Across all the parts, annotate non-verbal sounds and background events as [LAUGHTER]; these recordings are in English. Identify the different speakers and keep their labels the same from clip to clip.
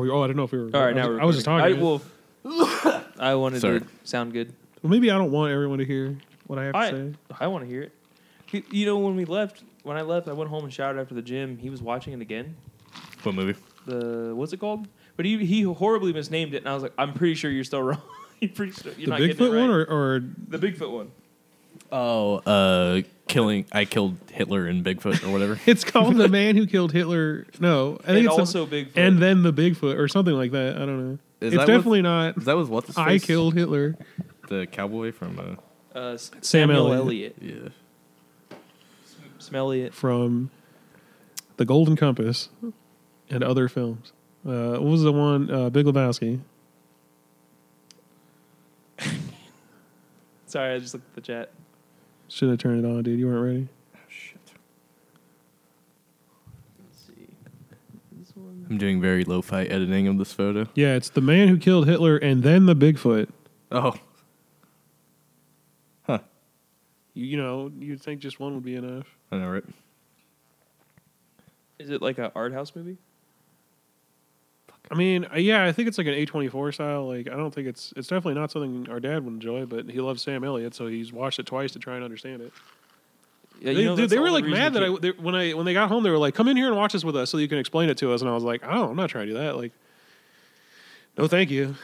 Speaker 1: we were. Oh, I don't know if we were.
Speaker 2: All
Speaker 1: I was,
Speaker 2: right, now we're
Speaker 1: I was just talking.
Speaker 2: recording. I, [LAUGHS] well, I wanted
Speaker 3: Sorry.
Speaker 2: to sound good.
Speaker 1: Well, maybe I don't want everyone to hear what I have to
Speaker 2: I
Speaker 1: say.
Speaker 2: I want to hear it. You- You know, when we left, when I left, I went home and showered after the gym. He was watching it again.
Speaker 3: What movie?
Speaker 2: The what's it called? But he he horribly misnamed it, and I was like, I'm pretty sure you're still [LAUGHS] wrong. you're pretty sure you're
Speaker 1: The
Speaker 2: not getting it
Speaker 1: Bigfoot
Speaker 2: right.
Speaker 1: one or, or
Speaker 2: the Bigfoot one.
Speaker 3: Oh, uh, killing. I killed Hitler and Bigfoot or [LAUGHS] whatever.
Speaker 1: it's called the man who killed Hitler. No, I think
Speaker 2: And
Speaker 1: it's some-
Speaker 2: also Bigfoot.
Speaker 1: and then the Bigfoot or something like that. I don't know.
Speaker 3: Is
Speaker 1: it's
Speaker 3: that what-
Speaker 1: definitely not.
Speaker 3: That was what's his
Speaker 1: I
Speaker 3: face?
Speaker 1: killed Hitler.
Speaker 3: the cowboy from. Uh,
Speaker 2: uh, S-
Speaker 1: Sam
Speaker 2: Samuel
Speaker 1: Elliott.
Speaker 2: Elliott.
Speaker 3: yeah.
Speaker 2: Smelly it.
Speaker 1: from The Golden Compass and other films. Uh, what was the one? Uh, Big Lebowski.
Speaker 2: Sorry, I just looked at the chat.
Speaker 1: Should have turned it on, dude. You weren't ready.
Speaker 3: Oh, shit.
Speaker 2: Let's see. This one.
Speaker 3: I'm doing very lo-fi editing of this photo.
Speaker 1: Yeah, it's the man who killed Hitler and then the Bigfoot.
Speaker 3: Oh,
Speaker 1: You, you know, you'd think just one would be enough.
Speaker 3: I know, right?
Speaker 2: Is it like an art house movie?
Speaker 1: I mean, uh, yeah, I think it's like an A24 style. Like, I don't think it's it's definitely not something our dad would enjoy, but he loves Sam Elliott, so he's watched it twice to try and understand it.
Speaker 2: Yeah,
Speaker 1: they,
Speaker 2: you know,
Speaker 1: dude,
Speaker 2: that's
Speaker 1: they
Speaker 2: the
Speaker 1: were
Speaker 2: only
Speaker 1: like
Speaker 2: reason
Speaker 1: mad that
Speaker 2: you
Speaker 1: I they, when I when they got home they were like come in here and watch this with us so you can explain it to us and I was like I don't I'm not trying to do that like no thank you
Speaker 2: can't-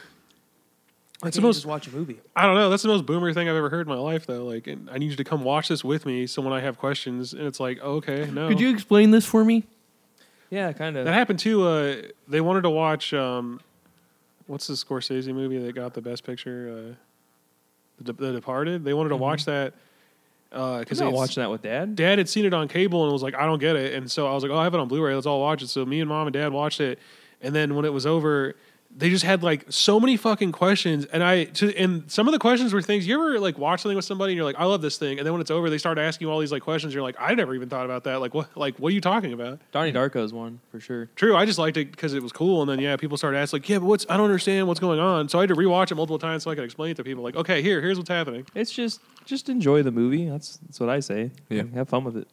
Speaker 1: That's
Speaker 2: you
Speaker 1: the most
Speaker 2: just watch a movie.
Speaker 1: I don't know that's the most boomer thing I've ever heard in my life though like and I need you to come watch this with me so when I have questions and it's like okay no
Speaker 3: Could you explain this for me?
Speaker 2: Yeah, kind
Speaker 1: that
Speaker 2: of.
Speaker 1: happened too uh, they wanted to watch um, what's the Scorsese movie that got the best picture uh, the, the Departed they wanted to watch that
Speaker 2: Because
Speaker 1: because
Speaker 2: I watching that with dad.
Speaker 1: dad had seen it on cable and was like, I don't get it. And so I was like, oh, I have it on Blu-ray. Let's all watch it. So me and mom and dad watched it. And then when it was over, they just had like so many fucking questions. And I, to, and some of the questions were things you ever like watch something with somebody and you're like, I love this thing. And then when it's over, they start asking you all these like questions. You're like, I never even thought about that. Like what, like what are you talking about?
Speaker 2: Donnie Darko's one for sure.
Speaker 1: True. I just liked it because it was cool. And then, yeah, people started asking like, yeah, but what's, I don't understand what's going on. So I had to rewatch it multiple times so I could explain it to people like, okay, here, here's what's happening.
Speaker 2: It's just just enjoy the movie. That's that's what I say.
Speaker 3: Yeah.
Speaker 2: have fun with it.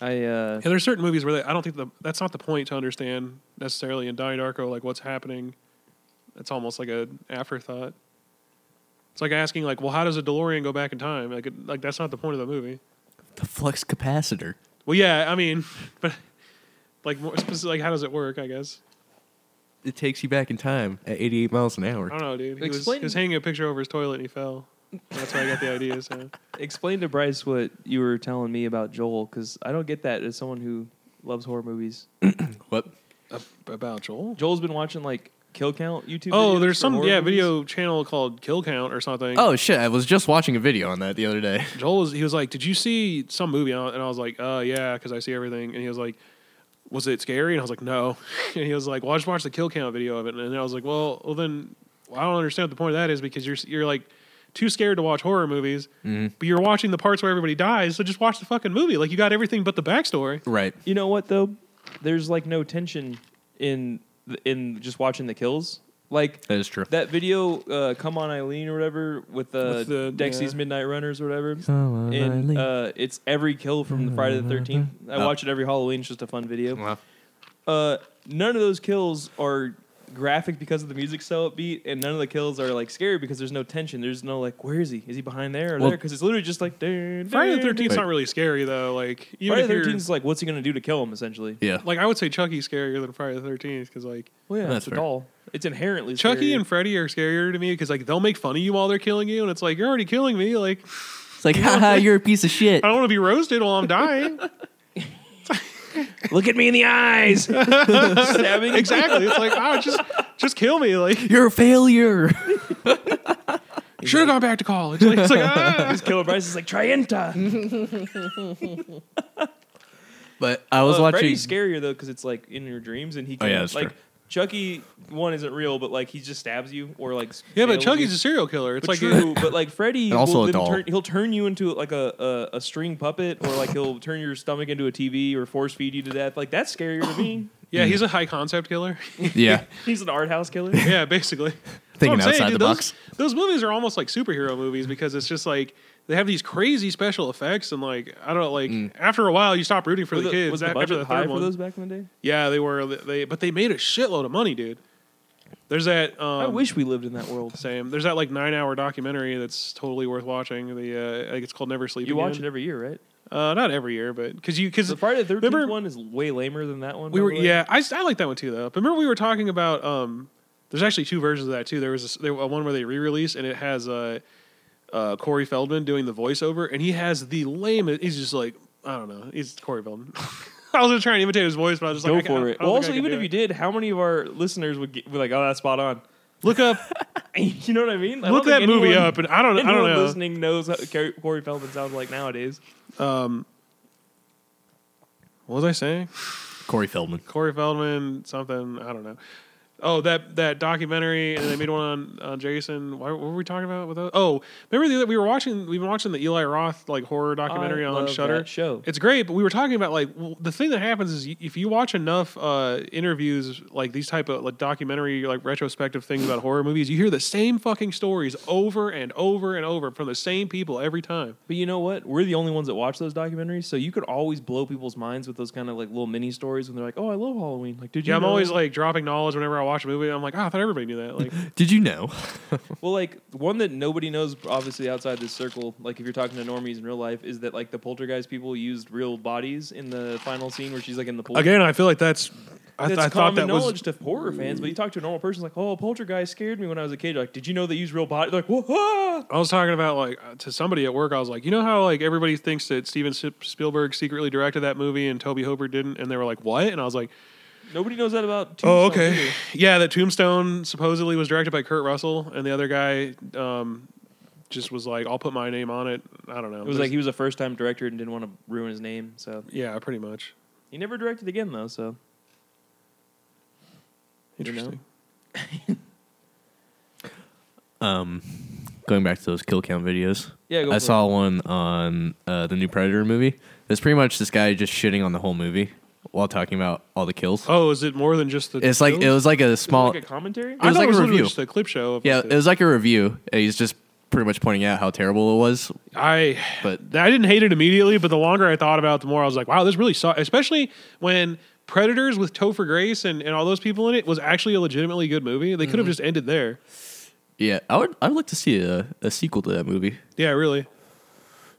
Speaker 2: I uh
Speaker 1: Yeah, there's certain movies where they, I don't think the, that's not the point to understand necessarily in Donnie Darko, like what's happening. It's almost like an afterthought. It's like asking, like, well, how does a DeLorean go back in time? Like, it, like that's not the point of the movie.
Speaker 3: The flux capacitor.
Speaker 1: Well, yeah, I mean, [LAUGHS] but like, more specific, like, how does it work? I guess
Speaker 3: It takes you back in time at 88 miles an
Speaker 1: I
Speaker 3: hour.
Speaker 1: don't know, dude. He, was, he
Speaker 2: Explain-
Speaker 1: was hanging a picture over his toilet and he fell. That's where I got the idea. [LAUGHS] So
Speaker 2: explain to Bryce what you were telling me about Joel because I don't get that as someone who loves horror movies.
Speaker 3: What?
Speaker 1: about Joel.
Speaker 2: Joel's been watching like Kill Count YouTube.
Speaker 1: Oh,
Speaker 2: videos
Speaker 1: there's
Speaker 2: for
Speaker 1: some
Speaker 2: horror
Speaker 1: yeah
Speaker 2: movies.
Speaker 1: video channel called Kill Count or something.
Speaker 3: Oh shit! I was just watching a video on that the other day.
Speaker 1: Joel was he was like, "Did you see some movie?" And I and I was like, "Uh, yeah," because I see everything. And he was like, "Was it scary?" And I was like, "No." [LAUGHS] And he was like, "Well, I just watched the kill count video of it." And I was like, "Well, well then I don't understand what the point of that is because you're you're like too scared to watch horror movies, but you're watching the parts where everybody dies. So just watch the fucking movie. Like you got everything but the backstory.
Speaker 3: [LAUGHS] Right.
Speaker 2: You know what though? There's like no tension in in just watching the kills. Like
Speaker 3: That is true.
Speaker 2: that video, uh, "Come on Eileen" or whatever, with, uh,
Speaker 1: With the-
Speaker 2: Dexy's
Speaker 1: yeah.
Speaker 2: Midnight Runners
Speaker 1: [LAUGHS]
Speaker 2: or whatever.
Speaker 3: Come on,
Speaker 2: and
Speaker 3: Eileen.
Speaker 2: uh, it's every kill from the Friday the Thirteenth. I
Speaker 3: Oh.
Speaker 2: watch it every Halloween. It's just a fun video.
Speaker 3: Wow.
Speaker 2: Uh, none of those kills are graphic because of the music's so upbeat, and none of the kills are like scary because there's no tension. There's no like, where is he? Is he behind there or
Speaker 3: Well-
Speaker 2: there? Because it's literally just like dun,
Speaker 1: Friday
Speaker 2: dun,
Speaker 1: the
Speaker 2: dun.
Speaker 1: Thirteenth
Speaker 3: Wait.
Speaker 1: not really scary though. Like even
Speaker 2: Friday
Speaker 1: if
Speaker 2: the
Speaker 1: you're-
Speaker 2: Thirteenth is like, what's he gonna do to kill him? Essentially,
Speaker 3: Yeah.
Speaker 1: like I would say Chucky's scarier than Friday the Thirteenth because like
Speaker 2: well, yeah,
Speaker 3: That's
Speaker 2: it's a
Speaker 3: fair.
Speaker 2: doll. It's inherently
Speaker 1: Chucky
Speaker 2: scary.
Speaker 1: and Freddy are scarier to me because like they'll make fun of you while they're killing you, and it's like you're already killing me. Like
Speaker 3: It's like, [LAUGHS] haha, you're a piece
Speaker 1: [LAUGHS]
Speaker 3: of shit.
Speaker 1: I don't want to be roasted while I'm
Speaker 2: [LAUGHS]
Speaker 1: dying.
Speaker 2: look at me in the eyes. Stabbing.
Speaker 1: exactly. It's like, oh, just just kill me.
Speaker 2: [LAUGHS]
Speaker 1: Like,
Speaker 3: You're a failure. [LAUGHS]
Speaker 1: should have gone back to college. Like, it's like,
Speaker 2: [LAUGHS]
Speaker 1: ah.
Speaker 2: Killer Bryce is like Trienta.
Speaker 3: [LAUGHS] But I was
Speaker 2: Uh,
Speaker 3: watching.
Speaker 2: Freddy's scarier though because it's like in your dreams and he can
Speaker 3: Oh, yeah, that's
Speaker 2: like
Speaker 3: true.
Speaker 2: Chucky one isn't real, but like he just stabs you or like
Speaker 1: yeah, but
Speaker 2: nails you.
Speaker 1: Chucky's a serial killer. It's
Speaker 2: But
Speaker 1: like,
Speaker 2: true, but [LAUGHS] like Freddy
Speaker 3: And also
Speaker 2: will
Speaker 3: a
Speaker 2: then
Speaker 3: doll.
Speaker 2: Turn, he'll turn you into like a, a a string puppet, or like he'll turn your stomach into a TV, or force feed you to death. Like that's scarier to me.
Speaker 1: yeah, he's a high concept
Speaker 2: [LAUGHS]
Speaker 1: killer. [LAUGHS]
Speaker 3: yeah.
Speaker 2: [COUGHS] He's an art house [LAUGHS] killer.
Speaker 1: yeah, basically. That's what
Speaker 3: Thinking
Speaker 1: I'm saying,
Speaker 3: outside
Speaker 1: dude.
Speaker 3: the
Speaker 1: those,
Speaker 3: box.
Speaker 1: Those movies are almost like superhero movies because it's just like they have these crazy special effects and like I don't know, like after a while you stop rooting for
Speaker 2: was
Speaker 1: the,
Speaker 2: Mm. the-
Speaker 1: kids
Speaker 2: was the
Speaker 1: a- after
Speaker 2: budget
Speaker 1: the
Speaker 2: high
Speaker 1: third
Speaker 2: for
Speaker 1: one.
Speaker 2: those back in the day?
Speaker 1: Yeah, they were they but they made a shitload of money, dude. There's that um,
Speaker 2: I wish we lived in that world.
Speaker 1: same. There's that like nine hour documentary that's totally worth watching. The uh, I think it's called Never Sleep.
Speaker 2: [LAUGHS] You
Speaker 1: Again.
Speaker 2: watch it every year, right?
Speaker 1: Uh, not every year, but because you because
Speaker 2: [LAUGHS] The Friday the Thirteenth
Speaker 1: remember-
Speaker 2: one is way lamer than that one.
Speaker 1: we
Speaker 2: by
Speaker 1: were
Speaker 2: the way.
Speaker 1: yeah I, s- I like that one too though. But remember we were talking about um. There's actually two versions of that too. There was this, there, one where they re-released and it has uh, uh, Corey Feldman doing the voiceover and he has the lame. He's just like I don't know. He's Corey Feldman. [LAUGHS] I was gonna try and imitate his voice, but I was just
Speaker 2: Go
Speaker 1: like, I ca-
Speaker 2: for it.
Speaker 1: I don't
Speaker 2: Well,
Speaker 1: think I
Speaker 2: also,
Speaker 1: can
Speaker 2: even
Speaker 1: do
Speaker 2: if
Speaker 1: it.
Speaker 2: you did, how many of our listeners would get, be like, "Oh, that's spot on"?
Speaker 1: look up
Speaker 2: [LAUGHS] you know what I mean? I don't
Speaker 1: look that
Speaker 2: think
Speaker 1: movie
Speaker 2: anyone-
Speaker 1: up, and I don't, I
Speaker 2: [LAUGHS] Anyone
Speaker 1: don't know.
Speaker 2: listening knows how Cor- Corey Feldman sounds like nowadays.
Speaker 1: What was I saying?
Speaker 3: Corey Feldman.
Speaker 1: Corey Feldman, something, I don't know. Oh, that that documentary, and they made one on, on Jason. Why, what were we talking about with those? Oh, remember the other, we were watching, we've been watching the Eli Roth like horror documentary
Speaker 2: I
Speaker 1: on
Speaker 2: love
Speaker 1: Shutter.
Speaker 2: that show.
Speaker 1: It's great, but we were talking about like w the thing that happens is y- if you watch enough uh, interviews, like these type of like documentary, like retrospective things about horror movies, you hear the same fucking stories over and over and over from the same people every time.
Speaker 2: But you know what? We're the only ones that watch those documentaries, so you could always blow people's minds with those kind of like little mini stories when they're like, "Oh, I love Halloween." Like, did you?
Speaker 1: Yeah, I'm
Speaker 2: know?
Speaker 1: always like dropping knowledge whenever I watch a movie. I'm like, ah, I thought everybody knew that. Like,
Speaker 3: Did you know?
Speaker 2: Well, like one that nobody knows, obviously outside this circle. Like if you're talking to normies in real life, is that like the poltergeist people used real bodies in the final scene where she's like in the
Speaker 1: [LAUGHS]
Speaker 2: pool.
Speaker 1: Again, I feel like that's. I, th-
Speaker 2: That's
Speaker 1: I thought
Speaker 2: common
Speaker 1: that
Speaker 2: knowledge
Speaker 1: was.
Speaker 2: to horror fans, but you talk to a normal person like, "Oh, poltergeist scared me when I was a kid." Like, did you know they use real bodies? Like, whoa!
Speaker 1: I was talking about like uh, to somebody at work. I was like, you know how like everybody thinks that Steven Si- Spielberg secretly directed that movie and Toby Hooper didn't, and they were like, what? And I was like,
Speaker 2: Nobody knows that about.
Speaker 1: oh,
Speaker 2: Tombstone,
Speaker 1: okay,
Speaker 2: do
Speaker 1: yeah. That Tombstone supposedly was directed by Kurt Russell, and the other guy um, just was like, I'll put my name on it. I don't know.
Speaker 2: they? It was like he was a first-time director and didn't want to ruin his name, so
Speaker 1: yeah, pretty much.
Speaker 2: he never directed again though. So You know?
Speaker 1: Interesting.
Speaker 3: Um, going back to those kill count videos.
Speaker 2: yeah, go
Speaker 3: I
Speaker 2: for
Speaker 3: saw one on uh, the new Predator movie. It's pretty much this guy just shitting on the whole movie while talking about all the kills.
Speaker 1: Oh, is it more than just the?
Speaker 3: it's like it
Speaker 1: kills?
Speaker 3: was like a
Speaker 2: Is it
Speaker 3: small.
Speaker 2: like a commentary.
Speaker 1: I
Speaker 3: was
Speaker 1: thought
Speaker 3: like a
Speaker 1: literally
Speaker 3: review.
Speaker 1: just a clip show. Of
Speaker 3: yeah,
Speaker 1: the-
Speaker 3: it was like a review. and He's just pretty much pointing out how terrible it was.
Speaker 1: I
Speaker 3: But
Speaker 1: I didn't hate it immediately, but the longer I thought about it, the more I was like, wow, this really sucks. Especially when Predators with Topher Grace and, and all those people in it was actually a legitimately good movie. They could
Speaker 2: Mm-hmm.
Speaker 1: have just ended there.
Speaker 3: yeah, I would I would like to see a, a sequel to that movie.
Speaker 1: Yeah, really.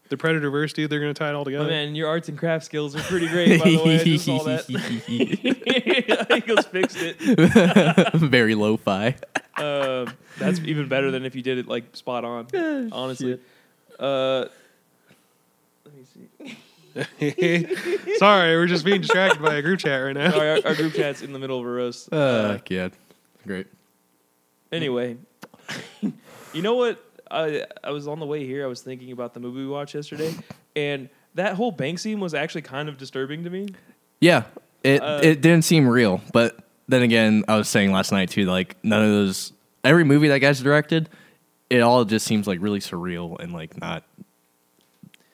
Speaker 1: The Predator verse, dude, they're going to tie it all together.
Speaker 2: Oh man, your arts and craft skills are pretty great, by
Speaker 3: [LAUGHS]
Speaker 2: the way. I just saw that. [LAUGHS] I think it's fixed it.
Speaker 3: [LAUGHS] Very lo-fi.
Speaker 2: Uh, that's even better than if you did it like spot on. Honestly. Uh, let me see.
Speaker 1: [LAUGHS] Sorry, we're just being distracted by a group chat right now.
Speaker 2: Sorry, our, our group chat's in the middle of a roast.
Speaker 3: Uh, yeah, great.
Speaker 2: Anyway, [LAUGHS] you know what? I I was on the way here. I was thinking about the movie we watched yesterday, and that whole bank scene was actually kind of disturbing to me.
Speaker 3: Yeah, it
Speaker 2: Uh,
Speaker 3: it didn't seem real, but then again, I was saying last night too, like none of those every movie that guy's directed, it all just seems like really surreal and like not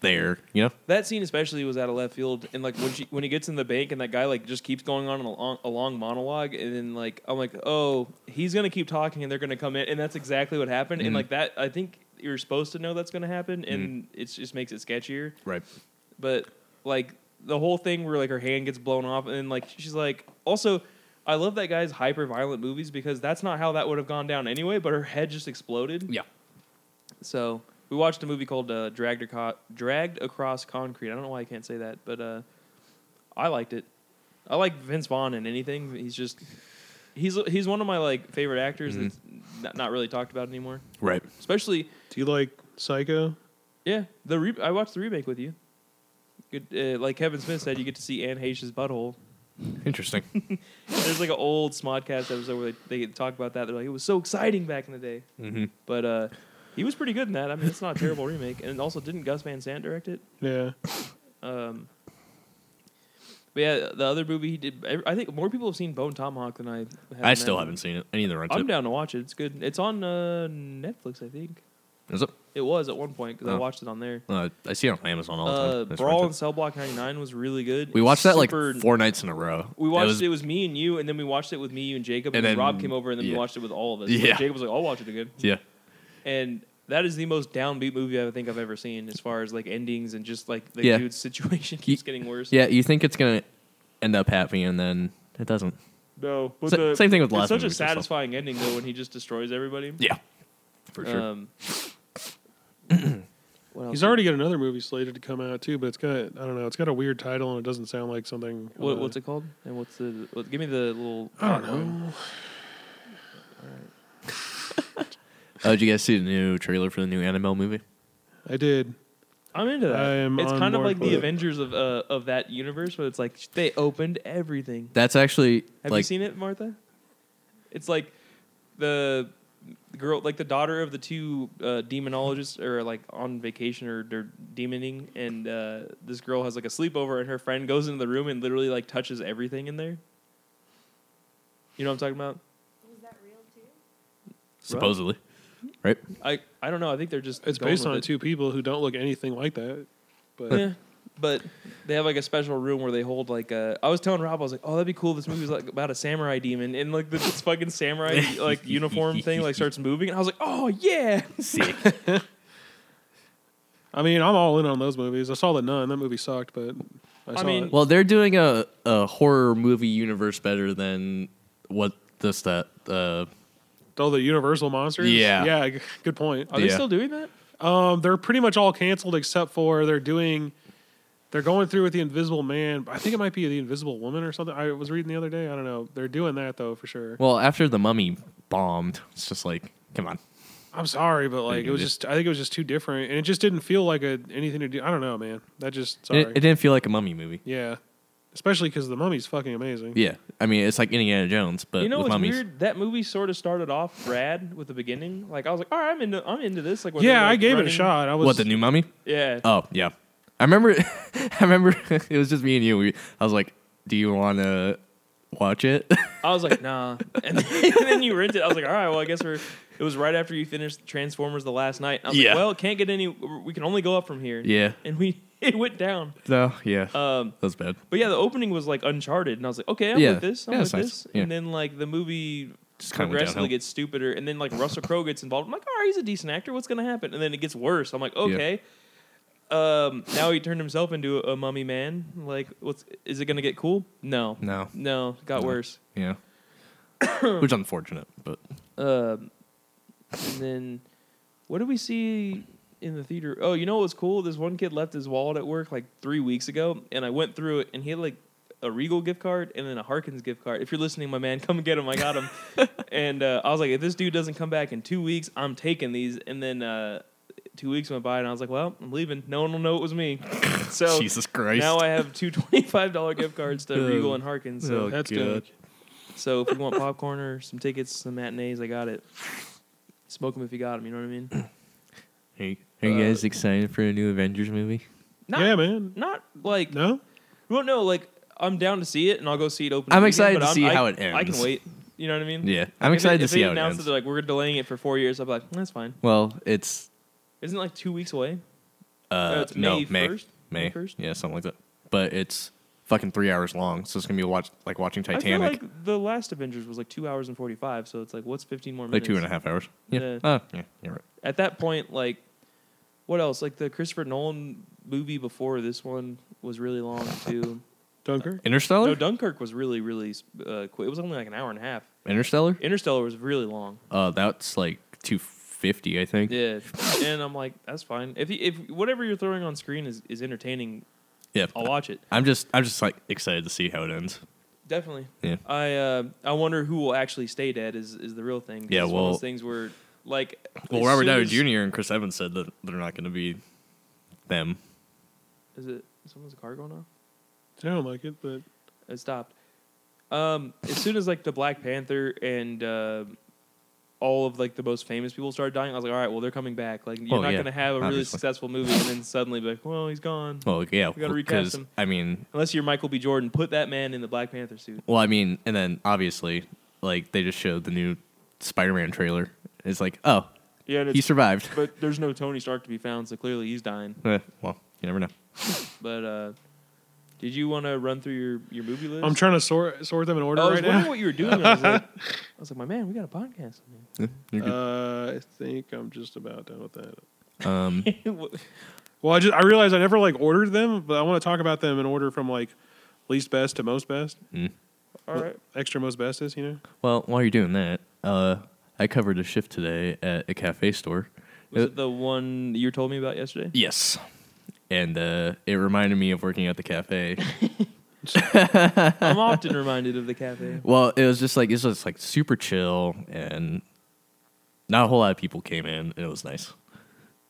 Speaker 3: there, you know?
Speaker 2: That scene especially was out of left field, and like when she when he gets in the bank and that guy like just keeps going on a long, a long monologue, and then like I'm like, oh, he's gonna keep talking, and they're gonna come in, and that's exactly what happened, and like that, I think you're supposed to know that's gonna happen, and it just makes it sketchier.
Speaker 3: Right.
Speaker 2: But like the whole thing where like her hand gets blown off, and then like she's like, also, I love that guy's hyper violent movies because that's not how that would have gone down anyway. But her head just exploded.
Speaker 3: Yeah.
Speaker 2: So we watched a movie called uh, Dragged, Aco- Dragged Across Concrete. I don't know why I can't say that, but uh, I liked it. I like Vince Vaughn in anything. He's just he's he's one of my like favorite actors
Speaker 3: Mhm.
Speaker 2: that's not, not really talked about anymore.
Speaker 3: Right.
Speaker 2: Especially
Speaker 1: Do you like Psycho?
Speaker 2: yeah, the re- I watched the remake with you. Good, uh, like Kevin Smith said, you get to see Anne Heche's butthole.
Speaker 3: Interesting.
Speaker 2: There's like an old Smodcast episode where they, they talk about that. They're like, it was so exciting back in the day.
Speaker 3: mm-hmm.
Speaker 2: But uh, he was pretty good in that. I mean, it's not a terrible remake. And also, didn't Gus Van Sant direct it?
Speaker 1: Yeah.
Speaker 2: Um, but yeah, the other movie he did. ev- I think more people have seen Bone Tomahawk than I. Have
Speaker 3: I
Speaker 2: now.
Speaker 3: still haven't seen it. I need to rent
Speaker 2: I'm
Speaker 3: it.
Speaker 2: down to watch it. It's good. It's on uh, Netflix, I think.
Speaker 3: Is it?
Speaker 2: It was at one point because I
Speaker 3: Oh.
Speaker 2: watched it on there.
Speaker 3: Uh, I see it on Amazon all the time.
Speaker 2: Uh,
Speaker 3: Let's
Speaker 2: Brawl
Speaker 3: rent
Speaker 2: in Cell Block 99 was really good.
Speaker 3: it. We watched that like
Speaker 2: Super-
Speaker 3: four nights in a row.
Speaker 2: We watched it
Speaker 3: was-
Speaker 2: was, me and you, and then we watched it with me, you, and Jacob, and,
Speaker 3: And
Speaker 2: then,
Speaker 3: then-
Speaker 2: Rob came over, and then
Speaker 3: [LAUGHS] yeah.
Speaker 2: we watched it with all of us.
Speaker 3: Yeah.
Speaker 2: Jacob was like, "I'll watch it again,"
Speaker 3: Yeah.
Speaker 2: and that is the most downbeat movie I think I've ever seen as far as like endings and just like the
Speaker 3: Yeah.
Speaker 2: dude's situation keeps getting worse.
Speaker 3: Yeah, you think it's gonna end up happy, and then it doesn't.
Speaker 2: No, but
Speaker 3: Sa-
Speaker 2: the-
Speaker 3: same thing with
Speaker 2: it's
Speaker 3: last
Speaker 2: such
Speaker 3: movie,
Speaker 2: a
Speaker 3: just like-
Speaker 2: satisfying ending though when he just destroys everybody.
Speaker 3: Yeah, for
Speaker 2: Um, [CLEARS THROAT] what else
Speaker 1: He's
Speaker 2: did-
Speaker 1: already got another movie slated to come out too, but it's got I don't know, it's got a weird title and it doesn't sound like something.
Speaker 2: What,
Speaker 1: uh,
Speaker 2: what's it called? And what's the? What, give me the little.
Speaker 1: I don't know.
Speaker 3: Oh, did you guys see the new trailer for the new Annabelle movie?
Speaker 1: I did.
Speaker 2: I'm into that.
Speaker 1: I am
Speaker 2: it's
Speaker 1: on
Speaker 2: kind of
Speaker 1: board
Speaker 2: like
Speaker 1: with
Speaker 2: the
Speaker 1: it.
Speaker 2: Avengers of uh, of that universe, but it's like they opened everything.
Speaker 3: That's actually
Speaker 2: Have you
Speaker 3: like
Speaker 2: seen it, Martha? It's like the girl, like the daughter of the two uh, demonologists, or like on vacation or they're demoning, and uh, this girl has like a sleepover, and her friend goes into the room and literally like touches everything in there. You know what I'm talking about?
Speaker 4: Was that real too?
Speaker 3: supposedly, right?
Speaker 2: I I don't know. I think they're just
Speaker 1: It's
Speaker 2: going
Speaker 1: based
Speaker 2: with
Speaker 1: on
Speaker 2: it.
Speaker 1: two people who don't look anything like that. [LAUGHS] But
Speaker 2: yeah, but they have like a special room where they hold like uh, I was telling Rob, I was like, oh, that'd be cool. This movie's like about a samurai demon, and like this, this fucking samurai like uniform thing like starts moving, and I was like, oh yeah,
Speaker 3: Sick.
Speaker 1: I mean, I'm all in on those movies. I saw the Nun. That movie sucked, but I,
Speaker 2: I
Speaker 1: saw
Speaker 2: mean-
Speaker 1: it.
Speaker 3: well, they're doing a, a horror movie universe better than what this that uh,
Speaker 1: all the Universal monsters.
Speaker 3: Yeah.
Speaker 1: yeah. g- Good point.
Speaker 2: [LAUGHS] are they
Speaker 3: Yeah.
Speaker 2: still doing that?
Speaker 1: Um, they're pretty much all canceled except for they're doing. They're going through with the Invisible Man. I think it might be the Invisible Woman or something. I was reading the other day. I don't know. They're doing that though for sure.
Speaker 3: well after the Mummy bombed. It's just like come on.
Speaker 1: I'm sorry, but like it was just. I think it was just too different, and it just didn't feel like a anything to do. I don't know, man. That just
Speaker 3: It,
Speaker 1: sorry.
Speaker 3: it didn't feel like a Mummy movie.
Speaker 1: yeah, especially because the Mummy's fucking amazing.
Speaker 3: Yeah, I mean it's like Indiana Jones, but
Speaker 2: you know
Speaker 3: Uh, with
Speaker 2: what's
Speaker 3: mummies.
Speaker 2: weird? That movie sort of started off rad with the beginning. Like I was like, all right, I'm into I'm into this. Like when
Speaker 1: Yeah,
Speaker 2: they're,
Speaker 1: I
Speaker 2: like,
Speaker 1: gave it
Speaker 2: running.
Speaker 1: a shot. I was
Speaker 3: What the new Mummy?
Speaker 2: Yeah,
Speaker 3: Oh yeah, I remember. [LAUGHS] I remember it was just me and you. We, I was like, "Do you want to watch it?" [LAUGHS]
Speaker 2: I was like, nah. [LAUGHS] And then, and then you rented. I was like, all right, well, I guess we're. It was right after you finished Transformers the last night. I was
Speaker 3: Yeah.
Speaker 2: like, well, can't get any. We can only go up from here.
Speaker 3: yeah.
Speaker 2: and we [LAUGHS] it went down.
Speaker 3: No. Yeah.
Speaker 2: Um,
Speaker 3: that was bad.
Speaker 2: but yeah, the opening was like Uncharted, and I was like, okay, I'm
Speaker 3: Yeah.
Speaker 2: with this, I'm
Speaker 3: Yeah,
Speaker 2: with
Speaker 3: it's nice.
Speaker 2: this.
Speaker 3: Yeah.
Speaker 2: And then like the movie
Speaker 3: Just kinda went
Speaker 2: progressively
Speaker 3: downhill.
Speaker 2: gets stupider, and then like Russell Crowe gets involved. I'm like, all right, he's a decent actor. What's gonna happen? And then it gets worse. I'm like, okay. Um, now he turned himself into a mummy man. Like, what's is it gonna get cool? No,
Speaker 3: No.
Speaker 2: no, it got
Speaker 3: No.
Speaker 2: worse. [COUGHS]
Speaker 3: Yeah. Which is unfortunate, but
Speaker 2: Um, and then what did we see in the theater? Oh, you know what was cool? This one kid left his wallet at work like three weeks ago, and I went through it, and he had like a Regal gift card and then a Harkins gift card. If you're listening, my man, [LAUGHS] come get him. I got him. and uh, I was like, if this dude doesn't come back in two weeks, I'm taking these. And then uh, two weeks went by, and I was like, well, I'm leaving. No one will know it was me. So.
Speaker 3: Jesus Christ.
Speaker 2: Now I have two $25 gift cards to
Speaker 3: [LAUGHS] Oh.
Speaker 2: Regal and Harkins. So
Speaker 3: Oh,
Speaker 1: That's
Speaker 3: God.
Speaker 1: good.
Speaker 2: so if you want popcorn or some tickets, some matinees, I got it. Smoke them if you got them. You know what I
Speaker 3: [CLEARS THROAT]
Speaker 2: mean?
Speaker 3: Are you, are you
Speaker 2: Uh,
Speaker 3: guys excited for a new Avengers movie?
Speaker 2: Not,
Speaker 1: yeah, man.
Speaker 2: Not like no.
Speaker 1: No,
Speaker 2: Well, no, like I'm down to see it, and I'll go see it open.
Speaker 3: I'm
Speaker 2: weekend,
Speaker 3: excited
Speaker 2: but
Speaker 3: to see
Speaker 2: I-
Speaker 3: how it
Speaker 2: I can
Speaker 3: ends.
Speaker 2: wait. You know what I mean?
Speaker 3: Yeah,
Speaker 2: Like,
Speaker 3: I'm
Speaker 2: if
Speaker 3: excited
Speaker 2: they,
Speaker 3: to
Speaker 2: if
Speaker 3: see
Speaker 2: they
Speaker 3: how it
Speaker 2: announce that
Speaker 3: ends.
Speaker 2: They're like, we're delaying it for four years. I'm like, that's fine.
Speaker 3: Well, it's
Speaker 2: Isn't it like two weeks away?
Speaker 3: uh
Speaker 2: No, Oh, it's
Speaker 3: no
Speaker 2: May
Speaker 3: May
Speaker 2: 1st? May
Speaker 3: May
Speaker 2: 1st?
Speaker 3: yeah something like that. But it's fucking three hours long, so it's gonna be watch like watching
Speaker 2: I
Speaker 3: Titanic,
Speaker 2: feel like the last Avengers was like two hours and forty five. So it's like, what's fifteen more
Speaker 3: like
Speaker 2: minutes?
Speaker 3: two and a half hours. Yeah.
Speaker 2: Yeah.
Speaker 3: Oh, yeah. You're right.
Speaker 2: At that point, like, what else? Like the Christopher Nolan movie before this one was really long too.
Speaker 1: Dunker.
Speaker 3: Interstellar.
Speaker 2: No, Dunkirk was really, really uh, quick. It was only like an hour and a half.
Speaker 3: Interstellar.
Speaker 2: Interstellar was really long.
Speaker 3: Uh, that's like two fifty, I think.
Speaker 2: Yeah, and I'm like, that's fine. If you- if whatever you're throwing on screen is, is entertaining,
Speaker 3: Yeah.
Speaker 2: I'll watch it.
Speaker 3: I'm just, I'm just like excited to see how it ends.
Speaker 2: Definitely.
Speaker 3: Yeah.
Speaker 2: I uh, I wonder who will actually stay dead is is the real thing. 'Cause
Speaker 3: Yeah,
Speaker 2: It's one of
Speaker 3: well-
Speaker 2: those things where like.
Speaker 3: Well,
Speaker 2: as
Speaker 3: Robert
Speaker 2: soon
Speaker 3: Downey
Speaker 2: as-
Speaker 3: Jr. and Chris Evans said that they're not going to be them.
Speaker 2: Is it someone's car going off?
Speaker 1: Sound like it, but
Speaker 2: It stopped. Um, as soon as like the Black Panther and uh, all of like the most famous people started dying, I was like, all right, well they're coming back. Like you're
Speaker 3: Oh,
Speaker 2: not
Speaker 3: yeah,
Speaker 2: gonna have a really
Speaker 3: obviously.
Speaker 2: successful movie and then suddenly be like, well he's gone.
Speaker 3: Well, yeah,
Speaker 2: We gotta recast him.
Speaker 3: I mean,
Speaker 2: Unless you're Michael B. Jordan, put that man in the Black Panther suit.
Speaker 3: well, I mean, and then obviously, like they just showed the new Spider-Man trailer. It's like, oh,
Speaker 2: Yeah,
Speaker 3: he survived. [LAUGHS]
Speaker 2: but there's no Tony Stark to be found, so clearly he's dying.
Speaker 3: Eh, well, you never know.
Speaker 2: But uh, Did you want to run through your, your movie list?
Speaker 1: I'm trying to sort sort them in order
Speaker 2: Oh, I was
Speaker 1: right
Speaker 2: wondering
Speaker 1: now.
Speaker 2: what you were doing. I was,
Speaker 3: [LAUGHS]
Speaker 2: like, I was like, my man, we got a podcast.
Speaker 3: Yeah, you're good.
Speaker 1: Uh, I think I'm just about done with that.
Speaker 2: [LAUGHS]
Speaker 3: um,
Speaker 2: Man.
Speaker 1: Well, I just I realized I never like ordered them, but I want to talk about them in order from like least best to most best.
Speaker 2: All right.
Speaker 1: Extra most best is you know.
Speaker 3: well, while you're doing that, uh, I covered a shift today at a cafe store.
Speaker 2: Was
Speaker 3: Uh,
Speaker 2: it the one you told me about yesterday?
Speaker 3: Yes. And uh, it reminded me of working at
Speaker 2: [LAUGHS]
Speaker 3: the cafe. [LAUGHS]
Speaker 2: I'm often reminded of the cafe.
Speaker 3: well, it was just like it was just like super chill, and not a whole lot of people came in, and it was nice.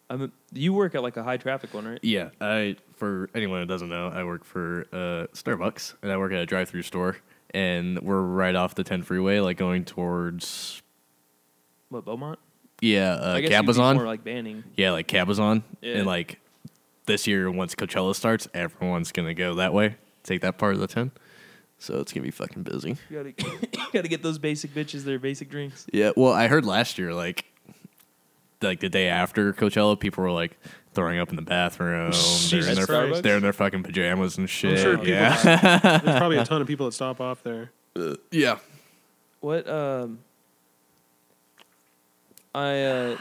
Speaker 2: I'm, you work at like a high traffic one, right?
Speaker 3: Yeah, I for anyone who doesn't know, I work for uh, Starbucks, and I work at a drive-through store, and we're right off the 10 freeway, like going towards
Speaker 2: What Beaumont?
Speaker 3: yeah uh,
Speaker 2: I guess you'd be
Speaker 3: Cabazon.
Speaker 2: More like Banning.
Speaker 3: yeah, like Cabazon,
Speaker 2: Yeah.
Speaker 3: and like this year once Coachella starts, everyone's gonna go that way, take that part of the 10. So it's gonna be fucking busy.
Speaker 2: You gotta, [COUGHS] you gotta get those basic bitches their basic drinks.
Speaker 3: Yeah, well, I heard last year, like, like the day after Coachella, people were like throwing up in the bathroom. they're, in
Speaker 1: Jesus
Speaker 3: their,
Speaker 2: Christ.
Speaker 3: they're in their fucking pajamas and shit.
Speaker 1: sure people-
Speaker 2: [LAUGHS]
Speaker 3: Oh, yeah, [LAUGHS]
Speaker 1: There's probably a ton of people that stop off there.
Speaker 3: yeah.
Speaker 2: What um I uh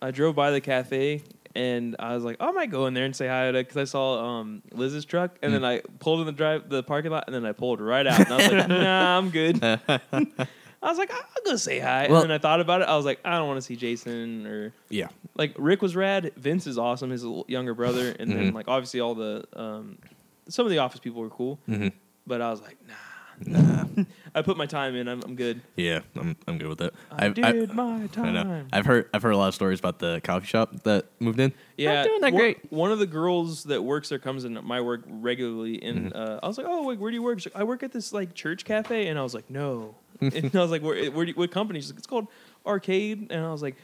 Speaker 2: I drove by the cafe and I was like, "Oh, I might go in there and say hi to because I saw um Liz's truck and
Speaker 3: Hmm.
Speaker 2: then I pulled in the drive the parking lot and then I pulled right out and I was
Speaker 3: [LAUGHS]
Speaker 2: like, nah, I'm good. [LAUGHS] I was like, I- I'll go say hi.
Speaker 3: Well-
Speaker 2: and then I thought about it. I was like, I don't want to see Jason or
Speaker 3: Yeah.
Speaker 2: like Rick was rad. Vince is awesome. His l- younger brother, and then
Speaker 3: Mhm.
Speaker 2: like obviously all the um, some of the office people were cool,
Speaker 3: Mhm.
Speaker 2: but I was like, nah, nah. [LAUGHS] I put my time in. I'm, I'm good.
Speaker 3: Yeah, I'm I'm good with that.
Speaker 2: I
Speaker 3: I've- I-
Speaker 2: did my
Speaker 3: I
Speaker 2: time.
Speaker 3: know. I've heard I've heard a lot of stories about the coffee shop that moved in.
Speaker 2: yeah,
Speaker 3: Not doing that
Speaker 2: one,
Speaker 3: great.
Speaker 2: One of the girls that works there comes in my work regularly, and
Speaker 3: Mm-hmm.
Speaker 2: uh, I was like, "Oh, like, where do you work?" She's like, "I work at this like church cafe," and I was like,
Speaker 3: [LAUGHS]
Speaker 2: "No," and I was like, "Where? Where? Do you, what company?" She's like, "It's called Arcade," and I was like.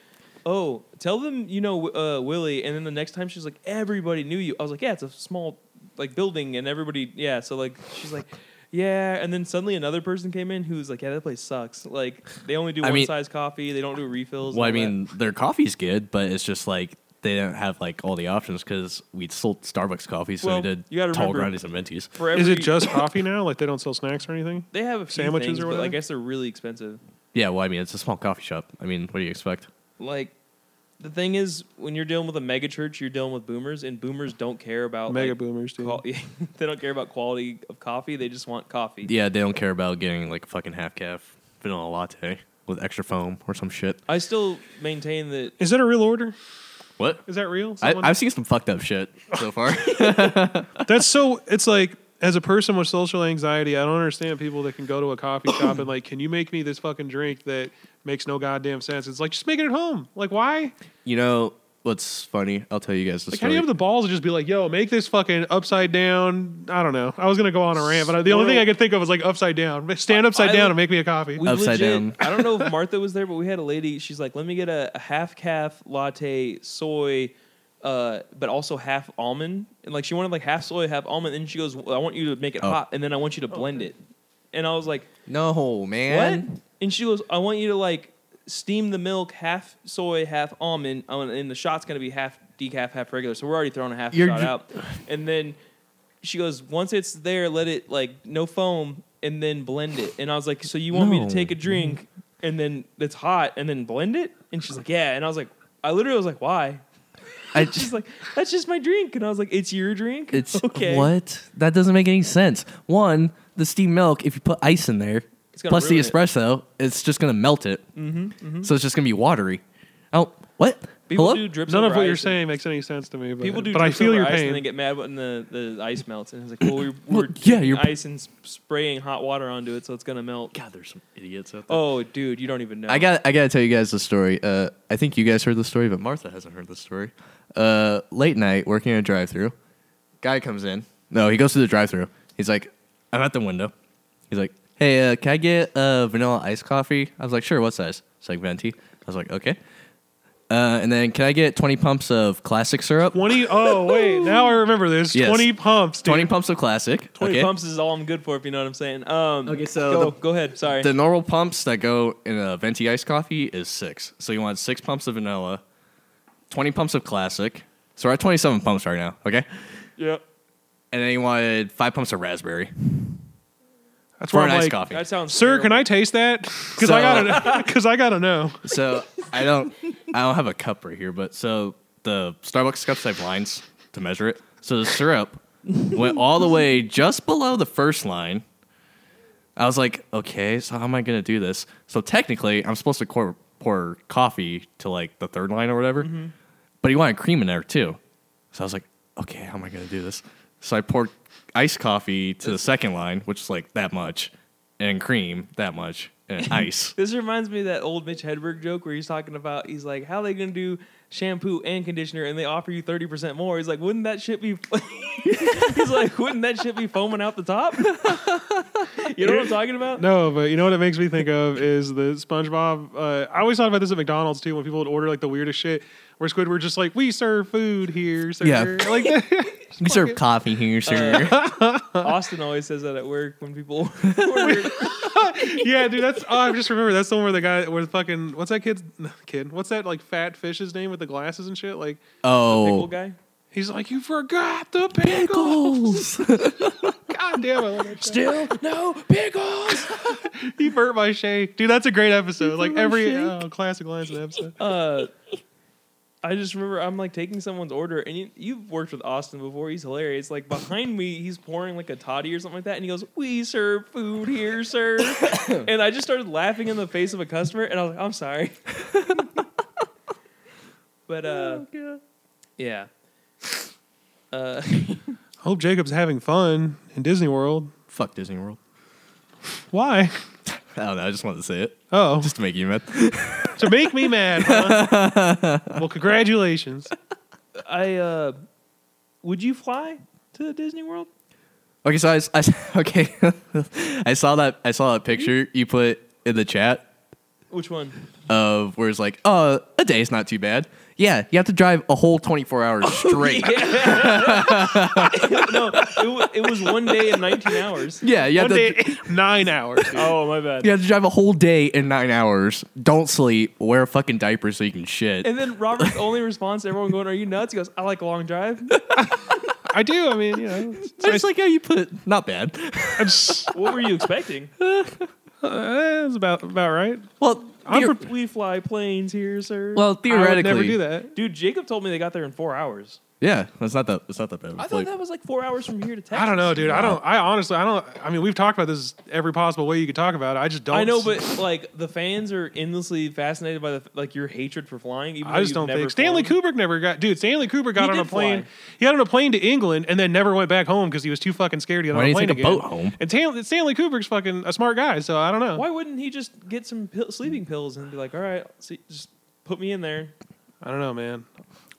Speaker 2: Oh, tell them you know uh, Willie, and then the next time she's like, everybody knew you. I was like, yeah, it's a small like building, and everybody, yeah. So like, she's like, yeah, and then suddenly another person came in who was like, yeah, that place sucks. Like they only do
Speaker 3: I
Speaker 2: one
Speaker 3: mean-
Speaker 2: size coffee, they don't do refills. and
Speaker 3: Well, I
Speaker 2: all that."
Speaker 3: mean, their coffee's good, but it's just like they don't have like all the options because we sold Starbucks coffee, so
Speaker 2: Well,
Speaker 3: we did
Speaker 2: you gotta
Speaker 3: tall
Speaker 2: remember-
Speaker 3: grandes and mentees.
Speaker 2: [LAUGHS] for
Speaker 1: Is it
Speaker 2: every-
Speaker 1: just coffee now? Like they don't sell snacks or anything?
Speaker 2: They have a few
Speaker 1: Sandwiches
Speaker 2: things,
Speaker 1: or
Speaker 2: but I
Speaker 1: whatever?
Speaker 2: guess they're really expensive.
Speaker 3: Yeah, well, I mean, it's a small coffee shop. I mean, what do you expect?
Speaker 2: Like the thing is, when you're dealing with a mega church, you're dealing with boomers, and boomers don't care about
Speaker 1: Mega
Speaker 2: like,
Speaker 1: boomers, dude.
Speaker 2: qual- [LAUGHS] they don't care about quality of coffee. They just want coffee.
Speaker 3: Yeah, they don't care about getting like a fucking half calf vanilla latte with extra foam or some shit.
Speaker 2: I still maintain that
Speaker 1: Is that a real order?
Speaker 3: What?
Speaker 1: Is that real?
Speaker 3: I,
Speaker 1: Someone-
Speaker 3: I've seen some fucked up shit
Speaker 2: [LAUGHS]
Speaker 3: so far.
Speaker 1: That's so. It's like as a person with social anxiety, I don't understand people that can go to a coffee shop and like, can you make me this fucking drink that makes no goddamn sense? It's like just make it at home. Like why?
Speaker 3: you know what's funny? I'll tell you guys the
Speaker 1: Like how
Speaker 3: story.
Speaker 1: do you have the balls to just be like, yo, make this fucking upside down? I don't know. I was gonna go on a rant, but I, the only thing I could think of was like upside down. Stand upside
Speaker 2: I-
Speaker 1: down and make me a coffee.
Speaker 2: we
Speaker 3: Upside
Speaker 2: legit,
Speaker 3: down.
Speaker 2: I don't know if Martha was there, but we had a lady. She's like, "Let me get a, a half calf latte, soy, uh, but also half almond." And like, she wanted like half soy, half almond. And she goes, well, "I want you to make it
Speaker 3: Oh.
Speaker 2: hot, and then I want you to blend it." And I was like,
Speaker 3: no,
Speaker 2: What?
Speaker 3: man.
Speaker 2: And she goes, I want you to like steam the milk, half soy, half almond, I want- and the shot's gonna be half decaf, half regular. So we're already throwing a half
Speaker 3: You're
Speaker 2: shot
Speaker 3: ju-
Speaker 2: out. And then she goes, once it's there, let it like no foam, and then blend it. And I was like, so you want me
Speaker 3: No.
Speaker 2: to take a drink and then it's hot and then blend it? And she's like, yeah. And I was like, I literally was like, why? [LAUGHS]
Speaker 3: I
Speaker 2: She's
Speaker 3: just
Speaker 2: like, that's just my drink. And I was like, it's your drink.
Speaker 3: it's
Speaker 2: [LAUGHS] okay.
Speaker 3: what? That doesn't make any sense. One, the steamed milk, if you put ice in there,
Speaker 2: It's gonna
Speaker 3: plus the
Speaker 2: ruin it.
Speaker 3: espresso, it's just gonna melt it. Mm-hmm, So it's just gonna be watery. Oh, what?
Speaker 2: People
Speaker 3: Hello?
Speaker 2: do drips.
Speaker 1: None of
Speaker 2: over
Speaker 1: what you're
Speaker 2: ice and-
Speaker 1: saying makes any sense to me. But,
Speaker 2: People do,
Speaker 1: but I
Speaker 2: drinks
Speaker 1: feel
Speaker 2: over
Speaker 1: your
Speaker 2: ice
Speaker 1: pain.
Speaker 2: And they get mad when the, the ice melts, and it's like,
Speaker 1: [LAUGHS]
Speaker 2: well, we we're,
Speaker 3: Well,
Speaker 2: we're
Speaker 3: yeah,
Speaker 2: yeah,
Speaker 3: you're-
Speaker 2: ice and s- spraying hot water onto it, so it's gonna melt.
Speaker 3: God, there's some idiots out there.
Speaker 2: Oh, dude, you don't even know.
Speaker 3: I got I gotta tell you guys the story. Uh, I think you guys heard the story, but Martha hasn't heard the story. Uh, late night working at a drive through, guy comes in. No, he goes to the drive through. He's like, I'm at the window. He's like, Hey, uh, can I get uh, vanilla iced coffee? I was like, Sure. What size? It's like venti. I was like, Okay. Uh, and then can I get 20 pumps of classic
Speaker 2: [LAUGHS]
Speaker 3: syrup?
Speaker 1: 20 oh wait now i remember this
Speaker 3: Yes.
Speaker 1: 20 pumps dude.
Speaker 3: 20 pumps of classic.
Speaker 2: twenty
Speaker 3: okay.
Speaker 2: pumps is all I'm good for, if you know what I'm saying. Um,
Speaker 3: Okay, so
Speaker 2: go,
Speaker 3: the-
Speaker 2: go ahead. Sorry,
Speaker 3: The normal pumps that go in a venti iced coffee is six. So you want six pumps of vanilla, 20 pumps of classic. So we're at 27 pumps right now, okay?
Speaker 2: yeah,
Speaker 3: and then he wanted five pumps of raspberry
Speaker 1: That's
Speaker 3: for
Speaker 1: where
Speaker 3: an
Speaker 1: I'm
Speaker 3: iced
Speaker 1: like,
Speaker 3: coffee.
Speaker 2: That sounds.
Speaker 1: sir,
Speaker 2: terrible.
Speaker 1: can I taste that? [LAUGHS] Because I gotta, because I gotta know. [LAUGHS]
Speaker 3: So I don't, I don't have a cup right here, but so the Starbucks cups have lines to measure it. So the syrup went all the way just below the first line. I was like, okay, so how am I gonna do this? So technically, I'm supposed to pour, pour coffee to like the third line or whatever, but he wanted cream in there too. So I was like, okay, how am I gonna do this? So I poured iced coffee to the second line, which is like that much, and cream that much, and ice.
Speaker 2: This reminds me of that old Mitch Hedberg joke where he's talking about he's like, "How they gonna do shampoo and conditioner and they offer you thirty percent more?" He's like, "Wouldn't that shit be?" [LAUGHS] he's like, "Wouldn't that shit be foaming out the top?" [LAUGHS] you know what I'm talking about?
Speaker 1: No, but you know what it makes me think of is the SpongeBob. Uh, I always thought about this at McDonald's too when people would order like the weirdest shit, where Squidward just like, "We serve food here, sir."
Speaker 3: Yeah.
Speaker 1: like [LAUGHS] that.
Speaker 3: We serve coffee
Speaker 1: Uh, [LAUGHS]
Speaker 3: here, sir.
Speaker 2: Austin always says that at work when people [LAUGHS] order.
Speaker 1: yeah, dude. That's oh, I just remember that's the one where the guy where the fucking what's that kid's kid? What's that like fat fish's name with the glasses and shit? Like
Speaker 2: pickle
Speaker 3: [LAUGHS] Oh,
Speaker 2: guy.
Speaker 1: he's like, "You forgot the pickle." [LAUGHS] God damn it!
Speaker 3: Still no pickles.
Speaker 1: He burnt my shake, dude. That's a great episode. Like every oh, classic lines in the episode.
Speaker 2: Uh, I just remember I'm like taking someone's order, and you, you've worked with Austin before. He's hilarious. Like behind me, he's pouring like a toddy or something like that, and he goes, "We serve food here, sir." and I just started laughing in the face of a customer, and I was like, "I'm sorry." [LAUGHS] but uh, yeah. Uh, [LAUGHS]
Speaker 1: Hope Jacob's having fun in Disney World.
Speaker 3: Fuck Disney World.
Speaker 1: Why?
Speaker 3: I don't know. I just wanted to say it
Speaker 1: Oh,
Speaker 3: just to make you mad.
Speaker 1: to make me mad. Huh? well, congratulations.
Speaker 2: I uh, would you fly to Disney World?
Speaker 3: Okay, so I, s- I s- [LAUGHS] okay, I saw that I saw that picture you put in the chat
Speaker 2: Which one?
Speaker 3: of where it's like, oh, a day's not too bad. Yeah, you have to drive a whole twenty four hours
Speaker 1: [LAUGHS]
Speaker 3: straight. [LAUGHS] yeah.
Speaker 2: no, it, wa it was one day and 19 hours.
Speaker 3: [LAUGHS] you have
Speaker 1: One
Speaker 3: to.
Speaker 1: day, [LAUGHS] nine hours. dude.
Speaker 2: Oh, my bad.
Speaker 3: You have to drive a whole day in nine hours. Don't sleep. Wear a fucking diaper so you can shit.
Speaker 2: And then Robert's only response to everyone going, Are you nuts? He goes, I like a long drive.
Speaker 1: I do. I mean, you know, it's
Speaker 3: I just like how you put not bad. [LAUGHS]
Speaker 1: it's,
Speaker 2: What were you expecting?
Speaker 1: uh, it's about about right.
Speaker 3: Well,
Speaker 1: I'm
Speaker 3: theor-
Speaker 1: for-
Speaker 2: [LAUGHS] We fly planes here, sir.
Speaker 3: well,
Speaker 1: I
Speaker 3: theoretically,
Speaker 1: would never do that.
Speaker 2: dude, Jacob told me they got there in four hours.
Speaker 3: Yeah, that's not that. That's not that bad.
Speaker 2: I
Speaker 3: It's
Speaker 2: thought
Speaker 3: like-
Speaker 2: that was like four hours from here to Texas.
Speaker 1: I don't know, dude. I don't. I honestly, I don't. I mean, we've talked about this every possible way you could talk about it. I just don't.
Speaker 2: I know,
Speaker 1: s-
Speaker 2: but like the fans are endlessly fascinated by the like your hatred for flying. Even
Speaker 1: I just don't think Stanley
Speaker 2: Cooper.
Speaker 1: Kubrick never got. Dude, Stanley Kubrick got
Speaker 2: He
Speaker 1: on a
Speaker 2: did
Speaker 1: plane.
Speaker 2: fly.
Speaker 1: He got on a plane to England and then never went back home because he was too fucking scared to get
Speaker 3: Why
Speaker 1: on a
Speaker 3: didn't he
Speaker 1: plane
Speaker 3: take a
Speaker 1: again.
Speaker 3: boat home?
Speaker 1: And Tan- Stanley Kubrick's fucking a smart guy, so I don't know.
Speaker 2: Why wouldn't he just get some pill- sleeping pills and be like, All right, see, just put me in there?
Speaker 1: I don't know, man.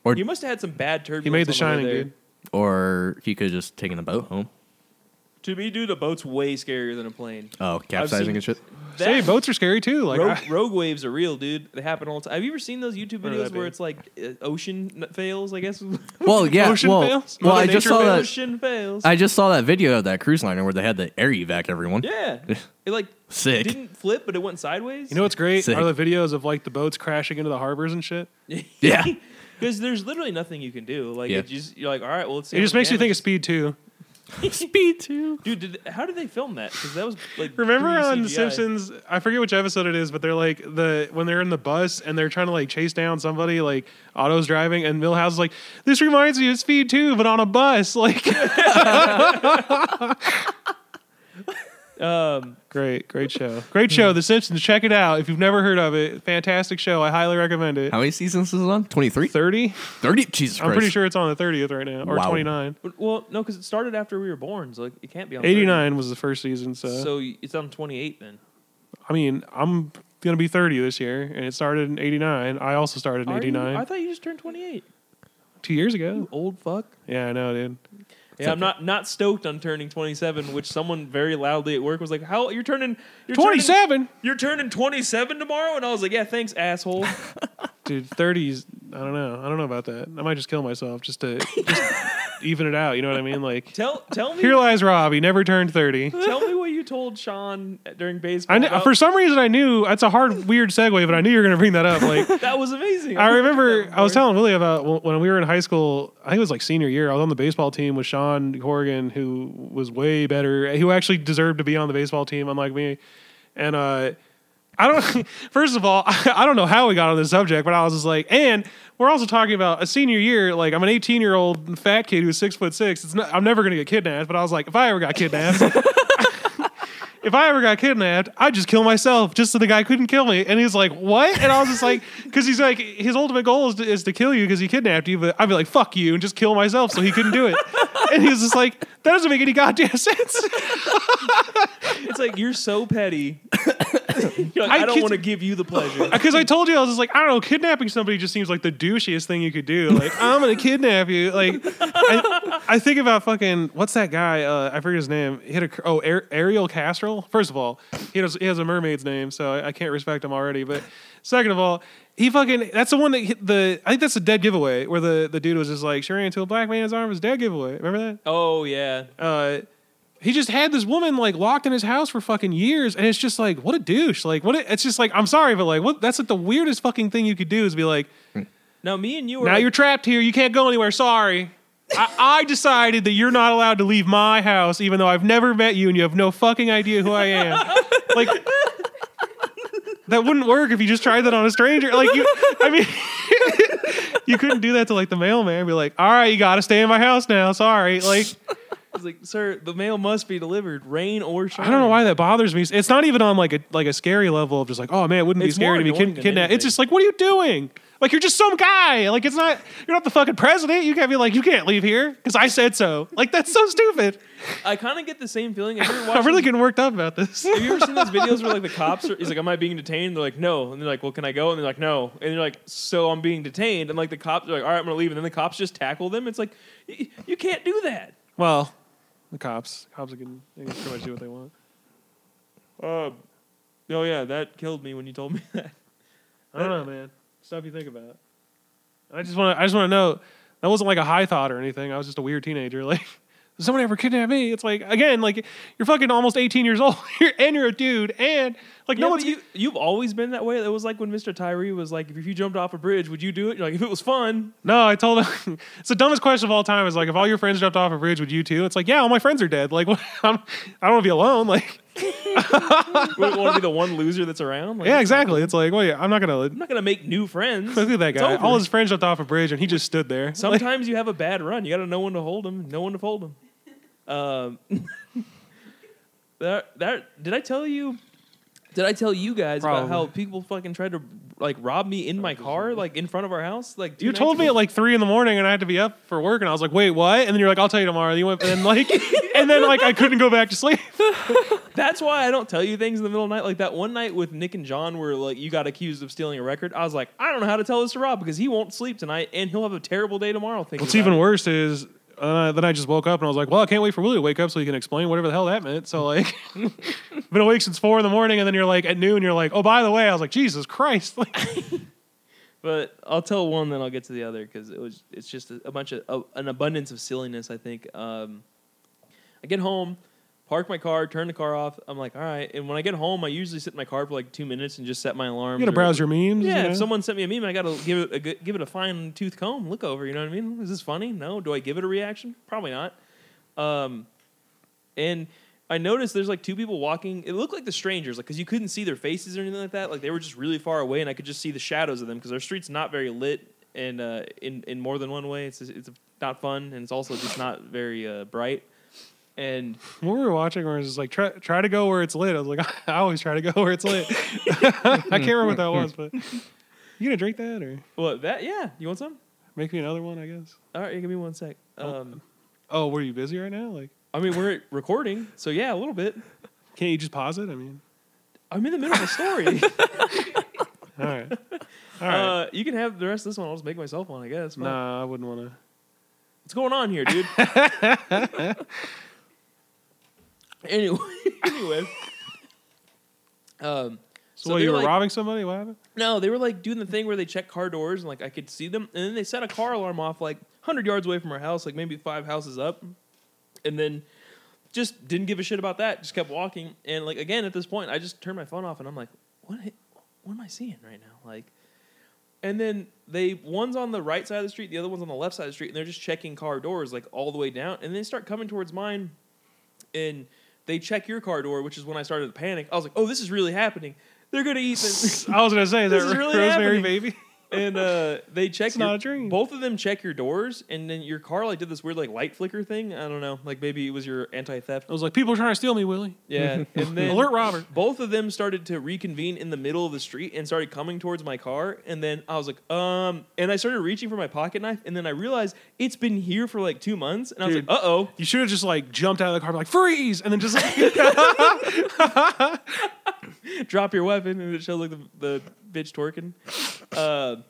Speaker 3: or
Speaker 2: You must have had some bad turbulence.
Speaker 1: He made The
Speaker 2: on way
Speaker 1: Shining,
Speaker 2: there.
Speaker 1: dude.
Speaker 3: or he could have just taken the boat home.
Speaker 2: To me, dude, a boat's way scarier than a plane.
Speaker 3: Oh,
Speaker 2: capsizing seen-
Speaker 1: [LAUGHS]
Speaker 2: and
Speaker 3: shit.
Speaker 1: Say
Speaker 2: That-
Speaker 1: boats are scary too. Like
Speaker 2: rogue,
Speaker 1: I-
Speaker 2: rogue waves are real, dude. They happen all the time. Have you ever seen those YouTube
Speaker 1: What are
Speaker 2: videos
Speaker 1: that,
Speaker 2: where
Speaker 1: dude?
Speaker 2: it's like uh, ocean n- fails? I guess [LAUGHS]
Speaker 3: Well, yeah.
Speaker 1: Ocean
Speaker 3: well,
Speaker 1: fails?
Speaker 3: well,
Speaker 1: Mother
Speaker 3: I just
Speaker 1: nature
Speaker 3: saw that.
Speaker 2: ocean fails.
Speaker 3: I just saw that video of that cruise liner where they had the air evac everyone. [LAUGHS]
Speaker 2: yeah, it like
Speaker 3: Sick.
Speaker 2: didn't flip, but it went sideways.
Speaker 1: you know what's great
Speaker 3: Sick.
Speaker 1: are the videos of like the boats crashing into the harbors and shit.
Speaker 2: [LAUGHS]
Speaker 3: Yeah.
Speaker 2: because there's literally nothing you can do. Like
Speaker 3: Yeah.
Speaker 2: it just you're like, all right, well, let's see.
Speaker 1: It
Speaker 2: how
Speaker 1: just
Speaker 2: much
Speaker 1: makes you think of
Speaker 2: damage-
Speaker 1: Speed Two. [LAUGHS]
Speaker 2: [LAUGHS]
Speaker 3: Speed two.
Speaker 2: dude. Did, how did they film that? Because that was like
Speaker 1: Remember
Speaker 2: pre-
Speaker 1: on The
Speaker 2: CGI.
Speaker 1: Simpsons, I forget which episode it is, but they're like the when they're in the bus and they're trying to like chase down somebody, like Otto's driving, and Milhouse is like, "This reminds me of Speed 2, but on a bus." [LAUGHS] Like,
Speaker 2: Um,
Speaker 1: great, great show, [LAUGHS] great show. The Simpsons, check it out if you've never heard of it. Fantastic show, I highly recommend it.
Speaker 3: How many seasons is it on? 23?
Speaker 1: Thirty?
Speaker 3: 30? Jesus Christ.
Speaker 1: I'm pretty sure it's on the thirtieth right now, or
Speaker 3: Wow.
Speaker 1: twenty nine.
Speaker 2: but- well, no, because it started after we were born, so like it can't be on 30.
Speaker 1: Eighty nine was the first season, so,
Speaker 2: So y- it's on 28 then.
Speaker 1: I mean, I'm gonna be thirty this year, and it started in eighty nine. I also started in
Speaker 2: Are you-
Speaker 1: eighty nine
Speaker 2: I thought you just turned 28.
Speaker 1: two years ago.
Speaker 2: Old fuck.
Speaker 1: Yeah, I know, dude.
Speaker 2: Yeah, I'm
Speaker 3: okay.
Speaker 2: not not stoked on turning 27, which someone very loudly at work was like, "How you're turning you're
Speaker 1: Twenty
Speaker 2: Turning,
Speaker 1: seven.
Speaker 2: you're turning 27 tomorrow?" And I was like, "Yeah, thanks, asshole." [LAUGHS]
Speaker 1: dude 30s i don't know i don't know about that i might just kill myself just to just, even it out. You know what I mean? Like,
Speaker 2: Tell tell me
Speaker 1: here lies Rob. He never turned thirty.
Speaker 2: tell me what you told Sean during baseball.
Speaker 1: I kn-
Speaker 2: about-
Speaker 1: for some reason I knew that's a hard, weird segue, but I knew you were going to bring that up. Like,
Speaker 2: that was
Speaker 1: [LAUGHS]
Speaker 2: amazing.
Speaker 1: I remember I was telling Willie about wh- when we were in high school. I think it was like senior year. I was on the baseball team with Sean Corrigan, who was way better, who actually deserved to be on the baseball team, unlike me. And uh, I don't. [LAUGHS] First of all, I don't know how we got on this subject, but I was just like, and we're also talking about a senior year. Like, I'm an 18 year old fat kid who's six foot six. It's not. I'm never going to get kidnapped. But I was like, if I ever got kidnapped. If I ever got kidnapped, I'd just kill myself just so the guy couldn't kill me. And he's like, What? And I was just like, [LAUGHS] Because he's like, his ultimate goal is to, is to kill you because he kidnapped you. But I'd be like, Fuck you, and just kill myself so he couldn't do it. and he was just like, That doesn't make any goddamn [LAUGHS] sense.
Speaker 2: it's like you're
Speaker 1: [COUGHS]
Speaker 2: so petty. You're like,
Speaker 1: I
Speaker 2: I, don't
Speaker 1: kid-
Speaker 2: want to give you
Speaker 1: [COUGHS]
Speaker 2: the pleasure.
Speaker 1: [LAUGHS] Because I told you, I was just like, I don't know, kidnapping somebody just seems like the douchiest thing you could do. Like, I'm gonna kidnap you. Like, I, I think about fucking what's that guy? Uh, I forget his name. He had a cr- oh Ar- Ariel Castrol. First of all, he has he has a mermaid's name, so I, I can't respect him already. But second of all. He fucking. That's the one that hit the. I think that's a dead giveaway where the, the dude was just like, she ran into a black man's arms. Dead giveaway. Remember that?
Speaker 2: Oh yeah,
Speaker 1: uh, he just had this woman like locked in his house for fucking years, and it's just like, what a douche! Like, what? A, it's just like, I'm sorry, but like, what? That's like the weirdest fucking thing you could do is be like,
Speaker 2: now me and you were
Speaker 1: now
Speaker 2: like-
Speaker 1: you're trapped here, you can't go anywhere. Sorry, I, I decided that you're not allowed to leave my house, even though I've never met you and you have no fucking idea who I am. like, that wouldn't work if you just tried that on a stranger. Like, you, I mean. [LAUGHS] You couldn't do that to like the mailman. Be like, all right, you gotta stay in my house now. Sorry, like,
Speaker 2: I was like, sir, the mail must be delivered, rain or shine.
Speaker 1: I don't know why that bothers me. It's not even on like a like a scary level of just like, oh man, it wouldn't
Speaker 2: It's
Speaker 1: be scary
Speaker 2: more
Speaker 1: to be
Speaker 2: annoying
Speaker 1: kid-
Speaker 2: than
Speaker 1: kidnapped. It's
Speaker 2: anything.
Speaker 1: just like, what are you doing? Like you're just some guy. Like it's not you're not the fucking president. You can't be like you can't leave here because I said so. Like that's so stupid.
Speaker 2: I kind of get the same
Speaker 1: [LAUGHS]
Speaker 2: feeling. Have you ever
Speaker 1: I'm really
Speaker 2: watched-
Speaker 1: getting worked up about this.
Speaker 2: Have you ever seen those videos where like the cops are? He's like, "Am I being detained?" They're like, "No," and they're like, "Well, can I go?" And they're like, "No," and they're like, "So I'm being detained." And like the cops are like, "All right, I'm gonna leave," and then the cops just tackle them. It's like, y- you can't do that.
Speaker 1: well, the cops, cops are getting they can pretty much do what they want.
Speaker 2: Uh, oh yeah, that killed me when you told me [LAUGHS] that.
Speaker 1: I don't know, man. Stuff you think about. I just want to. I just want to know. That wasn't like a high thought or anything. I was just a weird teenager. [LAUGHS] Like, if someone ever kidnapped me? It's like again, like you're fucking almost 18 years [LAUGHS] old, and you're a dude, and like
Speaker 2: yeah,
Speaker 1: no
Speaker 2: but
Speaker 1: one's.
Speaker 2: you, you've always been that way. It was like when Mr. Tyree was like, "If you jumped off a bridge, would you do it?" You're like, "If it was fun."
Speaker 1: No, I told him. [LAUGHS] it's the dumbest question of all time. Is like if all your friends jumped off a bridge, would you too? It's like yeah, all my friends are dead. Like [LAUGHS] what, I'm, I don't want to be alone. Like
Speaker 2: Wouldn't want to be the one loser that's around. Like,
Speaker 1: yeah, exactly. It's like wait, I'm not gonna.
Speaker 2: I'm not gonna make new friends.
Speaker 1: Look at that
Speaker 2: It's
Speaker 1: guy.
Speaker 2: over.
Speaker 1: All his friends jumped off a bridge, and he just stood there. [LAUGHS] Like,
Speaker 2: Sometimes you have a bad run. You got to know when to hold them, know when to fold them. Um, [LAUGHS] that that did I tell you? Did I tell you guys about how
Speaker 1: Probably.
Speaker 2: people fucking tried to like rob me in my car, like in front of our house? Like two
Speaker 1: You
Speaker 2: nights
Speaker 1: told me
Speaker 2: ago?
Speaker 1: at like three in the morning, and I had to be up for work, and I was like, "Wait, what?" And then you're like, "I'll tell you tomorrow." And you went, and like, and then like I couldn't go back to [LAUGHS] sleep.
Speaker 2: That's why I don't tell you things in the middle of the night. Like that one night with Nick and John, where like you got accused of stealing a record. I was like, I don't know how to tell this to Rob because he won't sleep tonight and he'll have a terrible day tomorrow. Thinking
Speaker 1: What's
Speaker 2: about
Speaker 1: even
Speaker 2: it.
Speaker 1: worse is uh, then I just woke up and I was like, "Well, I can't wait for Willie to wake up so he can explain whatever the hell that meant." So like, [LAUGHS] I've been awake since four in the morning, and then you're like at noon, you're like, "Oh, by the way," I was like, "Jesus Christ!" [LAUGHS] Like,
Speaker 2: But I'll tell one, then I'll get to the other because it was it's just a, a bunch of a, an abundance of silliness. I think. Um, I get home, park my car, turn the car off. I'm like, all right. And when I get home, I usually sit in my car for like two minutes and just set my alarm.
Speaker 1: you gotta browse your memes.
Speaker 2: Yeah,
Speaker 1: you know?
Speaker 2: if someone sent me a meme, I gotta give it a g- give it a fine tooth comb, look over. You know what I mean? Is this funny? No. Do I give it a reaction? Probably not. Um, and I noticed there's like two people walking. It looked like the strangers, like because you couldn't see their faces or anything like that. Like they were just really far away, and I could just see the shadows of them because our street's not very lit, and uh, in in more than one way, it's it's not fun, and it's also just not very uh, bright. And
Speaker 1: what we were watching, where it was just like, "Try try to go where it's lit." I was like, [LAUGHS] "I always try to go where it's lit." [LAUGHS] I can't remember what that was, [LAUGHS] but you gonna drink that or
Speaker 2: well, that yeah, you want some?
Speaker 1: make me another one? I guess.
Speaker 2: All right, give me one sec. Um,
Speaker 1: Oh, were you busy right now? Like.
Speaker 2: I mean, we're recording, so yeah, a little bit.
Speaker 1: Can't you just pause it? I mean,
Speaker 2: I'm in the middle of a story.
Speaker 1: all [LAUGHS] right, [LAUGHS] all right.
Speaker 2: uh, you can have the rest of this one. I'll just make myself one, I guess. Fuck.
Speaker 1: nah, I wouldn't want to.
Speaker 2: What's going on here,
Speaker 1: [LAUGHS]
Speaker 2: dude? [LAUGHS] anyway, [LAUGHS] anyway. Um,
Speaker 1: So,
Speaker 2: So
Speaker 1: what,
Speaker 2: they're
Speaker 1: you were
Speaker 2: like-
Speaker 1: robbing somebody? [LAUGHS] What happened?
Speaker 2: no, they were like doing the thing where they check car doors and like I could see them, and then they set a car alarm off like hundred yards away from our house, like maybe five houses up, and then just didn't give a shit about that. Just kept walking, and like again at this point, I just turned my phone off, and I'm like, what? What am I seeing right now? Like, and then they one's on the right side of the street, the other one's on the left side of the street, and they're just checking car doors like all the way down, and they start coming towards mine, and they check your car door, which is when I started to panic. I was like, oh, this is really happening. They're gonna eat this.
Speaker 1: I was gonna say is that
Speaker 2: This is really
Speaker 1: Rosemary
Speaker 2: happening.
Speaker 1: baby.
Speaker 2: and uh, they check
Speaker 1: It's
Speaker 2: your-
Speaker 1: not a dream.
Speaker 2: Both of them check your doors, and then your car like did this weird like light flicker thing. I don't know, like maybe it was your anti theft.
Speaker 1: I was like, people are trying to steal me, Willie.
Speaker 2: Yeah,
Speaker 1: [LAUGHS]
Speaker 2: and then
Speaker 1: Oh. Alert Robert.
Speaker 2: both of them started to reconvene in the middle of the street and started coming towards my car. And then I was like, um, and I started reaching for my pocket knife, and then I realized it's been here for like two months, and I was
Speaker 1: Dude.
Speaker 2: like, uh oh.
Speaker 1: You should have just like jumped out of the car, like freeze, and then just like [LAUGHS]
Speaker 2: [LAUGHS] drop your weapon, and it shows like the, the bitch twerking. Uh,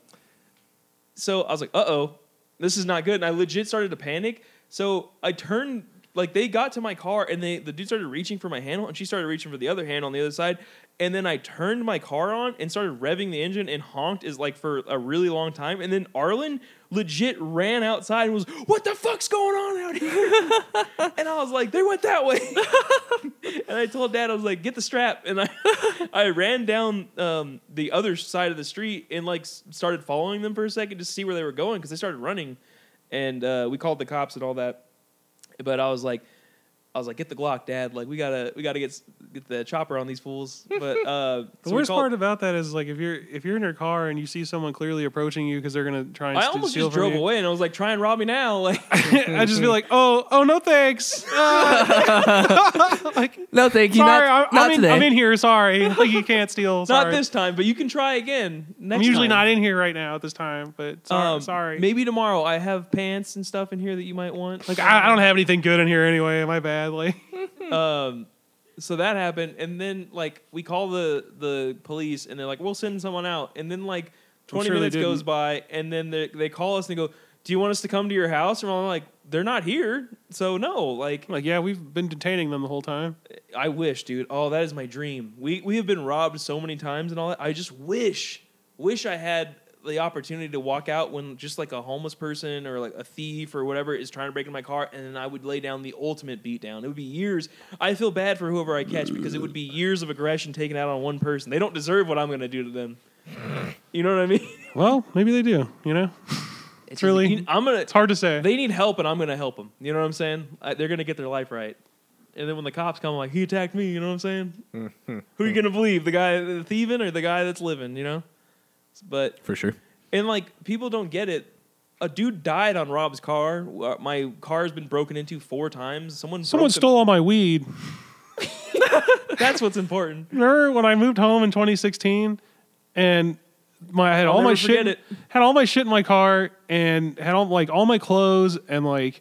Speaker 2: so I was like, uh oh, this is not good. And I legit started to panic. So I turned, like, they got to my car, and they the dude started reaching for my handle, and she started reaching for the other hand on the other side. And then I turned my car on and started revving the engine and honked is like for a really long time. And then Arlen legit ran outside and was, "What the fuck's going on out here?" and I was like, "They went that way." [LAUGHS] and I told Dad, I was like, "Get the strap," and I, [LAUGHS] I ran down um, the other side of the street and like s- started following them for a second to see where they were going because they started running, and uh, we called the cops and all that. But I was like, I was like, "Get the Glock, Dad! Like, we gotta, we gotta get s- get the chopper on these fools." But
Speaker 1: [LAUGHS]
Speaker 2: uh,
Speaker 1: The
Speaker 2: so we
Speaker 1: worst
Speaker 2: called-
Speaker 1: part about that is like if you're if you're in your car and you see someone clearly approaching you because they're gonna try and
Speaker 2: I
Speaker 1: st-
Speaker 2: almost
Speaker 1: steal
Speaker 2: just
Speaker 1: [LAUGHS]
Speaker 2: drove
Speaker 1: from
Speaker 2: away, and I was like, "Try and rob me now!" [LAUGHS]
Speaker 1: [LAUGHS]
Speaker 2: Like,
Speaker 1: you, I just be like, oh, oh no, thanks. [LAUGHS] Ah. like,
Speaker 3: No, thank you.
Speaker 1: sorry,
Speaker 3: not
Speaker 1: I,
Speaker 3: not
Speaker 1: I'm, in,
Speaker 3: today.
Speaker 1: I'm in here. Sorry, like you can't [LAUGHS] steal. Sorry.
Speaker 2: not this time, but you can try again. Next
Speaker 1: I'm usually
Speaker 2: time.
Speaker 1: not in here right now at this time, but sorry.
Speaker 2: Um,
Speaker 1: sorry.
Speaker 2: Maybe tomorrow I have pants and stuff in here that you might want.
Speaker 1: like I, I don't have anything good in here anyway. My bad. Like [LAUGHS]
Speaker 2: um, so that happened, and then like we call the the police, and they're like, "We'll send someone out." And then like twenty
Speaker 1: sure they
Speaker 2: minutes goes
Speaker 1: didn't.
Speaker 2: by, and then they they call us and they go, "Do you want us to come to your house?" And I'm like, "They're not here, so no." Like
Speaker 1: I'm like yeah, we've been detaining them the whole time.
Speaker 2: I wish, dude. Oh, that is my dream. We we have been robbed so many times and all that. I just wish, wish I had the opportunity to walk out when just like a homeless person or like a thief or whatever is trying to break into my car, and then I would lay down the ultimate beatdown. It would be years. I feel bad for whoever I catch because it would be years of aggression taken out on one person. They don't deserve what I'm going to do to them. You know what I mean?
Speaker 1: Well, maybe they do. You know,
Speaker 2: It's
Speaker 1: really-
Speaker 2: [LAUGHS] I'm gonna.
Speaker 1: it's hard to say.
Speaker 2: They need help, and I'm going to help them. You know what I'm saying? I, they're going to get their life right. And then when the cops come, I'm like, he attacked me. You know what I'm saying?
Speaker 1: [LAUGHS]
Speaker 2: Who are you going to believe? The guy the thieving or the guy that's living, you know? But,
Speaker 3: For sure.
Speaker 2: and like, people don't get it. A dude died on Rob's car. Uh, My car has been broken into four times. Someone
Speaker 1: Someone
Speaker 2: broke the-
Speaker 1: stole all my weed.
Speaker 2: [LAUGHS] That's
Speaker 1: [LAUGHS]
Speaker 2: what's important.
Speaker 1: remember when I moved home in 2016 and my I had
Speaker 2: I'll
Speaker 1: all my
Speaker 2: never forget
Speaker 1: shit
Speaker 2: it.
Speaker 1: had all my shit in my car and had all like all my clothes and like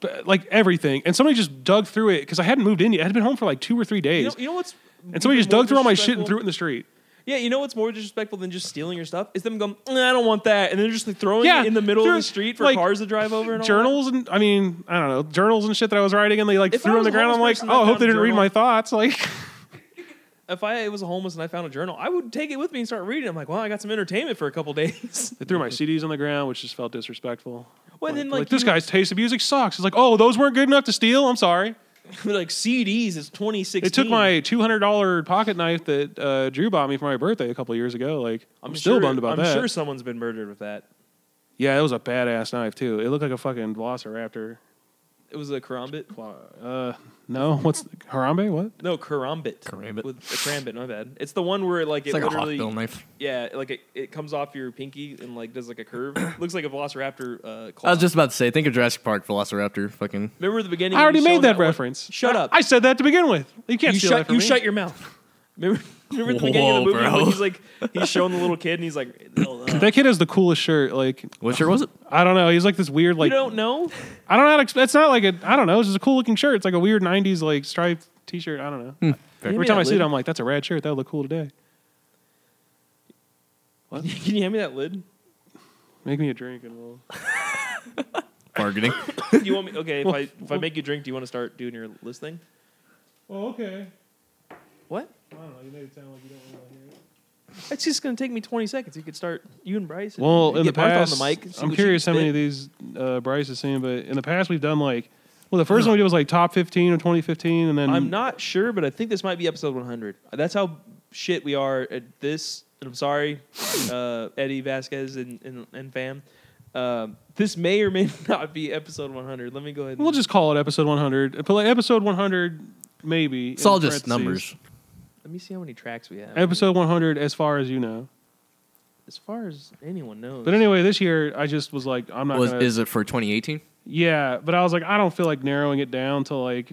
Speaker 1: b- like everything and somebody just dug through it because I hadn't moved in yet. I had been home for like two or three
Speaker 2: You
Speaker 1: days
Speaker 2: know, you know what's.
Speaker 1: and somebody just
Speaker 2: more
Speaker 1: dug through all my shit and
Speaker 2: disrespectful?
Speaker 1: threw it in the street.
Speaker 2: Yeah, you know what's more disrespectful than just stealing your stuff is them going, "Nah, I don't want that, and then just like throwing
Speaker 1: Yeah,
Speaker 2: it in the middle of
Speaker 1: they're-
Speaker 2: the street for
Speaker 1: like,
Speaker 2: cars to drive over and all that.
Speaker 1: Journals and I mean I don't know journals and shit that I was writing and they like
Speaker 2: If I
Speaker 1: threw on
Speaker 2: was
Speaker 1: the
Speaker 2: a
Speaker 1: ground. I'm like
Speaker 2: homeless person that
Speaker 1: oh I hope
Speaker 2: found
Speaker 1: they
Speaker 2: a
Speaker 1: didn't read
Speaker 2: journal-
Speaker 1: my thoughts [LAUGHS] like.
Speaker 2: if I was a homeless and I found a journal, I would take it with me and start reading. I'm like, well, I got some entertainment for a couple [LAUGHS] days.
Speaker 1: They threw my CDs on the ground, which just felt disrespectful.
Speaker 2: Well, then, like,
Speaker 1: this
Speaker 2: you-
Speaker 1: guy's taste of music sucks. It's like, oh, those weren't good enough to steal. I'm sorry.
Speaker 2: like CDs is 2016.
Speaker 1: They took my two hundred dollar pocket knife that uh, Drew bought me for my birthday a couple years ago. Like, I'm, still
Speaker 2: sure,
Speaker 1: bummed about
Speaker 2: I'm
Speaker 1: that.
Speaker 2: sure someone's been murdered with that.
Speaker 1: Yeah, it was a badass knife too. It looked like a fucking velociraptor.
Speaker 2: It was a karambit.
Speaker 1: Uh, no, [LAUGHS] what's Harambe? What?
Speaker 2: No, karambit.
Speaker 3: Karambit.
Speaker 2: With a karambit. My bad. It's the one where like
Speaker 3: It's
Speaker 2: it
Speaker 3: like a
Speaker 2: literally,
Speaker 3: hawkbill knife.
Speaker 2: yeah, like it, it comes off your pinky and like does like
Speaker 1: [COUGHS]
Speaker 2: a curve. Looks like a velociraptor uh, claw.
Speaker 3: I was just about to say, think of Jurassic Park, Velociraptor, fucking.
Speaker 2: remember the beginning.
Speaker 1: I
Speaker 2: when
Speaker 1: already
Speaker 2: you
Speaker 1: made
Speaker 2: shown
Speaker 1: that,
Speaker 2: one-
Speaker 1: reference.
Speaker 2: Shut up.
Speaker 1: I said that to begin with. You can't
Speaker 2: you
Speaker 1: steal that
Speaker 2: shut
Speaker 1: from
Speaker 2: you
Speaker 1: me.
Speaker 2: shut your mouth. [LAUGHS] Remember, remember at the beginning of the
Speaker 3: Whoa,
Speaker 2: movie when
Speaker 3: bro.
Speaker 2: he's like he's showing the little kid and he's
Speaker 1: [COUGHS]
Speaker 2: like, "Oh, uh,
Speaker 1: That kid has the coolest shirt. Like,
Speaker 3: What shirt
Speaker 1: [LAUGHS]
Speaker 3: was it?
Speaker 1: I don't know. He's like this weird,
Speaker 2: you
Speaker 1: like
Speaker 2: don't know.
Speaker 1: I don't know. How to, exp- it's not like a. I don't know. It's just a cool looking shirt. It's like a weird '90s like striped T-shirt. I don't know.
Speaker 3: Fair.
Speaker 1: Every
Speaker 2: Maybe
Speaker 1: time
Speaker 2: that
Speaker 1: I see it,
Speaker 2: lid-
Speaker 1: I'm like, that's a rad shirt. That would look cool today.
Speaker 2: Can you hand me that [LAUGHS] lid?
Speaker 1: Make me a drink and we'll.
Speaker 3: Marketing.
Speaker 2: Do you want me? Okay, if I if I
Speaker 1: Well-
Speaker 2: make you drink, do you want to start doing your list thing?
Speaker 1: Oh, okay.
Speaker 2: What?
Speaker 1: I don't know. You made it sound like you don't want to hear it.
Speaker 2: It's just gonna take me twenty seconds. You could start you and Bryce. and
Speaker 1: Well,
Speaker 2: get
Speaker 1: in the
Speaker 2: Martha
Speaker 1: past,
Speaker 2: on the mic. and see
Speaker 1: I'm
Speaker 2: what she
Speaker 1: curious how
Speaker 2: can
Speaker 1: many of
Speaker 2: fit.
Speaker 1: these uh, Bryce has seen, but in the past we've done like, well, the first one we did was like top 15 of 2015, and then
Speaker 2: I'm not sure, but I think this might be episode 100. That's how shit we are at this. And I'm sorry, uh, Eddie Vasquez and and, and fam. Um, this may or may [LAUGHS] not be episode 100. Let me go ahead. And
Speaker 1: We'll just call it episode 100. But like episode 100, maybe.
Speaker 3: It's
Speaker 1: in
Speaker 3: all
Speaker 1: parentheses.
Speaker 3: just numbers.
Speaker 2: let me see how many tracks we have.
Speaker 1: Episode 100, as far as you know.
Speaker 2: as far as anyone knows.
Speaker 1: But anyway, this year I just was like, I'm not
Speaker 3: Was,
Speaker 1: gonna.
Speaker 3: is it for 2018?
Speaker 1: yeah, but I was like, I don't feel like narrowing it down to like.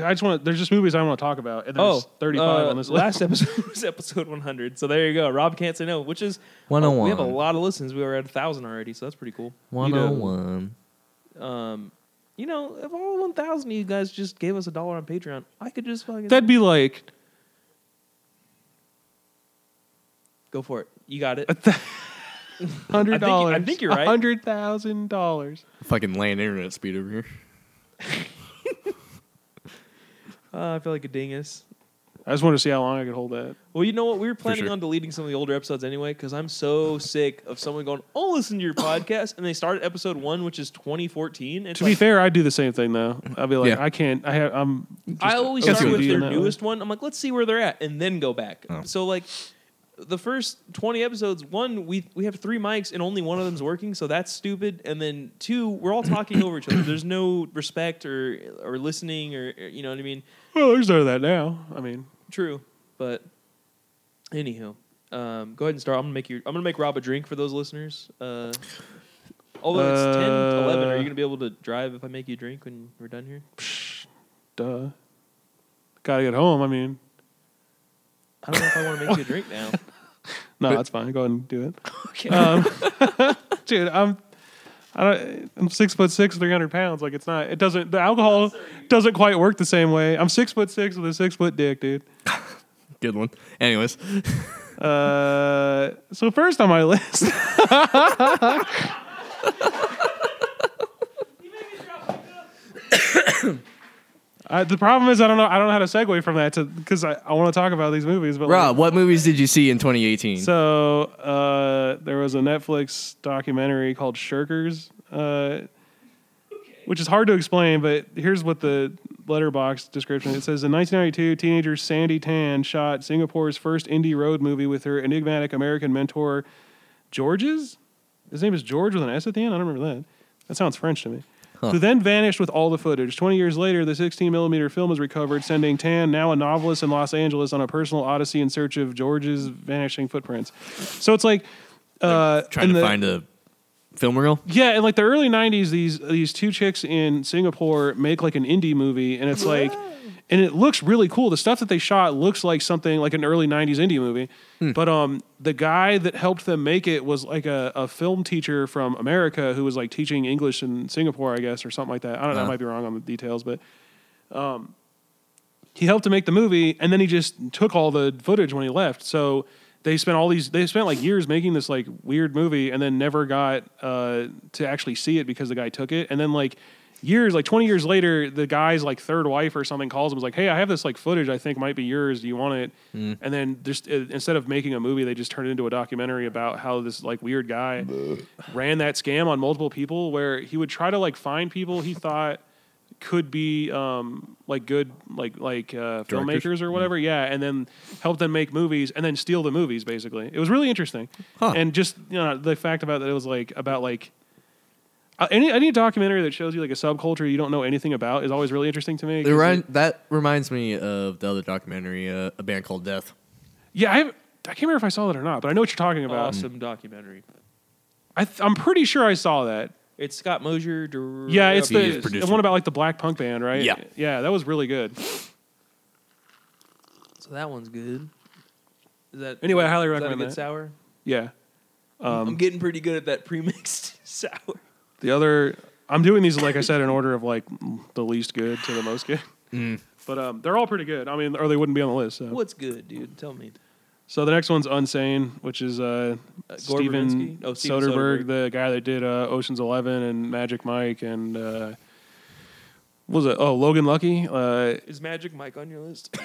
Speaker 1: I just want. There's just movies I want to talk about, and there's
Speaker 2: Oh,
Speaker 1: 35
Speaker 2: uh, [LAUGHS]
Speaker 1: on this
Speaker 2: last
Speaker 1: list.
Speaker 2: episode was episode 100. So there you go. Rob can't say no, which is
Speaker 1: Oh,
Speaker 2: We have a
Speaker 3: 101.
Speaker 2: lot of listens. We were at a thousand already, so that's pretty cool.
Speaker 3: 101.
Speaker 2: Um, you know, if all one thousand of you guys just gave us a dollar on Patreon, I could just fucking
Speaker 1: That'd be like.
Speaker 2: go for it. You got it.
Speaker 1: Hundred dollars.
Speaker 2: I think you're right.
Speaker 1: Hundred thousand dollars.
Speaker 3: Fucking land internet speed over here.
Speaker 2: Uh, I feel like a dingus.
Speaker 1: I just want to see how long I could hold that.
Speaker 2: Well, you know what? We were planning
Speaker 3: sure.
Speaker 2: on deleting some of the older episodes anyway because I'm so sick of someone going, "Oh,
Speaker 1: [LAUGHS]
Speaker 2: listen to your podcast," and they start at episode one, which is 2014. And
Speaker 1: To be fair, I do the same thing though. I'd be like,
Speaker 3: Yeah.
Speaker 1: I can't. I have. I'm.
Speaker 2: I always
Speaker 1: just
Speaker 2: start with
Speaker 1: OCD
Speaker 2: their
Speaker 1: in that
Speaker 2: newest one. I'm like, let's see where they're at, and then go back.
Speaker 3: Oh.
Speaker 2: So like, the first 20 episodes, one we we have three mics and only one of them's working, so that's stupid. And then two, we're all talking over each other. There's no respect or or listening or or- you know what I mean.
Speaker 1: Well, there's none of that now. I mean,
Speaker 2: True, but anywho, um, go ahead and start. I'm gonna make you. I'm gonna make Rob a drink for those listeners. Uh, although it's 10, 11, are
Speaker 1: Uh,
Speaker 2: you gonna be able to drive if I make you a drink when we're done here?
Speaker 1: duh. Gotta get home. I mean,
Speaker 2: I don't know if I want to make you a drink now.
Speaker 1: no,
Speaker 3: But-
Speaker 1: that's fine. Go ahead and do it.
Speaker 2: Okay.
Speaker 1: Um, [LAUGHS] dude, I'm. I don't, I'm six foot six, three hundred pounds. Like it's not. It doesn't. The alcohol doesn't quite work the same way. I'm six foot six with a six foot dick, dude.
Speaker 3: Good one. Anyways,
Speaker 1: Uh, so first on my [LAUGHS] list. I, Uh, the problem is I don't know I don't know how to segue from that to because I, I want to talk about these movies. But like,
Speaker 3: Rob, what movies did you see in 2018?
Speaker 1: so uh, there was a Netflix documentary called Shirkers, uh, which is hard to explain, but here's what the letterbox description it says in 1992 teenager sandy tan shot singapore's first indie road movie with her enigmatic american mentor georges his name is george with an s at the end i don't remember that that sounds french to me who then vanished with all the footage 20 years later the 16 millimeter film is recovered sending tan now a novelist in los angeles on a personal odyssey in search of george's vanishing footprints so it's like uh,
Speaker 3: Trying
Speaker 1: in
Speaker 3: to
Speaker 1: the-
Speaker 3: find a film reel?
Speaker 1: yeah, in like the early '90s, these these two chicks in Singapore make like an indie movie, and it's like, and it looks really cool. The stuff that they shot looks like something like an early '90s indie movie. But um, the guy that helped them make it was like a, a film teacher from America who was like teaching English in Singapore, I guess, or something like that. I don't know. I
Speaker 3: Uh-huh.
Speaker 1: might be wrong on the details, but um, he helped to make the movie, and then he just took all the footage when he left. So. They spent all these. They spent like years making this like weird movie, and then never got uh, to actually see it because the guy took it. And then like years, like twenty years later, the guy's like third wife or something calls him, is like, "Hey, I have this like footage. I think might be yours. Do you want it?" And then just uh, instead of making a movie, they just turned it into a documentary about how this like weird guy ran that scam on multiple people, where he would try to like find people he thought could be um, like good like like uh,
Speaker 3: Directors?
Speaker 1: filmmakers or whatever, yeah, and then help them make movies and then steal the movies. Basically, it was really interesting,
Speaker 3: Huh.
Speaker 1: and just you know the fact about that it was like about like. Uh, any any documentary that shows you like a subculture you don't know anything about is always really interesting to me.
Speaker 3: It
Speaker 1: 'cause
Speaker 3: remind,
Speaker 1: it-
Speaker 3: that reminds me of the other documentary, uh, a band called Death.
Speaker 1: yeah, I, haven't- I can't remember if I saw that or not, but I know what you're talking [LAUGHS] about.
Speaker 2: awesome documentary.
Speaker 1: I th- I'm pretty sure I saw that.
Speaker 2: It's Scott Mosier. dir-
Speaker 1: Yeah, it's
Speaker 3: He
Speaker 1: the, it's
Speaker 3: is
Speaker 1: the
Speaker 3: producer.
Speaker 1: one about like the black punk band, right?
Speaker 3: Yeah.
Speaker 1: yeah, that was really good.
Speaker 2: So that one's good. Is that
Speaker 1: Anyway, I highly
Speaker 2: is
Speaker 1: recommend
Speaker 2: that. A good
Speaker 1: that. Um,
Speaker 2: sour.
Speaker 1: Yeah,
Speaker 2: I'm getting pretty good at that pre-mixed [LAUGHS] sour.
Speaker 1: The other, I'm doing these like I said in order of like the least good to the most good.
Speaker 2: Mm.
Speaker 1: But um, they're all pretty good. I mean, or they wouldn't be on the list. So,
Speaker 2: What's good, dude? Tell me.
Speaker 1: so the next one's Unsane, which is uh,
Speaker 2: Uh, Gore
Speaker 1: Steven,
Speaker 2: Verbinski? Oh, Steven
Speaker 1: Soderbergh,
Speaker 2: Soderbergh.
Speaker 1: the guy that did uh, Ocean's Eleven and Magic Mike, and uh, what was it? Oh, Logan Lucky. Uh,
Speaker 2: Is Magic Mike on your list?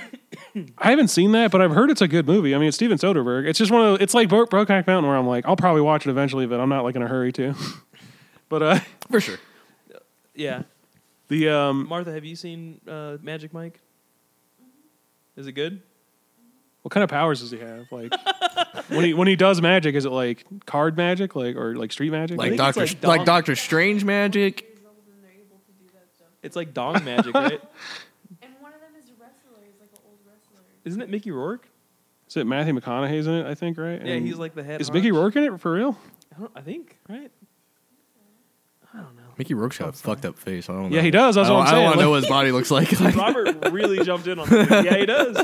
Speaker 1: I haven't seen that, but I've heard it's a good movie. I mean, it's Steven Soderbergh. It's just one of the, it's like Bro- Brokeback Mountain, where I'm like, I'll probably watch it eventually, but I'm not like in a hurry to. [LAUGHS] but uh,
Speaker 3: for sure.
Speaker 2: [COUGHS] Yeah,
Speaker 1: the um,
Speaker 2: Martha, have you seen uh, Magic Mike? Is it good?
Speaker 1: what kind of powers does he have? Like when he when he does magic, is it like card magic, like or like street magic?
Speaker 3: Like
Speaker 2: it's
Speaker 3: Doctor,
Speaker 2: like
Speaker 3: like,
Speaker 2: Dom-
Speaker 3: Doctor Strange magic.
Speaker 4: Years old and they're able to do that stuff.
Speaker 2: It's like Dong Magic, [LAUGHS] right?
Speaker 4: And one of them is a wrestler. He's like an old wrestler.
Speaker 2: Isn't it Mickey Rourke?
Speaker 1: is it Matthew McConaughey's in it? I think right.
Speaker 2: Yeah,
Speaker 1: And
Speaker 2: he's like the head.
Speaker 1: Mm. Is Mickey
Speaker 2: honcho.
Speaker 1: Rourke in it for real?
Speaker 2: I, don't, I think right. I don't know.
Speaker 3: Mickey Rourke's got a fucked up face. I don't know.
Speaker 1: Yeah, he does. That's
Speaker 3: I don't,
Speaker 1: what I'm
Speaker 3: I don't
Speaker 1: saying.
Speaker 3: want to know
Speaker 1: Like,
Speaker 3: what his body looks
Speaker 1: [LAUGHS]
Speaker 3: like. Like,
Speaker 2: Robert really jumped in on that. Yeah, he [LAUGHS] does.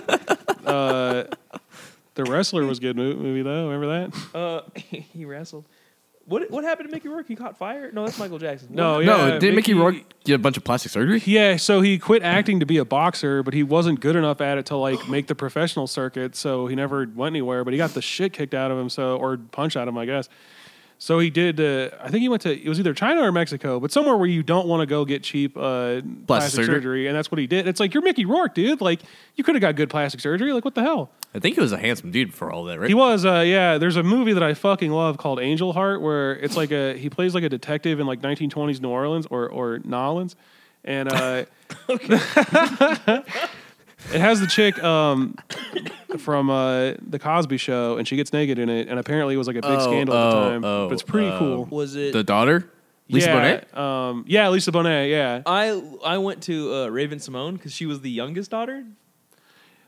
Speaker 1: uh, the wrestler was a good mo- movie though. Remember that?
Speaker 2: Uh, [LAUGHS] he wrestled. What what happened to Mickey Rourke? He caught fire? No, that's Michael Jackson.
Speaker 1: No,
Speaker 2: What-
Speaker 1: yeah,
Speaker 3: [LAUGHS] no, did Mickey, Rourke get a bunch of plastic surgery?
Speaker 1: Yeah, so he quit acting to be a boxer, but he wasn't good enough at it to like make the professional circuit, so he never went anywhere. But he got the shit kicked out of him, so or punched out of him, I guess. So he did. Uh, I think he went to it was either China or Mexico, but somewhere where you don't want to go get cheap uh, plastic,
Speaker 3: surgery.
Speaker 1: surgery. and that's what he did. It's like you're Mickey Rourke, dude. Like you could have got good plastic surgery. Like what the hell?
Speaker 3: I think he was a handsome dude for all that, right?
Speaker 1: He was, uh, yeah. There's a movie that I fucking love called Angel Heart, where it's like a he plays like a detective in like 1920s New Orleans or or New Orleans, and
Speaker 3: [LAUGHS]
Speaker 1: uh, [LAUGHS] it has the chick um, from uh, the Cosby Show, and she gets naked in it, and apparently it was like a big
Speaker 3: Oh,
Speaker 1: scandal at the
Speaker 3: oh,
Speaker 1: time.
Speaker 3: oh,
Speaker 1: but it's pretty
Speaker 3: um,
Speaker 1: cool.
Speaker 2: was it?
Speaker 3: the daughter, Lisa
Speaker 1: yeah,
Speaker 3: Bonet.
Speaker 1: Bonet. Um, yeah, Lisa Bonet. Yeah,
Speaker 2: I I went to uh, Raven Simone because she was the youngest daughter.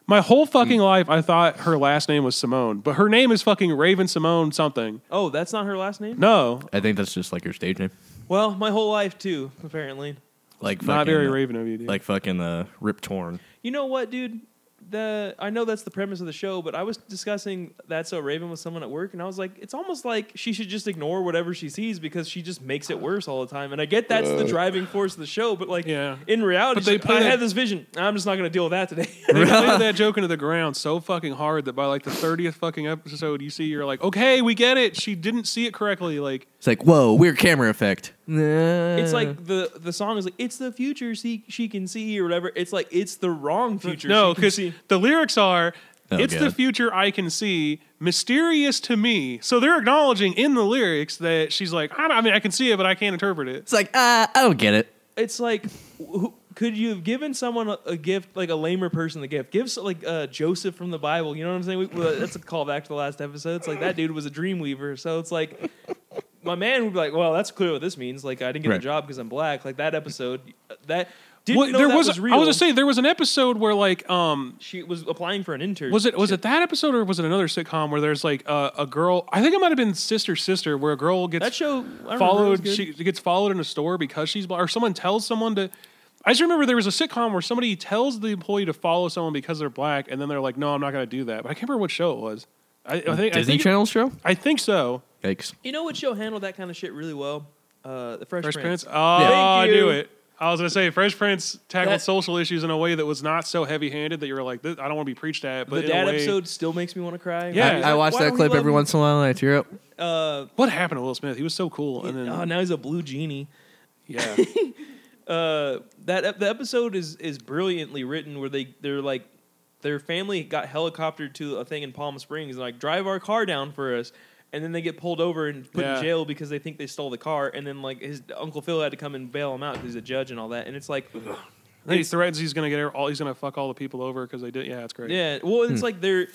Speaker 1: my whole fucking
Speaker 3: Hmm.
Speaker 1: life I thought her last name was Simone, but her name is fucking Raven Simone something.
Speaker 2: Oh, that's not her last name.
Speaker 1: No,
Speaker 3: I think that's just like her stage name.
Speaker 2: Well, my whole life too, apparently.
Speaker 3: Like fucking, uh,
Speaker 1: not very Raven of you, dude.
Speaker 3: Like fucking uh, Rip Torn.
Speaker 2: You know what, dude? The I know that's the premise of the show, but I was discussing that so Raven with someone at work, and I was like, it's almost like she should just ignore whatever she sees because she just makes it worse all the time. And I get that's the driving force of the show, but like
Speaker 1: Uh. Yeah.
Speaker 2: in reality,
Speaker 1: But they
Speaker 2: she's like,
Speaker 1: play
Speaker 2: I
Speaker 1: that-
Speaker 2: had this vision. I'm just not going to deal with that today. [LAUGHS]
Speaker 1: [LAUGHS] They played that joke into the ground so fucking hard that by like the thirtieth fucking episode, you see you're like, okay, we get it. She didn't see it correctly. Like,
Speaker 3: It's like whoa, weird camera effect.
Speaker 2: it's
Speaker 1: Uh.
Speaker 2: like the the song is like it's the future she she can see or whatever. It's like it's the wrong future.
Speaker 1: no,
Speaker 2: she can
Speaker 1: because
Speaker 2: see.
Speaker 1: the lyrics are,
Speaker 3: Oh,
Speaker 1: "It's the
Speaker 3: God.
Speaker 1: future I can see, mysterious to me." So they're acknowledging in the lyrics that she's like, I, don't, I mean, I can see it, but I can't interpret it.
Speaker 3: It's like uh, I don't get it.
Speaker 2: it's like who, could you have given someone a, a gift like a lamer person the gift give so- like uh, joseph from the bible you know what i'm saying we, well, that's a callback to the last episode it's like that dude was a dream weaver so it's like my man would be like well that's clear what this means like i didn't get
Speaker 3: Right.
Speaker 2: the job because i'm black like that episode that didn't
Speaker 1: What-
Speaker 2: know
Speaker 1: there
Speaker 2: that
Speaker 1: was,
Speaker 2: was, real
Speaker 1: I was gonna say there was an episode where like, um,
Speaker 2: she was applying for an intern
Speaker 1: was it was it that episode or was it another sitcom where there's like uh, a girl? I think it might have been Sister Sister, where a girl gets
Speaker 2: that show I remember, it was
Speaker 1: followed
Speaker 2: good.
Speaker 1: she gets followed in a store because she's black or someone tells someone to I just remember there was a sitcom where somebody tells the employee to follow someone because they're black and then they're like no I'm not going to do that but I can't remember what show it was I, I think I
Speaker 3: Disney
Speaker 1: think,
Speaker 3: Channel show.
Speaker 1: I think so
Speaker 3: Yikes.
Speaker 2: you know what show handled that kind of shit really well uh, the fresh,
Speaker 1: Fresh
Speaker 2: prince,
Speaker 1: Prince oh I
Speaker 2: Thank you.
Speaker 1: knew it I was going to say Fresh Prince tackled
Speaker 2: That-
Speaker 1: social issues in a way that was not so heavy handed that you were like "This- I don't want to be preached at but in
Speaker 2: the
Speaker 1: a
Speaker 2: dad
Speaker 1: way-
Speaker 2: episode still makes me want to cry
Speaker 1: Yeah.
Speaker 2: He's
Speaker 3: I, I
Speaker 2: like,
Speaker 3: watch
Speaker 2: "Why
Speaker 3: that
Speaker 2: do we
Speaker 3: clip
Speaker 2: love
Speaker 3: every
Speaker 2: him?"
Speaker 3: once in a while and I tear up.
Speaker 2: uh,
Speaker 1: what happened to Will Smith he was so cool and then
Speaker 2: oh, now he's a blue genie.
Speaker 1: yeah
Speaker 2: [LAUGHS] Uh, that ep- the episode is is brilliantly written where they they're like their family got helicoptered to a thing in Palm Springs and like drive our car down for us. And then they get pulled over and put
Speaker 1: Yeah.
Speaker 2: in jail because they think they stole the car. And then like his uncle Phil had to come and bail him out because he's a judge and all that. And it's like,
Speaker 1: then he threatens he's going to get all he's going to fuck all the people over because they did yeah it's great
Speaker 2: yeah, well,
Speaker 3: Hmm.
Speaker 2: it's like they're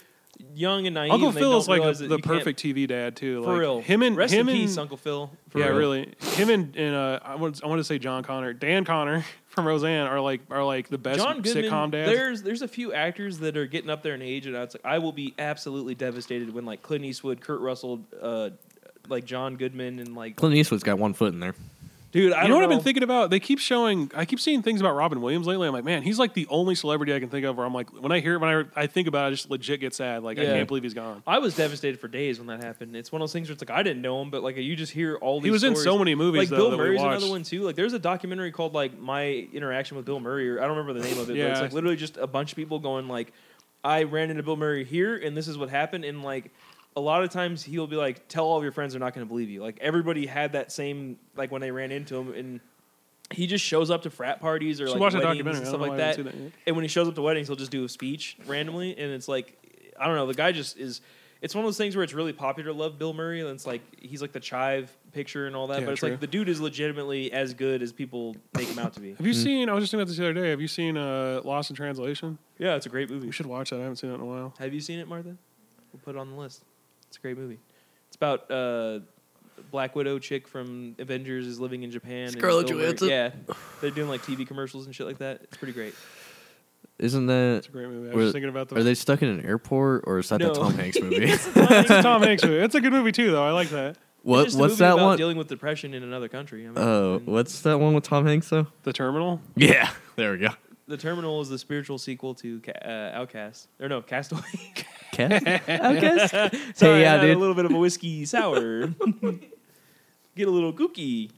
Speaker 2: young and naive.
Speaker 1: Uncle
Speaker 2: and they
Speaker 1: Phil
Speaker 2: don't
Speaker 1: is like
Speaker 2: realize
Speaker 1: the,
Speaker 2: that
Speaker 1: the
Speaker 2: you can't-
Speaker 1: perfect TV dad too.
Speaker 2: for
Speaker 1: like,
Speaker 2: real.
Speaker 1: Him and
Speaker 2: rest
Speaker 1: him
Speaker 2: in
Speaker 1: and
Speaker 2: peace, Uncle Phil. For
Speaker 1: yeah,
Speaker 2: real.
Speaker 1: really. Him and, and uh, I want I want to say John Connor, Dan Connor [LAUGHS] from Roseanne are like are like the best
Speaker 2: John Goodman.
Speaker 1: sitcom dads.
Speaker 2: There's there's a few actors that are getting up there in age, and I, was like, I will be absolutely devastated when like Clint Eastwood, Kurt Russell, uh, like John Goodman, and like
Speaker 3: Clint Eastwood's got one foot in there.
Speaker 2: dude,
Speaker 1: you
Speaker 2: I don't
Speaker 1: know what I've been thinking about? They keep showing. I keep seeing things about Robin Williams lately. I'm like, man, he's like the only celebrity I can think of. Where I'm like, when I hear it, when I, I think about, it, I just legit get sad. Like, I
Speaker 2: Yeah.
Speaker 1: can't believe he's gone.
Speaker 2: I was devastated for days when that happened. It's one of those things where it's like I didn't know him, but like you just hear all these.
Speaker 1: He was in
Speaker 2: stories.
Speaker 1: so many movies
Speaker 2: Like
Speaker 1: though.
Speaker 2: Bill
Speaker 1: that we
Speaker 2: Murray's
Speaker 1: watched.
Speaker 2: another one too. Like there's a documentary called like My Interaction with Bill Murray, or I don't remember the name of it, but it's
Speaker 1: Yeah.
Speaker 2: like literally just a bunch of people going like, I ran into Bill Murray here, and this is what happened, and like. A lot of times he'll be like, "Tell all of your friends; they're not going to believe you." Like everybody had that same like when they ran into him, and he just shows up to frat parties or
Speaker 1: Should
Speaker 2: like
Speaker 1: watch the
Speaker 2: weddings
Speaker 1: documentary.
Speaker 2: and
Speaker 1: I
Speaker 2: stuff
Speaker 1: don't know
Speaker 2: like
Speaker 1: why I
Speaker 2: that.
Speaker 1: haven't seen that yet.
Speaker 2: And when he shows up to weddings, he'll just do a speech randomly, and it's like, I don't know. The guy just is. It's one of those things where it's really popular to love Bill Murray, and it's like he's like the chive picture and all that.
Speaker 1: Yeah,
Speaker 2: but it's
Speaker 1: true.
Speaker 2: like the dude is legitimately as good as people make him
Speaker 1: [LAUGHS]
Speaker 2: out to be.
Speaker 1: Have you seen? I was just thinking about this the other day. Have you seen uh, Lost in Translation?
Speaker 2: yeah, it's a great
Speaker 1: We
Speaker 2: movie.
Speaker 1: should watch that. I haven't seen it in a while.
Speaker 2: Have you seen it, Martha? We'll put it on the list. It's a great movie. It's about uh, Black Widow chick from Avengers is living in Japan. and
Speaker 3: Scarlett
Speaker 2: Bill Murray-
Speaker 3: Johansson.
Speaker 2: Yeah, they're doing like TV commercials and shit like that. It's pretty great.
Speaker 3: Isn't that?
Speaker 1: It's a great movie. I
Speaker 3: Were-
Speaker 1: was just thinking about the.
Speaker 3: Are they stuck in an airport or is that
Speaker 2: No.
Speaker 3: the
Speaker 1: [LAUGHS]
Speaker 3: Tom Hanks movie? [LAUGHS]
Speaker 1: it's a [LAUGHS] Tom Hanks movie. It's a good movie too, though. I like that.
Speaker 2: It's
Speaker 3: what
Speaker 2: just a
Speaker 3: What's
Speaker 2: movie
Speaker 3: that
Speaker 2: about
Speaker 3: one?
Speaker 2: Dealing with depression in another country. I mean,
Speaker 3: Oh,
Speaker 2: and
Speaker 3: what's that one with Tom Hanks though? [LAUGHS]
Speaker 1: The Terminal.
Speaker 3: Yeah, there we go.
Speaker 2: The Terminal is the spiritual sequel to Ca- uh, Outcast, or no, Castaway.
Speaker 1: [LAUGHS]
Speaker 3: Cat?
Speaker 2: Outcast. [LAUGHS] Sorry,
Speaker 3: yeah,
Speaker 2: I had
Speaker 3: dude.
Speaker 2: a little bit of a
Speaker 1: [LAUGHS]
Speaker 2: whiskey sour. Get a little kooky.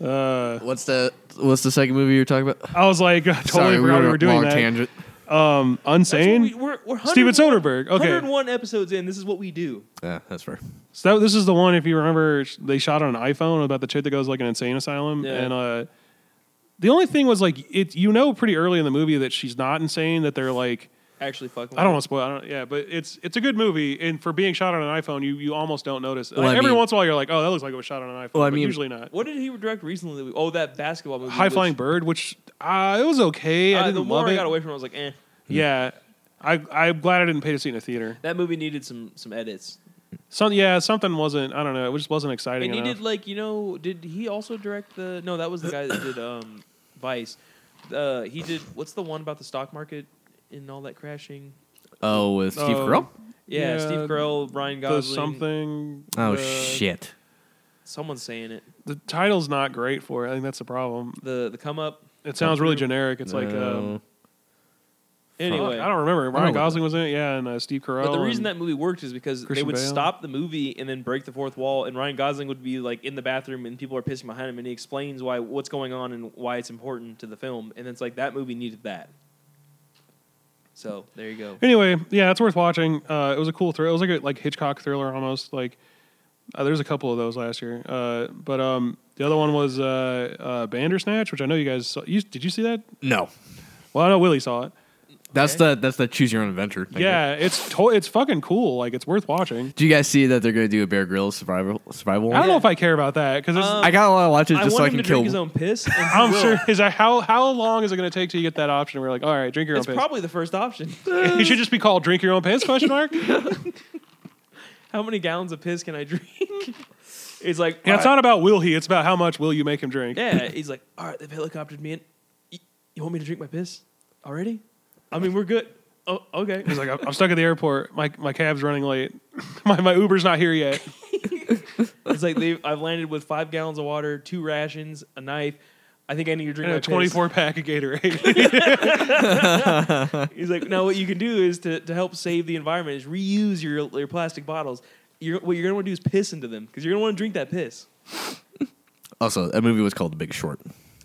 Speaker 1: Uh,
Speaker 3: what's the What's the second movie you were talking about?
Speaker 1: I was like, [LAUGHS] I totally
Speaker 3: Sorry,
Speaker 1: forgot we were doing
Speaker 3: long
Speaker 1: that.
Speaker 3: tangent.
Speaker 1: Um,
Speaker 2: That's what we,
Speaker 1: Unsane.
Speaker 2: we're, we're
Speaker 1: Steven
Speaker 2: 101
Speaker 1: Soderbergh. Okay,
Speaker 2: 101 episodes in. This is what we do.
Speaker 3: Yeah, that's fair.
Speaker 1: so that, this is the one. If you remember, sh- they shot on an iPhone about the chick that goes like an insane asylum,
Speaker 2: Yeah.
Speaker 1: and uh, the only thing was like it. You know, pretty early in the movie that she's not insane. That they're like,
Speaker 2: Actually, fuck.
Speaker 1: I don't want to spoil. I don't, yeah, but it's it's a good movie, and for being shot on an iPhone, you you almost don't notice.
Speaker 3: Well,
Speaker 1: Like,
Speaker 3: I
Speaker 1: every
Speaker 3: mean-
Speaker 1: once in a while, you're like, oh, that looks like it was shot on an iPhone.
Speaker 3: Well, I
Speaker 1: but
Speaker 3: mean-
Speaker 1: usually not.
Speaker 2: What did he direct recently? That we, oh, that basketball movie.
Speaker 1: High
Speaker 2: which-
Speaker 1: Flying Bird, which uh, it was okay.
Speaker 2: uh,
Speaker 1: I
Speaker 2: the
Speaker 1: didn't
Speaker 2: more
Speaker 1: love
Speaker 2: I
Speaker 1: it.
Speaker 2: got away from, it, I was like, eh.
Speaker 1: Yeah, I I'm glad I didn't pay to see it in a theater.
Speaker 2: That movie needed some some edits.
Speaker 1: Some yeah, something wasn't. I don't know. It just wasn't exciting
Speaker 2: And he
Speaker 1: enough.
Speaker 2: did like you know? Did he also direct the? No, that was the guy that did um, Vice. Uh, he did what's the one about the stock market and all that crashing?
Speaker 3: Oh, with Steve
Speaker 1: Oh.
Speaker 3: Carell.
Speaker 2: Yeah,
Speaker 1: Yeah,
Speaker 2: Steve Carell, Ryan
Speaker 1: the
Speaker 2: Gosling,
Speaker 1: something.
Speaker 3: Oh
Speaker 1: uh,
Speaker 3: shit.
Speaker 2: Someone's saying it.
Speaker 1: The title's not great for it. I think that's the problem.
Speaker 2: The the come up.
Speaker 1: It sounds really generic. It's like
Speaker 3: No.
Speaker 1: um,
Speaker 2: Anyway,
Speaker 1: I don't remember. Ryan
Speaker 3: Oh.
Speaker 1: Gosling was in it. Yeah, and uh, Steve Carell.
Speaker 2: But the reason
Speaker 1: and-
Speaker 2: that movie worked is because they
Speaker 1: Christian
Speaker 2: would
Speaker 1: Bale.
Speaker 2: stop the movie and then break the fourth wall, and Ryan Gosling would be like in the bathroom, and people are pissing behind him, and he explains why what's going on and why it's important to the film, and it's like that movie needed that. So there you go.
Speaker 1: Anyway, yeah, it's worth watching. Uh, it was a cool thriller. It was like a like Hitchcock thriller almost. Like uh, there's a couple of those last year. Uh, but um, the other one was uh, uh, Bandersnatch, which I know you guys saw. You, did you see that?
Speaker 3: No,
Speaker 1: Well, I know Willie saw it.
Speaker 3: that's
Speaker 2: Okay.
Speaker 3: the that's the choose your own adventure.
Speaker 1: eh?
Speaker 3: thing, right?
Speaker 1: Yeah, it's to- it's fucking cool. Like it's worth watching.
Speaker 3: Do you guys see that they're going to do a Bear Grylls survival survival?
Speaker 1: I don't
Speaker 3: One?
Speaker 1: know if I care about that because
Speaker 2: Um,
Speaker 3: I gotta watch it
Speaker 2: I
Speaker 3: just
Speaker 2: want
Speaker 3: so I
Speaker 2: him
Speaker 3: can
Speaker 2: to
Speaker 3: kill.
Speaker 2: drink his own piss. And he
Speaker 1: I'm
Speaker 2: will.
Speaker 1: sure is that how how long is it going to take till you get that option? We're like, all right, drink your own
Speaker 2: it's
Speaker 1: piss.
Speaker 2: probably the first option. [LAUGHS]
Speaker 1: it should just be called "Drink Your Own Piss?" Question mark. yeah,
Speaker 2: How many gallons of piss can I drink? [LAUGHS] He's like,
Speaker 1: it's
Speaker 2: "All
Speaker 1: not about will he. It's about how much will you make him drink.
Speaker 2: right." yeah. He's like, all right, they've helicoptered me in. You, you want me to drink my piss already? I mean, we're good. Oh, okay.
Speaker 1: He's like, I'm I'm stuck at the airport. My my cab's running late. [LAUGHS] my my Uber's not here yet.
Speaker 2: It's like they've, I've landed with five gallons of water, two rations, a knife. I think I need to [LAUGHS] drink
Speaker 1: And
Speaker 2: my
Speaker 1: a
Speaker 2: piss.
Speaker 1: 24 pack of Gatorade.
Speaker 2: [LAUGHS]
Speaker 1: [LAUGHS]
Speaker 2: He's like, no, what you can do is to, to help save the environment is reuse your your plastic bottles. You're, what you're gonna want to do is piss into them because you're gonna want to drink that piss.
Speaker 3: Also, that movie was called The Big Short.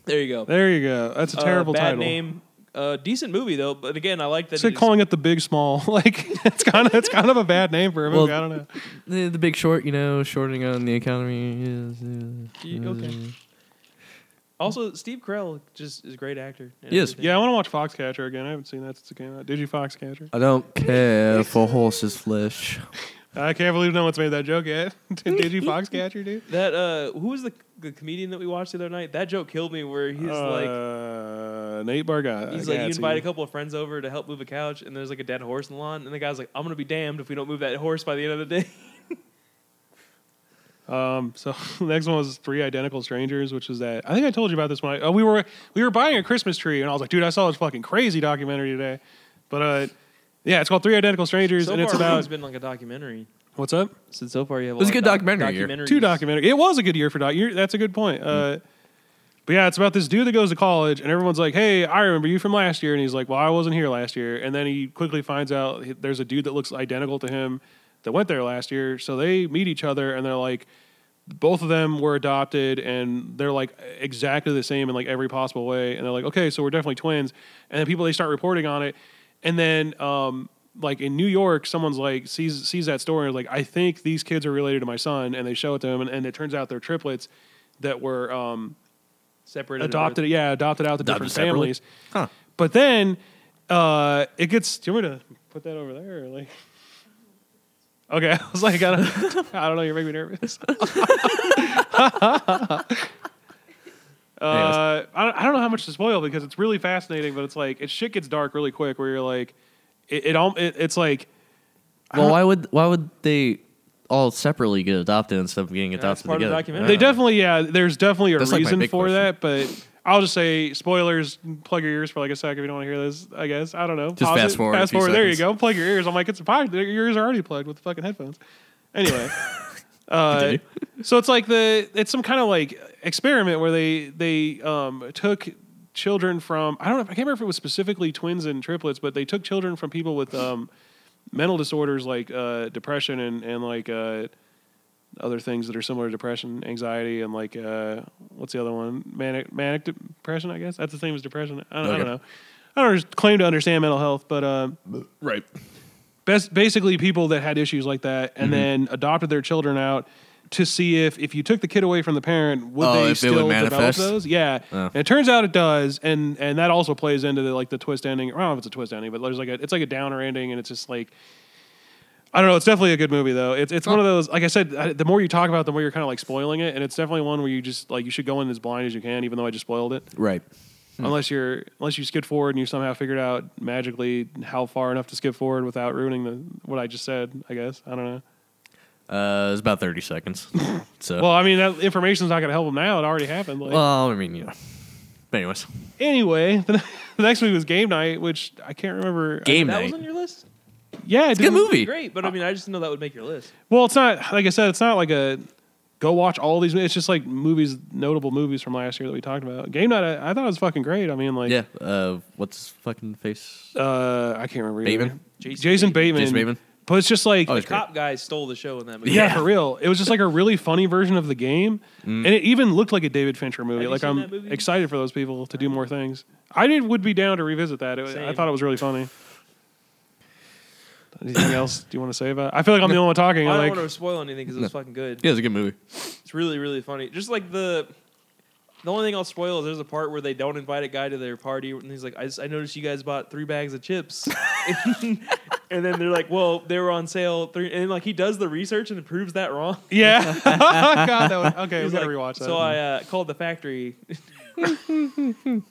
Speaker 2: There you go.
Speaker 1: there you go. That's a
Speaker 2: Uh,
Speaker 1: terrible
Speaker 2: bad
Speaker 1: title.
Speaker 2: name. Uh, decent movie though, but again, I like that.
Speaker 1: It's like
Speaker 2: it is-
Speaker 1: calling it the Big Small. [LAUGHS] Like it's kind of it's kind of a bad name for a movie.
Speaker 3: Well,
Speaker 1: I don't know.
Speaker 3: The, the Big Short, you know, shorting on the economy. Is,
Speaker 2: Y- okay. Also, Steve Carell just is a great actor. and
Speaker 3: Yes.
Speaker 2: everything.
Speaker 1: Yeah, I want to watch Foxcatcher again. I haven't seen that since it came out. Did you Foxcatcher?
Speaker 3: I don't care for horses' flesh.
Speaker 1: I can't believe no one's made that joke yet. [LAUGHS] Did, did you
Speaker 2: [LAUGHS]
Speaker 1: Foxcatcher, dude?
Speaker 2: That uh, who was the the comedian that we watched the other night? That joke killed me. Where he's like,
Speaker 1: uh, Nate Bargatze.
Speaker 2: He's like, you invite a couple of friends over to help move a couch, and there's like a dead horse in the lawn, and the guy's like, I'm gonna be damned if we don't move that horse by the end of the day.
Speaker 1: Um, [LAUGHS] so the next one was Three Identical Strangers, which was that I think I told you about this one. I, oh, we were we were buying a Christmas tree, and I was like, dude, I saw this fucking crazy documentary today. But uh, yeah, it's called Three Identical Strangers,
Speaker 2: so
Speaker 1: and it's
Speaker 2: far,
Speaker 1: about
Speaker 2: has been like a documentary.
Speaker 1: what's up?
Speaker 2: Since so far, you have
Speaker 3: It was a
Speaker 2: lot of
Speaker 3: good documentary year.
Speaker 2: documentaries.
Speaker 1: Two documentary. It was a good year for doc. You're, that's a good point. Uh, but yeah, it's about this dude that goes to college, and everyone's like, "Hey, I remember you from last year," and he's like, "Well, I wasn't here last year." And then he quickly finds out he- there's a dude that looks identical to him that went there last year. So they meet each other, and they're like, both of them were adopted, and they're like exactly the same in like every possible way. And they're like, "Okay, so we're definitely twins." And then people they start reporting on it, and then um, like in New York, someone's like sees sees that story and is like, "I think these kids are related to my son," and they show it to him, and, and it turns out they're triplets that were. Um,
Speaker 2: separated.
Speaker 1: adopted, yeah, adopted out the
Speaker 3: Adopted
Speaker 1: different
Speaker 3: separately?
Speaker 1: families.
Speaker 3: Huh.
Speaker 1: But then uh, it gets. Do you want me to put that over there? Or like, okay, [LAUGHS] I was like, I don't, I don't know. You're making me nervous. [LAUGHS] uh, Uh, I, don't- I don't know how much to spoil because it's really fascinating, but it's like it shit gets dark really quick. Where you're like, it, it, al- it it's like
Speaker 3: Well, why would why would they all separately get adopted instead of getting
Speaker 2: that's
Speaker 3: adopted
Speaker 2: part of the
Speaker 3: together?
Speaker 2: documentary.
Speaker 1: They
Speaker 2: Yeah.
Speaker 1: definitely, yeah. There's definitely a
Speaker 3: That's, like, my
Speaker 1: reason
Speaker 3: big
Speaker 1: for
Speaker 3: question.
Speaker 1: that, but I'll just say spoilers. Plug your ears for like a sec if you don't want to hear this. I guess I don't know.
Speaker 3: Just
Speaker 1: Pause
Speaker 3: fast
Speaker 1: it,
Speaker 3: forward a
Speaker 1: Fast
Speaker 3: few
Speaker 1: forward. There you go.
Speaker 3: seconds.
Speaker 1: Plug your ears. I'm like, it's a pod. Your ears are already plugged with fucking headphones.
Speaker 3: [LAUGHS]
Speaker 1: Anyway,
Speaker 2: [LAUGHS]
Speaker 1: uh, so it's like the it's some kind of like experiment where they they um, took children from I don't know. I can't remember if it was specifically twins and triplets, but they took children from people with um, mental disorders like uh, depression and and like. Uh, other things that are similar to depression, anxiety, and like uh, what's the other one? Manic manic depression, I guess. That's the same as depression. I don't, I don't
Speaker 3: Okay.
Speaker 1: know. I don't just claim to understand mental health, but uh,
Speaker 3: Right.
Speaker 1: best basically people that had issues like that
Speaker 3: Mm-hmm.
Speaker 1: and then adopted their children out to see if if you took the kid away from the parent would
Speaker 3: Oh,
Speaker 1: they
Speaker 3: if it would
Speaker 1: still develop
Speaker 3: manifest?
Speaker 1: those yeah
Speaker 3: Oh.
Speaker 1: and it turns out it does and and that also plays into the like the twist ending i don't know if it's a twist ending but there's like a it's like a downer ending and it's just like I don't know. It's definitely a good movie, though. It's it's one of those. Like I said, I, the more you talk about, it, the more you're kind of like spoiling it, and it's definitely one where you just like you should go in as blind as you can, even though I just spoiled it
Speaker 3: Right. Hmm.
Speaker 1: unless you're unless you skid forward and you somehow figured out magically how far enough to skip forward without ruining the what I just said. I guess I don't know.
Speaker 3: Uh, it's about
Speaker 2: [LAUGHS]
Speaker 3: thirty seconds. so
Speaker 1: Well, I mean that information's not going to help them now. It already happened. Like,
Speaker 3: Well, I mean, you know. But anyways,
Speaker 1: anyway, [LAUGHS] the, the next week was game night, which I can't remember.
Speaker 3: game
Speaker 2: That was
Speaker 3: night.
Speaker 2: on your list.
Speaker 1: yeah, it's
Speaker 3: Good movie.
Speaker 2: Great, but I mean, I just know that would make your list.
Speaker 1: Well, it's not like I said. It's not like a go watch all these. It's just like movies, notable movies from last year that we talked about. Game night, I, I thought it was fucking great. I mean, like,
Speaker 3: Yeah. Uh, what's his fucking face?
Speaker 1: uh, I can't remember. either.
Speaker 3: Bateman?
Speaker 1: Jason,
Speaker 2: Jason
Speaker 1: Bateman.
Speaker 3: Jason Bateman?
Speaker 1: But it's just like
Speaker 3: Oh,
Speaker 2: The
Speaker 3: That's great.
Speaker 2: cop guy stole the show in that movie.
Speaker 1: Yeah, for real. It was just like a really funny version of the game,
Speaker 3: Mm.
Speaker 1: and it even looked like a David Fincher movie.
Speaker 2: Have you
Speaker 1: like
Speaker 2: seen
Speaker 1: I'm
Speaker 2: that movie?
Speaker 1: excited for those people to do more things. I did, would be down to revisit that. It, was- I
Speaker 2: Same.
Speaker 1: thought it was really
Speaker 2: [LAUGHS]
Speaker 1: funny. Anything else do you want to say about? it? I feel like I'm the only one talking.
Speaker 2: I don't
Speaker 1: I'm
Speaker 2: want [LAUGHS]
Speaker 1: like,
Speaker 2: to spoil anything because it was fucking good.
Speaker 3: Yeah, it's a good movie.
Speaker 2: It's really, really funny. Just like the the only thing I'll spoil is there's a part where they don't invite a guy to their party, and he's like, "I, just, I noticed you guys bought three bags
Speaker 1: [LAUGHS]
Speaker 2: of chips," [LAUGHS] and then they're like, "Well, they were on sale three, and like he does the research and proves that wrong.
Speaker 1: [LAUGHS] yeah. [LAUGHS] God, that would, okay, we
Speaker 2: He's
Speaker 1: gotta
Speaker 2: like,
Speaker 1: rewatch that.
Speaker 2: So I uh, called the factory. [LAUGHS]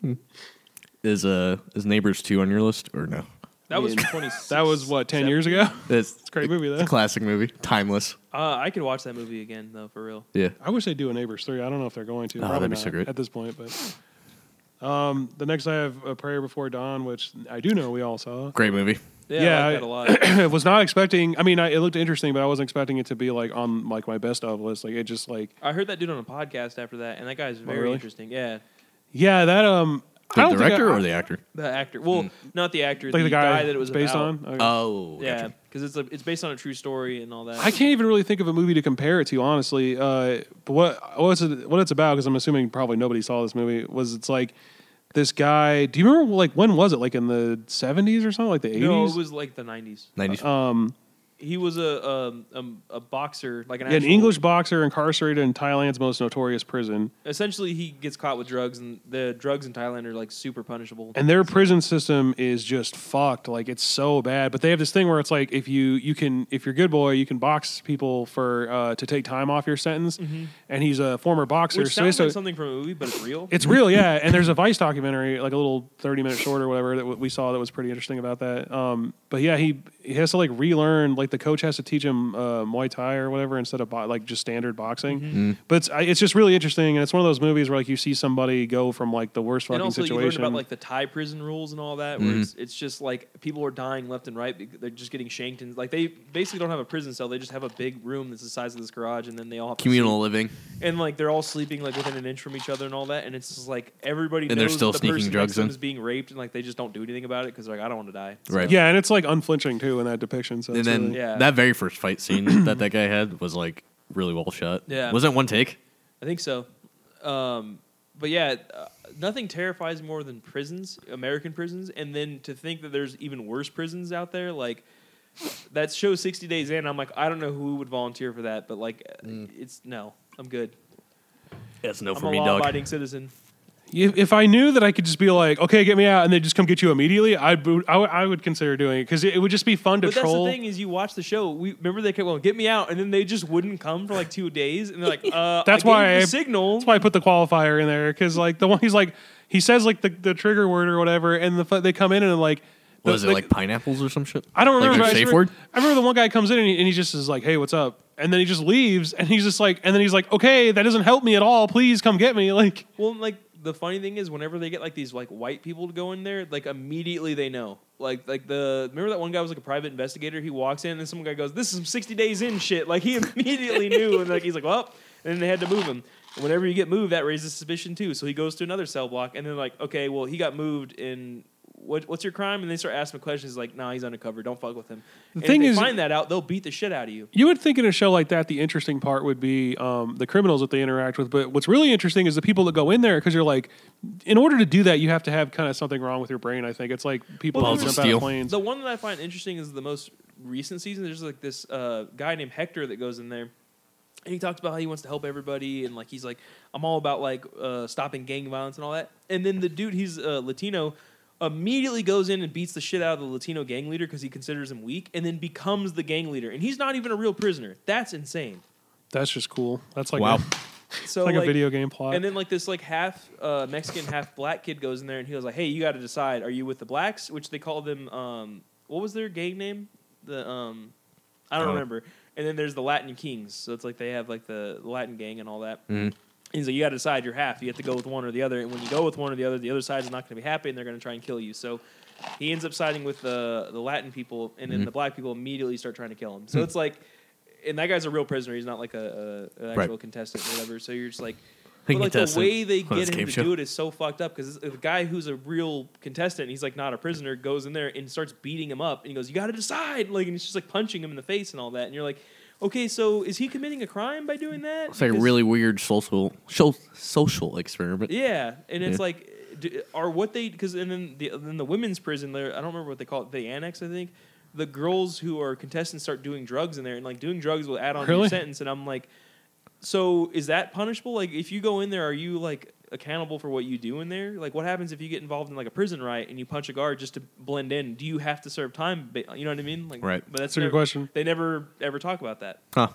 Speaker 3: Is uh is Neighbors two on your list or no?
Speaker 2: That was
Speaker 1: Yeah.
Speaker 2: from 20.
Speaker 1: that was what ten years ago. [LAUGHS]
Speaker 3: It's,
Speaker 1: a great movie,
Speaker 3: It's
Speaker 1: though.
Speaker 3: a classic movie, timeless.
Speaker 2: Uh, I could watch that movie again though, for real.
Speaker 3: Yeah.
Speaker 1: I wish they do a Neighbors three. I don't know if they're going to.
Speaker 3: Oh,
Speaker 1: Probably
Speaker 3: that'd be
Speaker 1: not
Speaker 3: so great.
Speaker 1: at this point. But um, the next I have a prayer before dawn, which I do know we all saw.
Speaker 3: Great movie.
Speaker 2: Yeah,
Speaker 1: Yeah,
Speaker 2: I
Speaker 1: I-
Speaker 2: like that a
Speaker 1: [COUGHS] [CLEARS THROAT]
Speaker 2: lot.
Speaker 1: was not expecting. I mean, I, it looked interesting, but I wasn't expecting it to be like on like my best of list. Like it just like
Speaker 2: I heard that dude on a podcast after that, and that guy's very
Speaker 1: Oh, really?
Speaker 2: interesting. Yeah,
Speaker 1: yeah that um I
Speaker 3: The
Speaker 1: don't think
Speaker 3: director
Speaker 1: I,
Speaker 3: or the actor?
Speaker 2: the actor. Well, not the actor.
Speaker 1: Hmm. like the guy,
Speaker 2: that it was
Speaker 1: based
Speaker 2: about.
Speaker 1: on. Okay.
Speaker 3: Oh,
Speaker 2: Yeah, because it's a, it's based on a true story and all that.
Speaker 1: I can't even really think of a movie to compare it to, honestly. Uh, but what what's it, what it's about? Because I'm assuming probably nobody saw this movie. Was it's like this guy? Do you remember like when was it? Like in the 70s or something? Like the 80s?
Speaker 2: No, it was like the '90s.
Speaker 3: Nineties.
Speaker 1: um,
Speaker 2: He was a um, um, a boxer, like an,
Speaker 1: yeah, an
Speaker 2: actual-
Speaker 1: English boxer incarcerated in Thailand's most notorious prison.
Speaker 2: Essentially, he gets caught with drugs, and the drugs in Thailand are like super punishable.
Speaker 1: and their prison system is just fucked like it's so bad but they have this thing where it's like if you you can if you're a good boy you can box people for uh, to take time off your sentence and he's a former boxer
Speaker 2: Mm-hmm. which
Speaker 1: so,
Speaker 2: sounds
Speaker 1: so
Speaker 2: like something from a movie, but it's real.
Speaker 1: it's real yeah and there's a vice documentary like a little 30 minute short or whatever that w- we saw that was pretty interesting about that um, but yeah he he has to like relearn like the coach has to teach him uh, muay thai or whatever instead of bo- like just standard boxing
Speaker 2: Mm-hmm.
Speaker 1: but it's, I- it's just really interesting and it's one of those movies where like you see somebody go from like the worst fucking
Speaker 2: and also, you learn
Speaker 1: situation Mm-hmm.
Speaker 2: about like the Thai prison rules and all that, where it's, it's just like people are dying left and right. Because they're just getting shanked, and like they basically don't have a prison cell. They just have a big room that's the size of this garage, and then they all have to
Speaker 3: Communal living.
Speaker 2: sleep. and like they're all sleeping like within an inch from each other and all that. And it's just like everybody
Speaker 3: And
Speaker 2: knows
Speaker 3: they're still
Speaker 2: the
Speaker 3: sneaking
Speaker 2: person
Speaker 3: drugs
Speaker 2: next to them
Speaker 3: in.
Speaker 2: is being raped, and like they just don't do anything about it because like I don't want to die. So-
Speaker 3: Right.
Speaker 1: Yeah, and it's like unflinching too in that depiction. So
Speaker 3: And
Speaker 1: it's
Speaker 3: then
Speaker 1: really-
Speaker 2: Yeah.
Speaker 3: that very first fight [CLEARS THROAT] scene that that guy had was like really well shot.
Speaker 2: Yeah.
Speaker 3: Wasn't it one take?
Speaker 2: I think so. Um, but yeah, uh, nothing terrifies more than prisons, American prisons, and then to think that there's even worse prisons out there, like that show 60 Days In, I'm like, I don't know who would volunteer for that, but like, it's no, I'm good.
Speaker 3: That's no
Speaker 2: I'm
Speaker 3: Mm. for
Speaker 2: a
Speaker 3: me,
Speaker 2: law
Speaker 3: dog.
Speaker 2: abiding citizen.
Speaker 1: If, if I knew that I could just be like, okay, get me out, and they just come get you immediately, I'd, bo- I would I would consider doing it because it, it would just be fun to
Speaker 2: But
Speaker 1: troll.
Speaker 2: that's the thing is, you watch the show. We remember they kept going, "Get me out," and then they just wouldn't come for like two days, and they're
Speaker 1: [LAUGHS]
Speaker 2: like, "Uh,
Speaker 1: That's
Speaker 2: I gave
Speaker 1: why
Speaker 2: you
Speaker 1: I-
Speaker 2: the signal."
Speaker 1: That's why I put the qualifier in there because like the one he's like he says like the, the trigger word or whatever, and the fu- they come in and like the-
Speaker 3: Was it
Speaker 1: the-
Speaker 3: like pineapples or some shit?
Speaker 1: I don't
Speaker 3: Like
Speaker 1: remember.
Speaker 3: their
Speaker 1: I, just
Speaker 3: safe
Speaker 1: remember
Speaker 3: word?
Speaker 1: I remember the one guy comes in and he, and he just is like, "Hey, what's up?" And then he just leaves, and he's just like, and then he's like, "Okay, that doesn't help me at all. Please come get me." Like,
Speaker 2: Well, like the funny thing is, whenever they get like these like white people to go in there, like immediately they know. Like like the remember that one guy was like a private investigator. He walks in and some guy goes, "This is some sixty days in shit." Like he [LAUGHS] immediately knew, and like he's like, "Well," and then they had to move him. And Whenever you get moved, that raises suspicion too. So he goes to another cell block, and then like, okay, well he got moved and. What, what's your crime? And they start asking questions like, "Nah, he's undercover. Don't fuck with him."
Speaker 1: The
Speaker 2: and
Speaker 1: thing
Speaker 2: if they
Speaker 1: is-
Speaker 2: find that out, they'll beat the shit out of you.
Speaker 1: you would think in a show like that, the interesting part would be um, the criminals that they interact with. But what's really interesting is the people that go in there because you're like, in order to do that, you have to have kind of something wrong with your brain. I think it's like people
Speaker 3: Balls
Speaker 1: who
Speaker 3: of
Speaker 1: jump out
Speaker 3: steel.
Speaker 1: of planes.
Speaker 2: The one that I find interesting is the most recent season. There's like this uh, guy named Hector that goes in there, and he talks about how he wants to help everybody, and like he's like, I'm all about like uh, stopping gang violence and all that. And then the dude, he's uh, Latino, immediately goes in and beats the shit out of the Latino gang leader because he considers him weak, and then becomes the gang leader. And he's not even a real prisoner. That's insane.
Speaker 1: That's just cool. That's like
Speaker 3: wow.
Speaker 1: a,
Speaker 2: So
Speaker 1: it's like, a video game plot.
Speaker 2: and then like this like half uh, Mexican, half black kid goes in there and he was like, "Hey, you got to decide. Are you with the blacks, which they call them? Um, what was their gang name? The um, I don't
Speaker 3: Oh.
Speaker 2: remember. And then there's the Latin Kings. So it's like they have like the Latin gang and all that.
Speaker 3: Mhm.
Speaker 2: And he's like, you got to decide your half. You have to go with one or the other. And when you go with one or the other, the other side is not going to be happy, and they're going to try and kill you. So he ends up siding with the the Latin people, and then the
Speaker 3: Mm-hmm.
Speaker 2: black people immediately start trying to kill him. So it's like, and that guy's a real prisoner. He's not like a, a an actual
Speaker 3: Right.
Speaker 2: contestant or whatever. So you're just like,
Speaker 3: Hey,
Speaker 2: but like the
Speaker 3: contestant
Speaker 2: way they
Speaker 3: on this
Speaker 2: get him
Speaker 3: game
Speaker 2: to
Speaker 3: show.
Speaker 2: do it is so fucked up because the guy who's a real contestant, he's like not a prisoner, goes in there and starts beating him up, and he goes, "You got to decide!" Like, and he's just like punching him in the face and all that, and you're like, "Okay, so is he committing a crime by doing that?"
Speaker 3: It's like a
Speaker 2: Because-
Speaker 3: really weird social so- social experiment.
Speaker 2: yeah, and it's
Speaker 3: Yeah.
Speaker 2: like, d- are what they because and then the then the women's prison there, I don't remember what they call it, the annex, I think. The girls who are contestants start doing drugs in there, and like doing drugs will add on to your
Speaker 1: Really?
Speaker 2: sentence, and I'm like, so is that punishable? Like, if you go in there, are you like accountable for what you do in there? Like, what happens if you get involved in like a prison riot and you punch a guard just to blend in? Do you have to serve time? Ba- You know what I mean? Like,
Speaker 3: Right.
Speaker 2: But that's
Speaker 1: That's a good
Speaker 2: never-
Speaker 1: question.
Speaker 2: They never ever talk about that,
Speaker 3: Huh.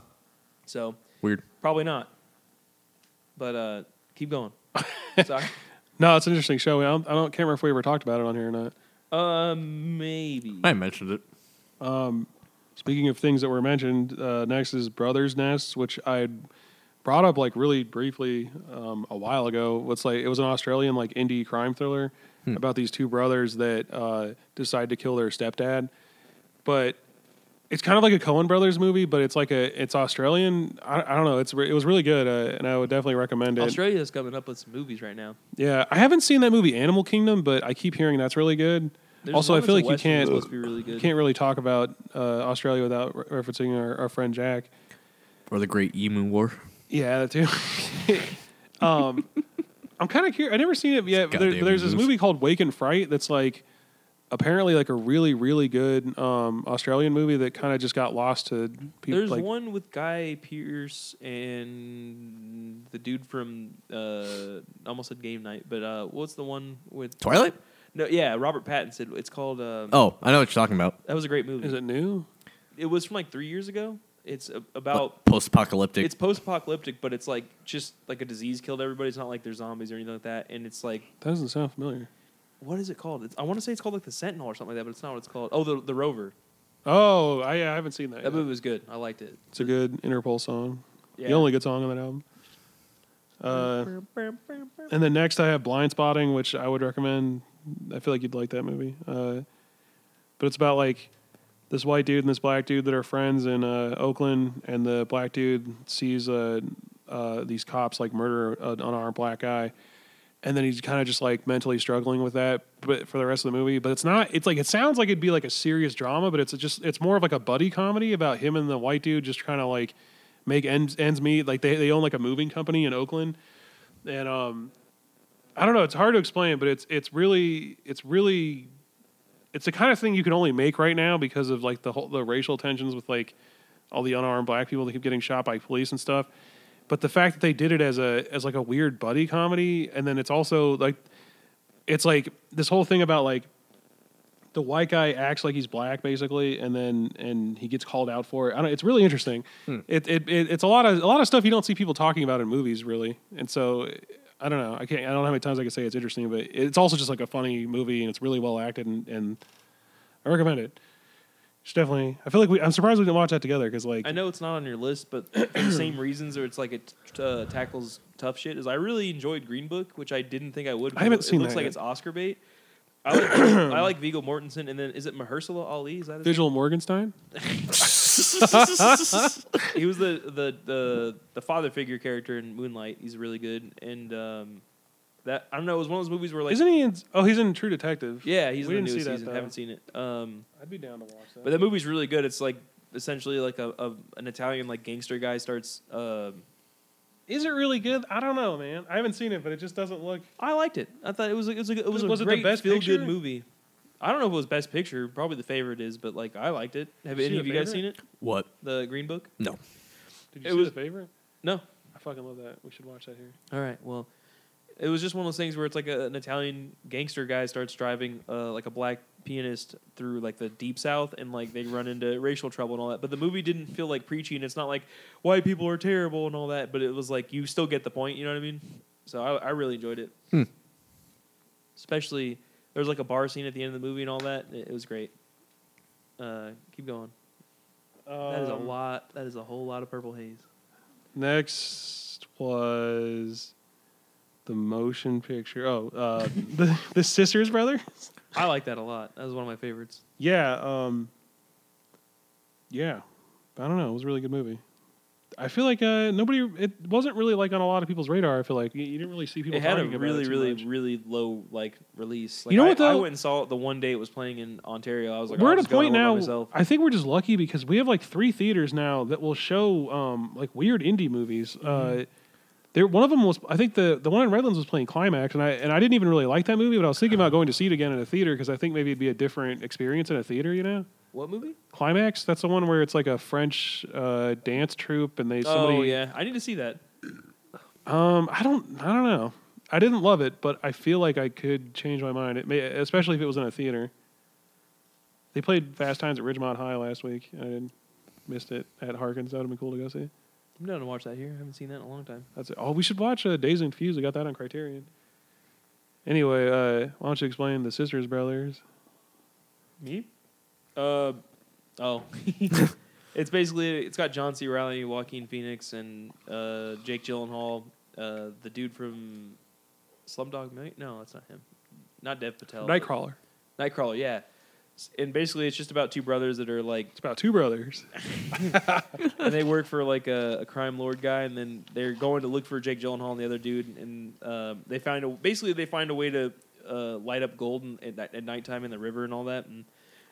Speaker 2: so
Speaker 3: Weird.
Speaker 2: probably not. But uh
Speaker 1: [LAUGHS]
Speaker 2: keep going. Sorry.
Speaker 1: no, it's an interesting show. I don't, I don't can't remember if we ever talked about it on here or not.
Speaker 2: Uh, maybe.
Speaker 3: I mentioned it.
Speaker 1: Speaking of things that were mentioned, uh, next is Brothers Nest, which I brought up like really briefly um, a while ago. It's like it was an Australian like indie crime thriller about these two brothers that uh, decide to kill their stepdad, but it's kind of like a Coen Brothers movie, but it's like a it's Australian. I, I don't know. It's re- it was really good, uh, and I would definitely recommend it.
Speaker 2: Australia's coming up with some movies right now.
Speaker 1: yeah, I haven't seen that movie Animal Kingdom, but I keep hearing that's really good.
Speaker 2: There's
Speaker 1: also,
Speaker 2: one
Speaker 1: I feel like
Speaker 2: that's a
Speaker 1: you
Speaker 2: Western that's
Speaker 1: can't
Speaker 2: Supposed to be really good.
Speaker 1: can't really talk about uh, Australia without re- referencing our, our friend Jack.
Speaker 3: Or the Great Emu War.
Speaker 1: Yeah, that too. [LAUGHS] um, I'm kind of curious. I never seen it yet. But there,
Speaker 3: Goddamn
Speaker 1: there's this
Speaker 3: moose.
Speaker 1: movie called Wake and Fright that's like apparently like a really really good um, Australian movie that kind of just got lost to people.
Speaker 2: There's
Speaker 1: Like,
Speaker 2: one with Guy Pierce and the dude from uh, almost said Game Night, but uh, what's the one with
Speaker 3: Twilight?
Speaker 2: No, yeah, Robert Pattinson. It's called. Um,
Speaker 3: Oh, I know what you're talking about.
Speaker 2: that was a great movie.
Speaker 1: is it new?
Speaker 2: it was from like three years ago. It's a- about
Speaker 3: Post apocalyptic.
Speaker 2: it's post-apocalyptic, but it's like just like a disease killed everybody. It's not like they're zombies or anything like that. And it's like
Speaker 1: That doesn't sound familiar.
Speaker 2: what is it called? It's, I want to say it's called like the Sentinel or something like that, but it's not what it's called. Oh, the the Rover.
Speaker 1: Oh, I, I haven't seen that.
Speaker 2: That
Speaker 1: yet.
Speaker 2: movie was good. I liked it.
Speaker 1: It's a good Interpol song.
Speaker 2: Yeah.
Speaker 1: The only good song on that album. Uh, and then next I have Blind Spotting, which I would recommend. I feel like you'd like that movie. Uh, but it's about like this white dude and this black dude that are friends in uh, Oakland, and the black dude sees uh, uh, these cops like murder an unarmed black guy, and then he's kind of just like mentally struggling with that. But for the rest of the movie, but it's not. It's like it sounds like it'd be like a serious drama, but it's just it's more of like a buddy comedy about him and the white dude just trying to like make ends ends meet. Like they they own like a moving company in Oakland, and um, I don't know. It's hard to explain, but it's it's really it's really it's the kind of thing you can only make right now because of like the whole the racial tensions with like all the unarmed black people that keep getting shot by police and stuff. But the fact that they did it as a as like a weird buddy comedy, and then it's also like it's like this whole thing about like the white guy acts like he's black basically, and then and he gets called out for it. I don't. It's really interesting.
Speaker 2: Hmm.
Speaker 1: It, it it it's a lot of a lot of stuff you don't see people talking about in movies really, and so. I don't know. I can't. I don't know how many times I can say it's interesting, but it's also just like a funny movie, and it's really well acted, and, and I recommend it. It's definitely. I feel like we. I'm surprised we didn't watch that together because like
Speaker 2: I know it's not on your list, but for the same [COUGHS] reasons or it's like it uh, tackles tough shit. Is I really enjoyed Green Book, which I didn't think I would.
Speaker 1: I haven't
Speaker 2: because
Speaker 1: seen
Speaker 2: It looks
Speaker 1: that
Speaker 2: like
Speaker 1: yet.
Speaker 2: it's Oscar bait. I like,
Speaker 1: [COUGHS]
Speaker 2: I like Viggo Mortensen, and then is it Mahershala Ali? Is that his name?
Speaker 1: Vigil Morgenstein.
Speaker 2: he was the, the the the father figure character in Moonlight. He's really good, and um, that I don't know. It was one of those movies where like
Speaker 1: Isn't he? In, oh, he's in True Detective.
Speaker 2: yeah, he's
Speaker 1: We
Speaker 2: in the
Speaker 1: didn't see
Speaker 2: newest
Speaker 1: that,
Speaker 2: season.
Speaker 1: though.
Speaker 2: Haven't seen it. Um,
Speaker 1: I'd be down to watch that.
Speaker 2: but that movie's really good. It's like essentially like a, a an Italian like gangster guy starts. Um,
Speaker 1: is it really good? I don't know, man. I haven't seen it, but it just doesn't look.
Speaker 2: I liked it. I thought it was a, it was a, it was a
Speaker 1: Was it the
Speaker 2: great
Speaker 1: best
Speaker 2: feel good
Speaker 1: picture?
Speaker 2: movie. I don't know if it was best picture. Probably the favorite is, but like I liked it. Have
Speaker 1: Is
Speaker 2: any
Speaker 1: she
Speaker 2: of
Speaker 1: the
Speaker 2: you guys seen
Speaker 1: favorite?
Speaker 2: it?
Speaker 3: What?
Speaker 2: The Green Book?
Speaker 3: No.
Speaker 1: Did you
Speaker 2: It
Speaker 1: see
Speaker 2: was-
Speaker 1: the favorite?
Speaker 2: No.
Speaker 1: I fucking love that. We should watch that here.
Speaker 2: All right. Well, it was just one of those things where it's like a, an Italian gangster guy starts driving uh, like a black pianist through like the deep south, and like they run into racial trouble and all that. But the movie didn't feel like preachy, and it's not like white people are terrible and all that. But it was like you still get the point. You know what I mean? So I, I really enjoyed it.
Speaker 3: Hmm.
Speaker 2: Especially there's like a bar scene at the end of the movie and all that. It, it was great. Uh, keep going. that is a
Speaker 1: Um,
Speaker 2: lot. That is a whole lot of purple haze.
Speaker 1: Next was the motion picture. Oh, uh, [LAUGHS] the the sisters brother.
Speaker 2: I like that a lot. That was one of my favorites.
Speaker 1: Yeah. Um, yeah. I don't know. It was a really good movie. I feel like uh, nobody. It wasn't really like on a lot of people's radar. I feel like you, you didn't really see people.
Speaker 2: it had a
Speaker 1: talking about
Speaker 2: really,
Speaker 1: too
Speaker 2: really,
Speaker 1: much.
Speaker 2: really low like release. Like,
Speaker 1: You know
Speaker 2: I,
Speaker 1: what,
Speaker 2: I
Speaker 1: though?
Speaker 2: went and saw it the one day it was playing in Ontario. I was like,
Speaker 1: we're
Speaker 2: I'll
Speaker 1: at a
Speaker 2: just go
Speaker 1: point
Speaker 2: and roll
Speaker 1: now.
Speaker 2: by Myself.
Speaker 1: I think we're just lucky because we have like three theaters now that will show um, like weird indie movies.
Speaker 2: Mm-hmm.
Speaker 1: Uh, there, one of them was I think the the one in Redlands was playing Climax, and I and I didn't even really like that movie, but I was thinking about going to see it again in a theater because I think maybe it'd be a different experience in a theater. You know,
Speaker 2: What movie?
Speaker 1: Climax. That's the one where it's like a French uh, dance troupe, and they somebody.
Speaker 2: oh yeah, I need to see that.
Speaker 1: Um, I don't. I don't know. I didn't love it, but I feel like I could change my mind. It may, especially if it was in a theater. They played Fast Times at Ridgemont High last week. and I didn't missed it at Harkins. That would have been cool to go see.
Speaker 2: I'm down to watch that here. I haven't seen that in a long time.
Speaker 1: That's it. Oh, we should watch uh, Days and Confused. I got that on Criterion. Anyway, uh, why don't you explain the Sisters Brothers?
Speaker 2: Me? Uh, oh. [LAUGHS] it's basically it's got John C. Riley, Joaquin Phoenix, and uh, Jake Gyllenhaal. Uh, the dude from Slumdog Millionaire. No, that's not him. Not Dev Patel. but-
Speaker 1: Nightcrawler.
Speaker 2: Nightcrawler. Yeah. S- And basically, it's just about two brothers that are like
Speaker 1: It's about two brothers.
Speaker 2: and they work for like a, a crime lord guy, and then they're going to look for Jake Gyllenhaal and the other dude, and um, they find a basically they find a way to uh, light up gold in, at, night- at nighttime in the river and all that, and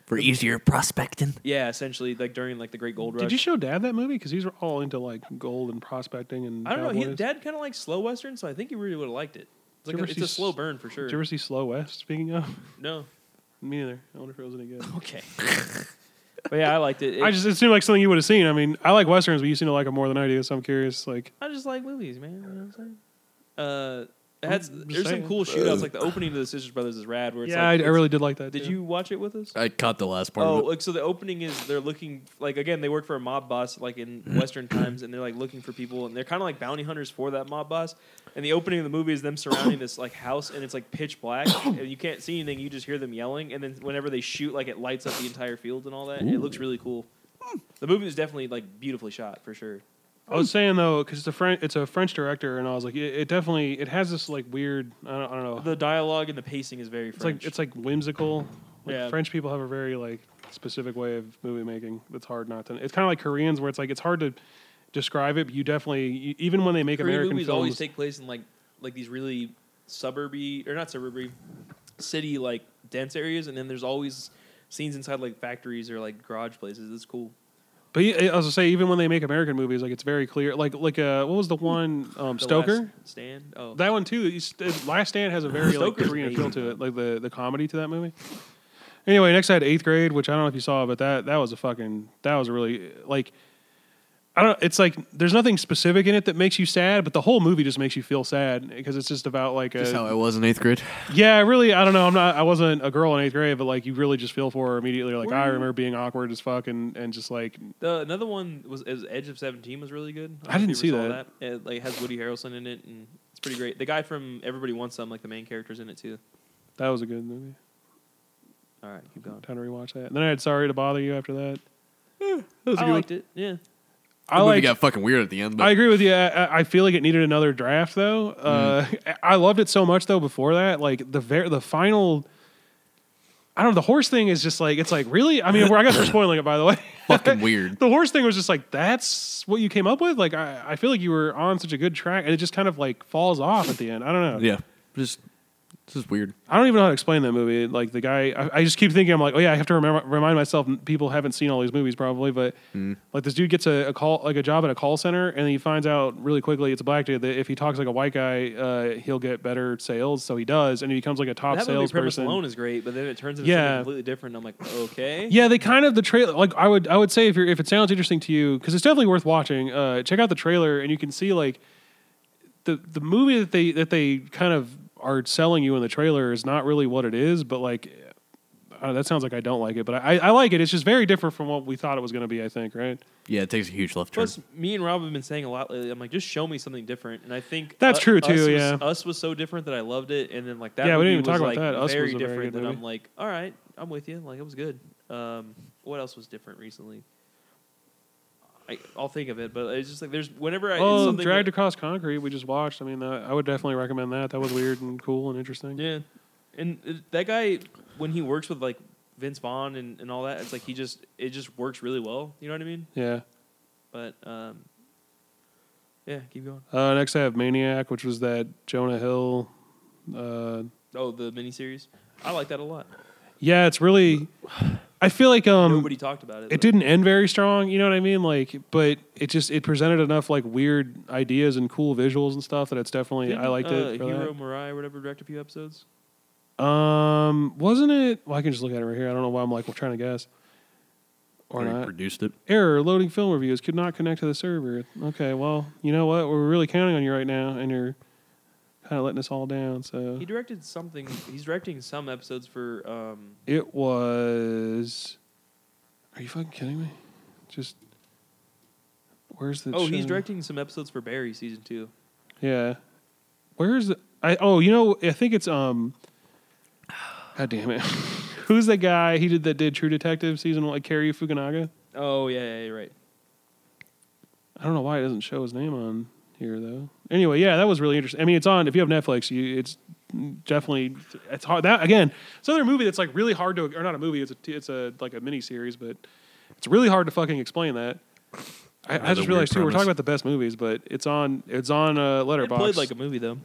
Speaker 3: For easier prospecting.
Speaker 2: yeah, essentially like during like the Great Gold Rush.
Speaker 1: Did you show Dad that movie? Because these were all into like gold and prospecting and.
Speaker 2: I don't know. He,
Speaker 1: cowboys.
Speaker 2: Dad kind of likes slow western, so I think he really would have liked it. It's,
Speaker 1: Did you
Speaker 2: like a,
Speaker 1: ever
Speaker 2: it's
Speaker 1: see
Speaker 2: a slow
Speaker 1: s-
Speaker 2: burn for sure.
Speaker 1: Did you ever see Slow West? Speaking of, [LAUGHS]
Speaker 2: no,
Speaker 1: me neither. I wonder if it was any good.
Speaker 2: okay. but yeah, I liked it.
Speaker 1: [LAUGHS]
Speaker 2: It-
Speaker 1: I just it seemed like something you would have seen. I mean, I like westerns, but you seem to like them more than I do. So I'm curious. Like,
Speaker 2: I just like movies, man. You know what I'm saying? Uh, it had,
Speaker 1: I'm just
Speaker 2: there's some
Speaker 1: saying.
Speaker 2: cool shootouts. Like the opening to the Sisters Brothers is rad. Where it's
Speaker 1: yeah,
Speaker 2: like,
Speaker 1: I, I
Speaker 2: it's-
Speaker 1: really did like that.
Speaker 2: Did
Speaker 1: too.
Speaker 2: you watch it with us?
Speaker 3: I caught the last part
Speaker 2: Oh,
Speaker 3: of it.
Speaker 2: like so the opening is they're looking like again they work for a mob boss like in
Speaker 1: Mm-hmm.
Speaker 2: Western times and they're like looking for people and they're kind of like bounty hunters for that mob boss. And the opening of the movie is them surrounding this like house and it's like
Speaker 1: [COUGHS]
Speaker 2: pitch black and you can't see anything. You just hear them yelling and then whenever they shoot, like it lights up the entire field and all that. It looks really cool.
Speaker 1: Hmm.
Speaker 2: The movie is definitely like beautifully shot for sure.
Speaker 1: I was saying though, because it's a French, it's a French director, and I was like, it, it definitely, it has this like weird. I don't, I don't know.
Speaker 2: The dialogue and the pacing is very
Speaker 1: it's
Speaker 2: French.
Speaker 1: like it's like whimsical. Like,
Speaker 2: Yeah.
Speaker 1: French people have a very like specific way of movie making that's hard not to. It's kind of like Koreans, where it's like it's hard to describe it, but you definitely, you, even when they make
Speaker 2: Korean
Speaker 1: American
Speaker 2: movies
Speaker 1: films,
Speaker 2: always take place in like like these really suburby or not suburby city like dense areas, and then there's always scenes inside like factories or like garage places. It's cool.
Speaker 1: But yeah, I was gonna say, even when they make American movies, like it's very clear. Like like uh, what was the one um,
Speaker 2: The
Speaker 1: Stoker?
Speaker 2: Last Stand. Oh,
Speaker 1: That one too. you st- Last Stand has a very like
Speaker 2: Stoker's
Speaker 1: Korean
Speaker 2: amazing.
Speaker 1: feel to it, like the the comedy to that movie. Anyway, next I had eighth grade, which I don't know if you saw, but that that was a fucking that was a really like. I don't. It's like there's nothing specific in it that makes you sad, but the whole movie just makes you feel sad because it's just about like a
Speaker 5: Just how I was in eighth grade.
Speaker 1: [LAUGHS] yeah. Really, I don't know. I'm not. I wasn't a girl in eighth grade, but like you really just feel for her immediately. Like
Speaker 2: Were
Speaker 1: I
Speaker 2: you-
Speaker 1: remember being awkward as fuck and and just like
Speaker 2: The, another one was is Edge of Seventeen was really good.
Speaker 1: I
Speaker 2: don't know
Speaker 1: didn't
Speaker 2: if you
Speaker 1: see
Speaker 2: ever saw
Speaker 1: that.
Speaker 2: It like has Woody Harrelson in it, and it's pretty great. The guy from Everybody Wants Some, like the main character's in it too.
Speaker 1: that was a good movie.
Speaker 2: All right, keep going.
Speaker 1: Time to rewatch that. And then I had Sorry to Bother You after that.
Speaker 2: I liked it. Yeah,
Speaker 1: I
Speaker 5: the movie
Speaker 1: like.
Speaker 5: got fucking weird at the end. But
Speaker 1: I agree with you. I, I- I feel like it needed another draft, though. Uh, I loved it so much, though. Before that, like the ver- the final, I don't know. The horse thing is just like it's like really. I mean, we're, I guess we're spoiling it, by the way. [LAUGHS]
Speaker 5: fucking weird.
Speaker 1: the horse thing was just like that's what you came up with. Like I, I feel like you were on such a good track, and it just kind of like falls off at the end. I don't know.
Speaker 5: Yeah, just just weird.
Speaker 1: I don't even know how to explain that movie. Like the guy, I, I just keep thinking, I'm like, oh yeah, I have to remember, remind myself. People haven't seen all these movies probably, but like this dude gets a, a call, like a job at a call center, and he finds out really quickly it's a black dude that if he talks like a white guy, uh, he'll get better sales. So he does, and he becomes like a top
Speaker 2: that movie premise
Speaker 1: salesperson.
Speaker 2: alone is great, but then it turns into
Speaker 1: Yeah.
Speaker 2: something completely different. I'm like, okay,
Speaker 1: Yeah, they kind of the trailer. Like I would, I would say if you're if it sounds interesting to you, because it's definitely worth watching. Uh, check out the trailer, and you can see like the the movie that they that they kind of are selling you in the trailer is not really what it is, but like. Uh, that sounds like I don't like it, but I, I like it. It's just very different from what we thought it was going to be. I think, right?
Speaker 5: Yeah, it takes a huge left turn.
Speaker 2: Plus, me and Rob have been saying a lot lately. I'm like, just show me something different, and I think
Speaker 1: That's true,
Speaker 2: Us
Speaker 1: too,
Speaker 2: was,
Speaker 1: yeah.
Speaker 2: us was so different that I loved it, and then like that.
Speaker 1: Yeah, we
Speaker 2: movie
Speaker 1: didn't even
Speaker 2: was,
Speaker 1: talk about
Speaker 2: like,
Speaker 1: that. Us was
Speaker 2: very
Speaker 1: a very
Speaker 2: different.
Speaker 1: good
Speaker 2: that I'm
Speaker 1: movie.
Speaker 2: like, all right, I'm with you. Like it was good. Um, what else was different recently? I, I'll think of it, but it's just like there's whenever I it's
Speaker 1: Well,
Speaker 2: something
Speaker 1: Oh, dragged
Speaker 2: that-
Speaker 1: across concrete. We just watched. I mean, uh, I would definitely recommend that. That was weird and cool and interesting.
Speaker 2: Yeah, and it- that guy when he works with like Vince Vaughn and, and all that, it's like he just it just works really well. You know what I mean?
Speaker 1: yeah.
Speaker 2: But um, yeah, keep going.
Speaker 1: Uh, next, I have Maniac, which was that Jonah Hill. Uh,
Speaker 2: Oh, the miniseries. I like that a lot.
Speaker 1: Yeah, it's really. I feel like um,
Speaker 2: Nobody talked about it.
Speaker 1: it
Speaker 2: but-
Speaker 1: didn't end very strong. You know what I mean? Like, but it just it presented enough like weird ideas and cool visuals and stuff that it's definitely
Speaker 2: Didn't,
Speaker 1: I liked it.
Speaker 2: Uh,
Speaker 1: for
Speaker 2: Hiro
Speaker 1: that.
Speaker 2: Murai or whatever directed a few episodes.
Speaker 1: Um, wasn't it? Well, I can just look at it right here. I don't know why I'm like well, trying to guess. Or
Speaker 5: Already
Speaker 1: not.
Speaker 5: produced it.
Speaker 1: Error loading film reviews could not connect to the server. Okay, well, you know what? We're really counting on you right now, and you're kind of letting us all down. So
Speaker 2: He directed something. He's directing some episodes for. Um,
Speaker 1: It was. Are you fucking kidding me? Just. Where's the?
Speaker 2: oh, he's
Speaker 1: show?
Speaker 2: directing some episodes for Barry season two.
Speaker 1: Yeah. Where's the? I oh you know I think it's um. [SIGHS] God damn it! [LAUGHS] Who's the guy he did that did True Detective season one? Like Cary Fukunaga.
Speaker 2: Oh yeah, yeah, you're right.
Speaker 1: I don't know why it doesn't show his name on here though. Anyway, yeah, that was really interesting. I mean, it's on. If you have Netflix, you it's definitely it's hard. That again, it's another movie that's like really hard to or not a movie. It's a it's a like a mini series, but it's really hard to fucking explain that. I, I
Speaker 5: Another
Speaker 1: just realized too.
Speaker 5: weird
Speaker 1: We're talking
Speaker 5: premise.
Speaker 1: about the best movies, but it's on it's on uh,
Speaker 2: It
Speaker 1: Letterbox.
Speaker 2: played like a movie though.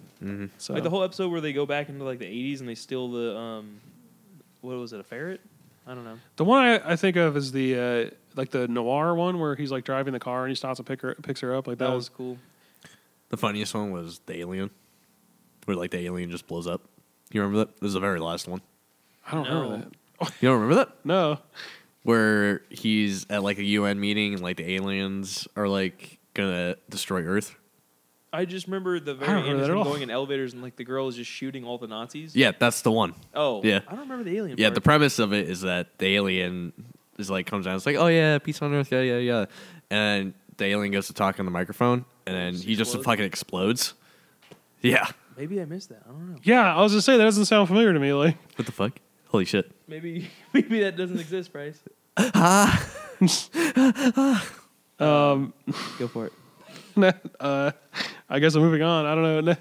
Speaker 1: so.
Speaker 2: Like the whole episode where they go back into like the '80s and they steal the um, what was it? A ferret? I don't know.
Speaker 1: The one I, I think of is the uh, like the noir one where he's like driving the car and he stops and pick her, picks her up. Like
Speaker 2: That
Speaker 1: that,
Speaker 2: was cool.
Speaker 5: The funniest one was the alien, where like the alien just blows up. You remember that? This is the very last one.
Speaker 1: I don't
Speaker 2: No.
Speaker 1: remember that.
Speaker 5: You don't remember that?
Speaker 1: No,
Speaker 5: Where he's at like a UN meeting and like the aliens are like gonna destroy Earth.
Speaker 2: I just remember the very
Speaker 1: don't
Speaker 2: end
Speaker 1: remember
Speaker 2: is
Speaker 1: that at
Speaker 2: him
Speaker 1: all.
Speaker 2: going in elevators and like the girl is just shooting all the Nazis.
Speaker 5: Yeah, that's the one.
Speaker 2: Oh
Speaker 5: Yeah.
Speaker 2: I don't remember the alien.
Speaker 5: Yeah,
Speaker 2: part.
Speaker 5: the premise of it is that the alien is like comes down. It's like, oh yeah, peace on Earth, yeah, yeah, yeah. And the alien goes to talk on the microphone, and then
Speaker 2: Just
Speaker 5: he just
Speaker 2: explodes.
Speaker 5: fucking explodes. Yeah. [LAUGHS]
Speaker 2: Maybe I missed that. I don't know.
Speaker 1: yeah, I was just saying that doesn't sound familiar to me. Like
Speaker 5: What the fuck? Holy shit.
Speaker 2: Maybe [LAUGHS] maybe that doesn't exist, Bryce.
Speaker 1: [LAUGHS] Um,
Speaker 2: Go for it.
Speaker 1: uh, I guess I'm moving on. I don't know.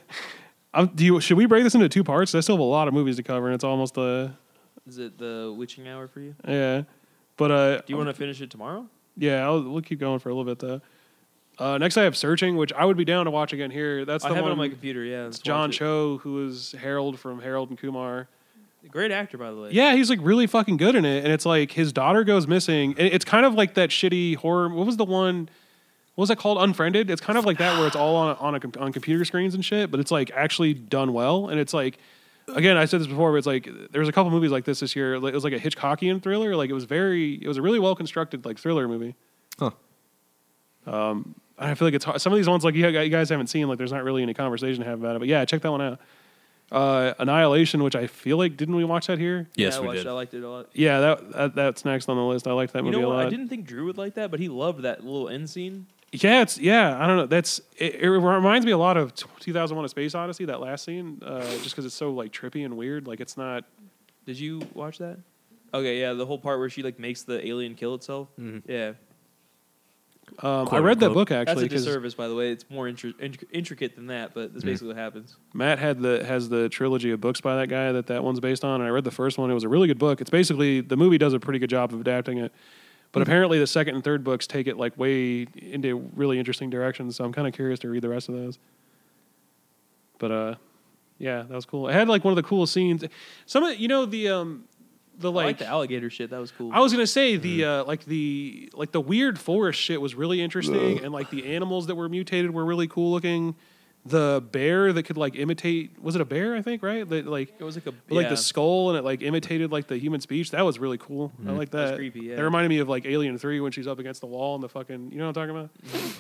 Speaker 1: I'm, do you, should we break this into two parts? I still have a lot of movies to cover, and it's almost uh,
Speaker 2: Is it the witching hour for you?
Speaker 1: yeah. But uh,
Speaker 2: Do you want to finish it tomorrow?
Speaker 1: yeah, I'll, we'll keep going for a little bit though. Uh, next, I have Searching, which I would be down to watch again here. That's
Speaker 2: I
Speaker 1: the
Speaker 2: have
Speaker 1: one.
Speaker 2: it on my computer. Yeah,
Speaker 1: it's
Speaker 2: let's
Speaker 1: John
Speaker 2: watch it.
Speaker 1: Cho, who is Harold from Harold and Kumar.
Speaker 2: great actor by the way.
Speaker 1: Yeah, he's like really fucking good in it, and it's like his daughter goes missing. and It's kind of like that shitty horror. What was the one? What was that called? Unfriended. It's kind of like that where it's all on on a, com- on computer screens and shit, but it's like actually done well. And it's like, again, I said this before, but it's like there was a couple movies like this this year. like, It was like a Hitchcockian thriller. Like it was very, it was a really well constructed like thriller movie.
Speaker 5: Huh.
Speaker 1: Um, I feel like it's hard. some of these ones like you you guys haven't seen. Like there's not really any conversation to have about it. But yeah, check that one out. Uh, Annihilation, which I feel like didn't we watch that here?
Speaker 3: Yes,
Speaker 2: Yeah, I
Speaker 3: we
Speaker 2: watched
Speaker 3: did.
Speaker 2: it. I liked it a lot.
Speaker 1: Yeah, that, that that's next on the list. I liked that
Speaker 2: you
Speaker 1: movie
Speaker 2: know
Speaker 1: a
Speaker 2: what?
Speaker 1: lot.
Speaker 2: I didn't think Drew would like that, but he loved that little end scene.
Speaker 1: Yeah, it's yeah. I don't know. That's it, it reminds me a lot of 2001: A Space Odyssey. That last scene, uh, just because it's so like trippy and weird. Like it's not.
Speaker 2: Did you watch that? Okay, yeah, the whole part where she like makes the alien kill itself. Yeah,
Speaker 1: Um, I
Speaker 3: Quote,
Speaker 1: read that book
Speaker 3: unquote.
Speaker 1: Mm-hmm. actually
Speaker 2: that's a
Speaker 1: because
Speaker 2: disservice, by the way. It's more intri- intri- intricate than that, but
Speaker 1: Mm-hmm.
Speaker 2: that's basically what happens.
Speaker 1: Matt had the has the trilogy of books by that guy that that one's based on, and I read the first one. It was a really good book. It's basically the movie does a pretty good job of adapting it,
Speaker 2: Hmm.
Speaker 1: but apparently the second and third books take it like way into really interesting directions. So I'm kind of curious to read the rest of those. But uh, yeah, that was cool. It had like one of the coolest scenes. Some of you know the um the
Speaker 2: I
Speaker 1: like
Speaker 2: like the alligator shit. That was cool.
Speaker 1: I was gonna say the uh, like the like the weird forest shit was really interesting, and like the animals that were mutated were really cool looking. The bear that could like imitate was it a bear? I think right. That like
Speaker 2: it was like a
Speaker 1: but, like
Speaker 2: yeah.
Speaker 1: the skull and it like imitated like the human speech. That was really cool. I like
Speaker 2: was
Speaker 1: that.
Speaker 2: Mm. creepy, yeah.
Speaker 1: That reminded me of like Alien Three when she's up against the wall and the fucking you know what I'm talking about.
Speaker 2: Which,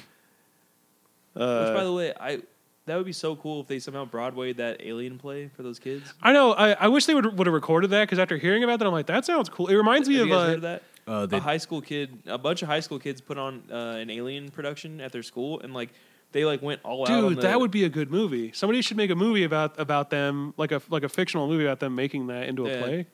Speaker 2: by
Speaker 1: Uh,
Speaker 2: the way, I that would be so cool if they somehow Broadway that alien play for those kids.
Speaker 1: I know. I, I wish they would would have recorded that because after hearing about that, I'm like, that sounds cool. It reminds me
Speaker 2: Have
Speaker 1: of,
Speaker 2: you guys
Speaker 1: uh,
Speaker 2: heard of that?
Speaker 3: Uh,
Speaker 2: a
Speaker 3: they,
Speaker 2: high school kid, a bunch of high school kids put on uh, an alien production at their school, and like they like went all out. on
Speaker 1: Dude,
Speaker 2: the-
Speaker 1: that would be a good movie. Somebody should make a movie about about them, like a like a fictional movie about them making that into a
Speaker 2: Yeah.
Speaker 1: play.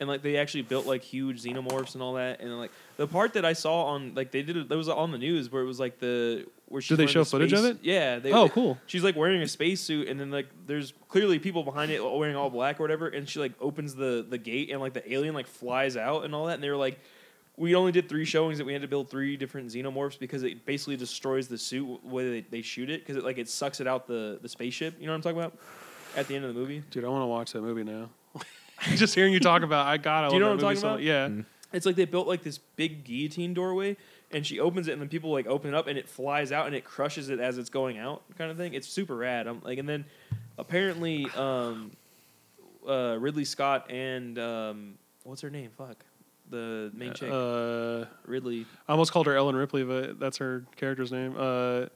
Speaker 2: and like they actually built like huge xenomorphs and all that, and like the part that I saw on like they did it, that was on the news where it was like the where she
Speaker 1: Did they show footage of it?
Speaker 2: Yeah. They,
Speaker 1: Oh,
Speaker 2: they-
Speaker 1: cool.
Speaker 2: She's like wearing a spacesuit, and then like there's clearly people behind it wearing all black or whatever, and she like opens the the gate, and like the alien like flies out and all that, and they were like. We only did three showings that we had to build three different xenomorphs because it basically destroys the suit w- whether they, they shoot it because it like it sucks it out the, the spaceship. You know what I'm talking about? At the end of the movie,
Speaker 1: Dude, I want to watch that movie now. [LAUGHS] Just hearing you talk about, I got.
Speaker 2: Do you know what I'm talking
Speaker 1: Yeah,
Speaker 2: It's like they built like this big guillotine doorway, and she opens it, and then people like open it up, and it flies out, and it crushes it as it's going out, kind of thing. It's super rad. I'm like, and then apparently, um, uh, Ridley Scott and um, what's her name? Fuck, the main chick,
Speaker 1: Uh,
Speaker 2: Ridley
Speaker 1: I almost called her Ellen Ripley, but that's her character's name. Uh,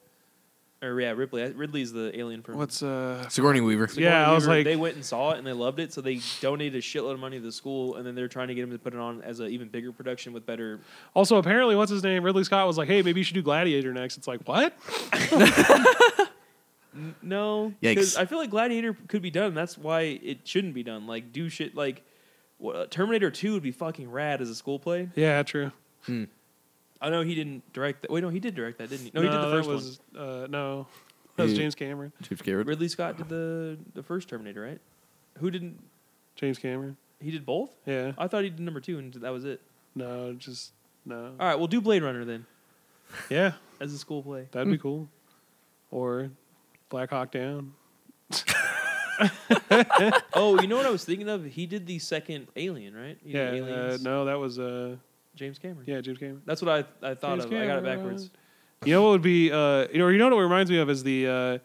Speaker 2: or yeah, Ripley. I- Ridley's the alien from.
Speaker 1: what's uh?
Speaker 3: Sigourney Weaver.
Speaker 2: Sigourney
Speaker 1: yeah, I was
Speaker 2: Weaver,
Speaker 1: like-
Speaker 2: they went and saw it and they loved it, so they donated a shitload of money to the school, and then they're trying to get him to put it on as an even bigger production with better.
Speaker 1: Also, apparently, what's his name? Ridley Scott was like, "Hey, maybe you should do Gladiator next." It's like, what?
Speaker 2: No,
Speaker 3: Yikes.
Speaker 2: because I feel like Gladiator could be done. That's why it shouldn't be done. Like do shit like wha- Terminator Two would be fucking rad as a school play.
Speaker 1: Yeah, true.
Speaker 3: Hmm.
Speaker 2: I know he didn't direct that. Wait, no, he did direct that, didn't he? No, he did the
Speaker 1: that
Speaker 2: first
Speaker 1: was, Uh, no, that was
Speaker 3: He-
Speaker 1: James Cameron.
Speaker 3: James
Speaker 2: one.
Speaker 3: Cameron.
Speaker 2: Ridley Scott did the the first Terminator, right? Who didn't?
Speaker 1: James Cameron.
Speaker 2: He did both.
Speaker 1: Yeah.
Speaker 2: I thought he did number two, and that was it.
Speaker 1: No, just no.
Speaker 2: All right, we'll do Blade Runner then
Speaker 1: Yeah.
Speaker 2: as a
Speaker 1: [LAUGHS]
Speaker 2: school play.
Speaker 1: That'd be cool. Or Black Hawk Down.
Speaker 2: Oh, you know what I was thinking of? He did the second Alien, right? He
Speaker 1: yeah.
Speaker 2: did
Speaker 1: Uh,
Speaker 2: Aliens.
Speaker 1: no, that was uh,
Speaker 2: James Cameron.
Speaker 1: yeah, James Cameron.
Speaker 2: That's what I I thought
Speaker 1: James
Speaker 2: of. I got
Speaker 1: Cameron.
Speaker 2: it backwards.
Speaker 1: You know what would be uh, you know, you know what it reminds me of is the uh,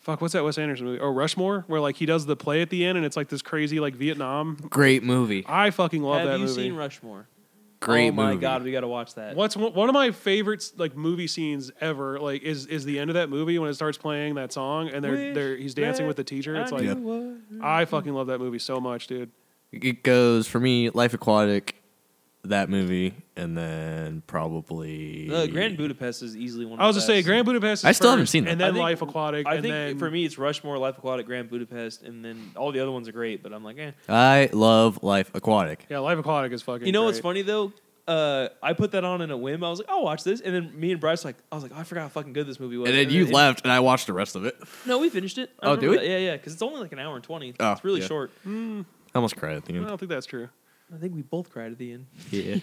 Speaker 1: fuck, what's that Wes Anderson movie? Oh, Rushmore, where like he does the play at the end, and it's like this crazy like Vietnam.
Speaker 3: Great movie.
Speaker 1: I fucking love
Speaker 2: Have
Speaker 1: that
Speaker 2: you
Speaker 1: movie.
Speaker 2: seen Rushmore?
Speaker 3: Great
Speaker 2: Oh my
Speaker 3: movie.
Speaker 2: god, we got to watch that.
Speaker 1: What's one one of my favorite like movie scenes ever? Like is is the end of that movie when it starts playing that song and they're
Speaker 2: Wish
Speaker 1: they're he's dancing
Speaker 2: that
Speaker 1: with the teacher. It's
Speaker 2: I
Speaker 1: like
Speaker 2: knew what-
Speaker 1: I fucking love that movie so much, dude.
Speaker 3: It goes for me, Life Aquatic, that movie, and then probably
Speaker 2: The Grand Budapest is easily one. Of
Speaker 1: I was
Speaker 2: the
Speaker 1: just saying,
Speaker 2: best.
Speaker 1: Grand Budapest. Is
Speaker 3: I still haven't
Speaker 1: first,
Speaker 3: seen that.
Speaker 1: And
Speaker 2: I
Speaker 1: then
Speaker 2: think-
Speaker 1: Life Aquatic.
Speaker 2: I
Speaker 1: and
Speaker 2: think
Speaker 1: then,
Speaker 2: for me, it's Rushmore, Life Aquatic, Grand Budapest, and then all the other ones are great. But I'm like, eh.
Speaker 3: I love Life Aquatic.
Speaker 1: yeah, Life Aquatic is fucking.
Speaker 2: You know what's
Speaker 1: great.
Speaker 2: funny though? Uh, I put that on in a whim. I was like, I'll watch this, and then me and Bryce like, I was like, I forgot how fucking good this movie was.
Speaker 3: And then you
Speaker 2: it-
Speaker 3: left, and I watched the rest of it.
Speaker 2: No, we finished it. I
Speaker 3: Oh,
Speaker 2: remember
Speaker 3: did we?
Speaker 2: that. Yeah, yeah, because it's only like an hour and twenty.
Speaker 3: Oh,
Speaker 2: it's really
Speaker 3: yeah.
Speaker 2: short.
Speaker 3: I almost cried at the
Speaker 1: I
Speaker 3: end.
Speaker 1: don't think that's true.
Speaker 2: I think we both cried at the end.
Speaker 5: [LAUGHS]
Speaker 3: Yeah.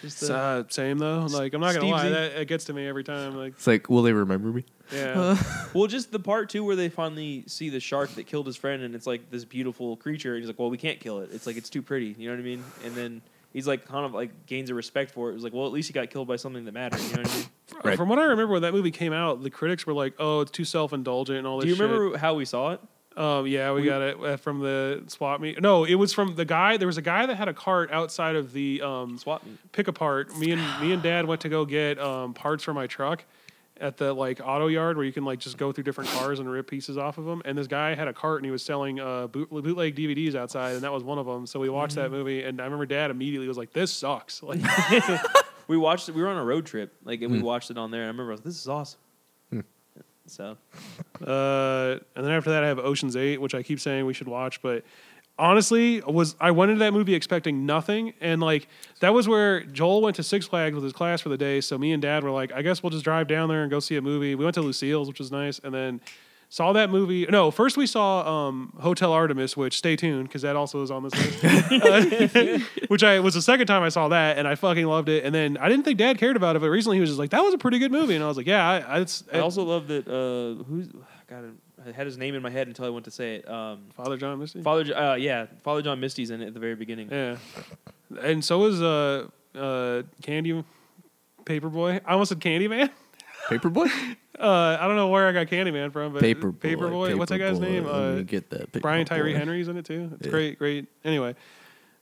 Speaker 2: Just,
Speaker 1: It's,
Speaker 2: uh,
Speaker 1: uh, same though. Like I'm not gonna
Speaker 2: Steve
Speaker 1: lie,
Speaker 2: Z.
Speaker 1: that it gets to me every time. Like
Speaker 3: It's like, will they remember me?
Speaker 1: yeah,
Speaker 2: [LAUGHS] well, just the part two where they finally see the shark that killed his friend, and it's like this beautiful creature, and he's like, "Well, we can't kill it. It's like it's too pretty." You know what I mean? And then he's like, kind of like gains a respect for it. It was like, "Well, at least he got killed by something that mattered." You know what I mean?
Speaker 3: Right.
Speaker 1: From what I remember, when that movie came out, the critics were like, "Oh, it's too self indulgent and [LAUGHS] all this."
Speaker 2: Do you
Speaker 1: shit."
Speaker 2: remember how we saw it?
Speaker 1: Um, yeah, we, got it uh, from the swap meet. No, it was from the guy. There was a guy that had a cart outside of the um,
Speaker 2: Swap meet.
Speaker 1: pick apart. Me and me and Dad went to go get um, parts for my truck at the like auto yard where you can like just go through different cars and rip pieces off of them. And this guy had a cart and he was selling uh, boot, bootleg DVDs outside, and that was one of them. So we watched that movie, and I remember Dad immediately was like, "This sucks." [LAUGHS] Like,
Speaker 2: We watched it. We were on a road trip, like, and
Speaker 1: Mm.
Speaker 2: we watched it on there. And I remember, I was like, this is awesome.
Speaker 1: Hmm.
Speaker 2: So
Speaker 1: Uh, and then after that, I have Ocean's Eight, which I keep saying we should watch. But honestly, was I went into that movie expecting nothing, and like that was where Joel went to Six Flags with his class for the day. So me and Dad were like, I guess we'll just drive down there and go see a movie. We went to Lucille's, which was nice, and then saw that movie. No, first we saw um, Hotel Artemis, which stay tuned because that also is on this list. Uh, [LAUGHS] which I was the second time I saw that, and I fucking loved it. And then I didn't think Dad cared about it, but recently he was just like, "That was a pretty good movie," and I was like, "Yeah, I, I, it's,
Speaker 2: I also love that. Uh, who's God? I had his name in my head until I went to say it. Um,
Speaker 1: Father John Misty."
Speaker 2: Father, Jo- uh, yeah, Father John Misty's in it at the very beginning.
Speaker 1: Yeah, and so is uh uh Candy Paperboy. I almost said Candyman.
Speaker 3: Paperboy?
Speaker 1: Uh, I don't know where I got Candyman from, [LAUGHS] but
Speaker 3: Paperboy.
Speaker 1: Paperboy. What's that guy's
Speaker 3: Paperboy.
Speaker 1: name?
Speaker 3: Let me
Speaker 1: Uh,
Speaker 3: get that.
Speaker 1: Brian Tyree
Speaker 3: Paperboy.
Speaker 1: Henry's in it too. It's
Speaker 3: Yeah.
Speaker 1: great, great. Anyway,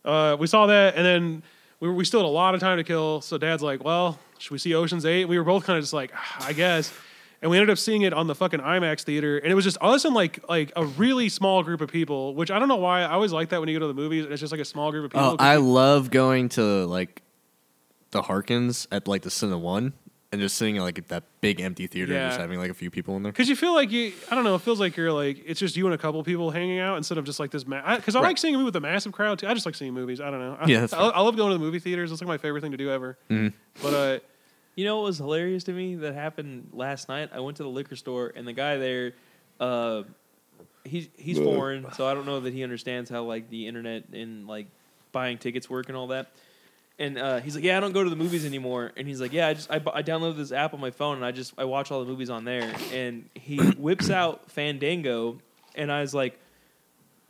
Speaker 1: uh, we saw that, and then we were, we still had a lot of time to kill. So Dad's like, "Well, should we see Ocean's 8? We were both kind of just like, "Ah, "I guess." And we ended up seeing it on the fucking IMAX theater, and it was just us and like like a really small group of people, which I don't know why. I always like that when you go to the movies, and it's just like a small group of people.
Speaker 3: Oh,
Speaker 1: 'cause
Speaker 5: I
Speaker 1: you-
Speaker 5: love going to like the Harkins at like the Cinema One and just sitting like at that big empty theater, and just
Speaker 1: Yeah.
Speaker 5: having like a few people in there.
Speaker 1: Because you feel like you, I don't know, it feels like you're like, it's just you and a couple people hanging out instead of just like this. Because I,
Speaker 5: Right.
Speaker 1: like seeing a movie with a massive crowd too. I just like seeing movies. I don't know. I,
Speaker 5: Yeah, that's Mm-hmm.
Speaker 1: I, I love going to the movie theaters. It's like my favorite thing to do ever. But uh,
Speaker 2: You know what was hilarious to me that happened last night? I went to the liquor store and the guy there, uh, he's he's foreign, so I don't know that he understands how like the internet and like buying tickets work and all that. And uh, he's like, "Yeah, I don't go to the movies anymore." And he's like, "Yeah, I just I, bu- I downloaded this app on my phone and I just I watch all the movies on there." And he [COUGHS] whips out Fandango, and I was like,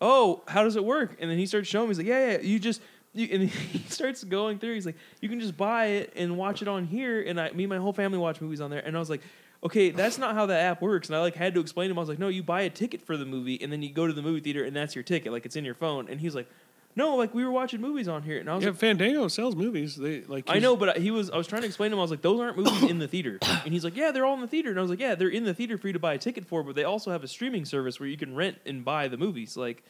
Speaker 2: oh, how does it work? And then he starts showing me. He's like, yeah, yeah, you just. You, and [LAUGHS] he starts going through. He's like, you can just buy it and watch it on here. And I, me and my whole family watch movies on there. And I was like, okay, that's not how that app works. And I like had to explain to him. I was like, no, you buy a ticket for the movie, and then you go to the movie theater, and that's your ticket. Like it's in your phone. And he's like, no, like we were watching movies on here. And I was
Speaker 1: yeah,
Speaker 2: like,
Speaker 1: Fandango sells movies. They like
Speaker 2: I know, but he was. I was trying to explain to him. I was like, those aren't movies in the theater. And he's like, yeah, they're all in the theater. And I was like, yeah, they're in the theater for you to buy a ticket for, but they also have a streaming service where you can rent and buy the movies. Like,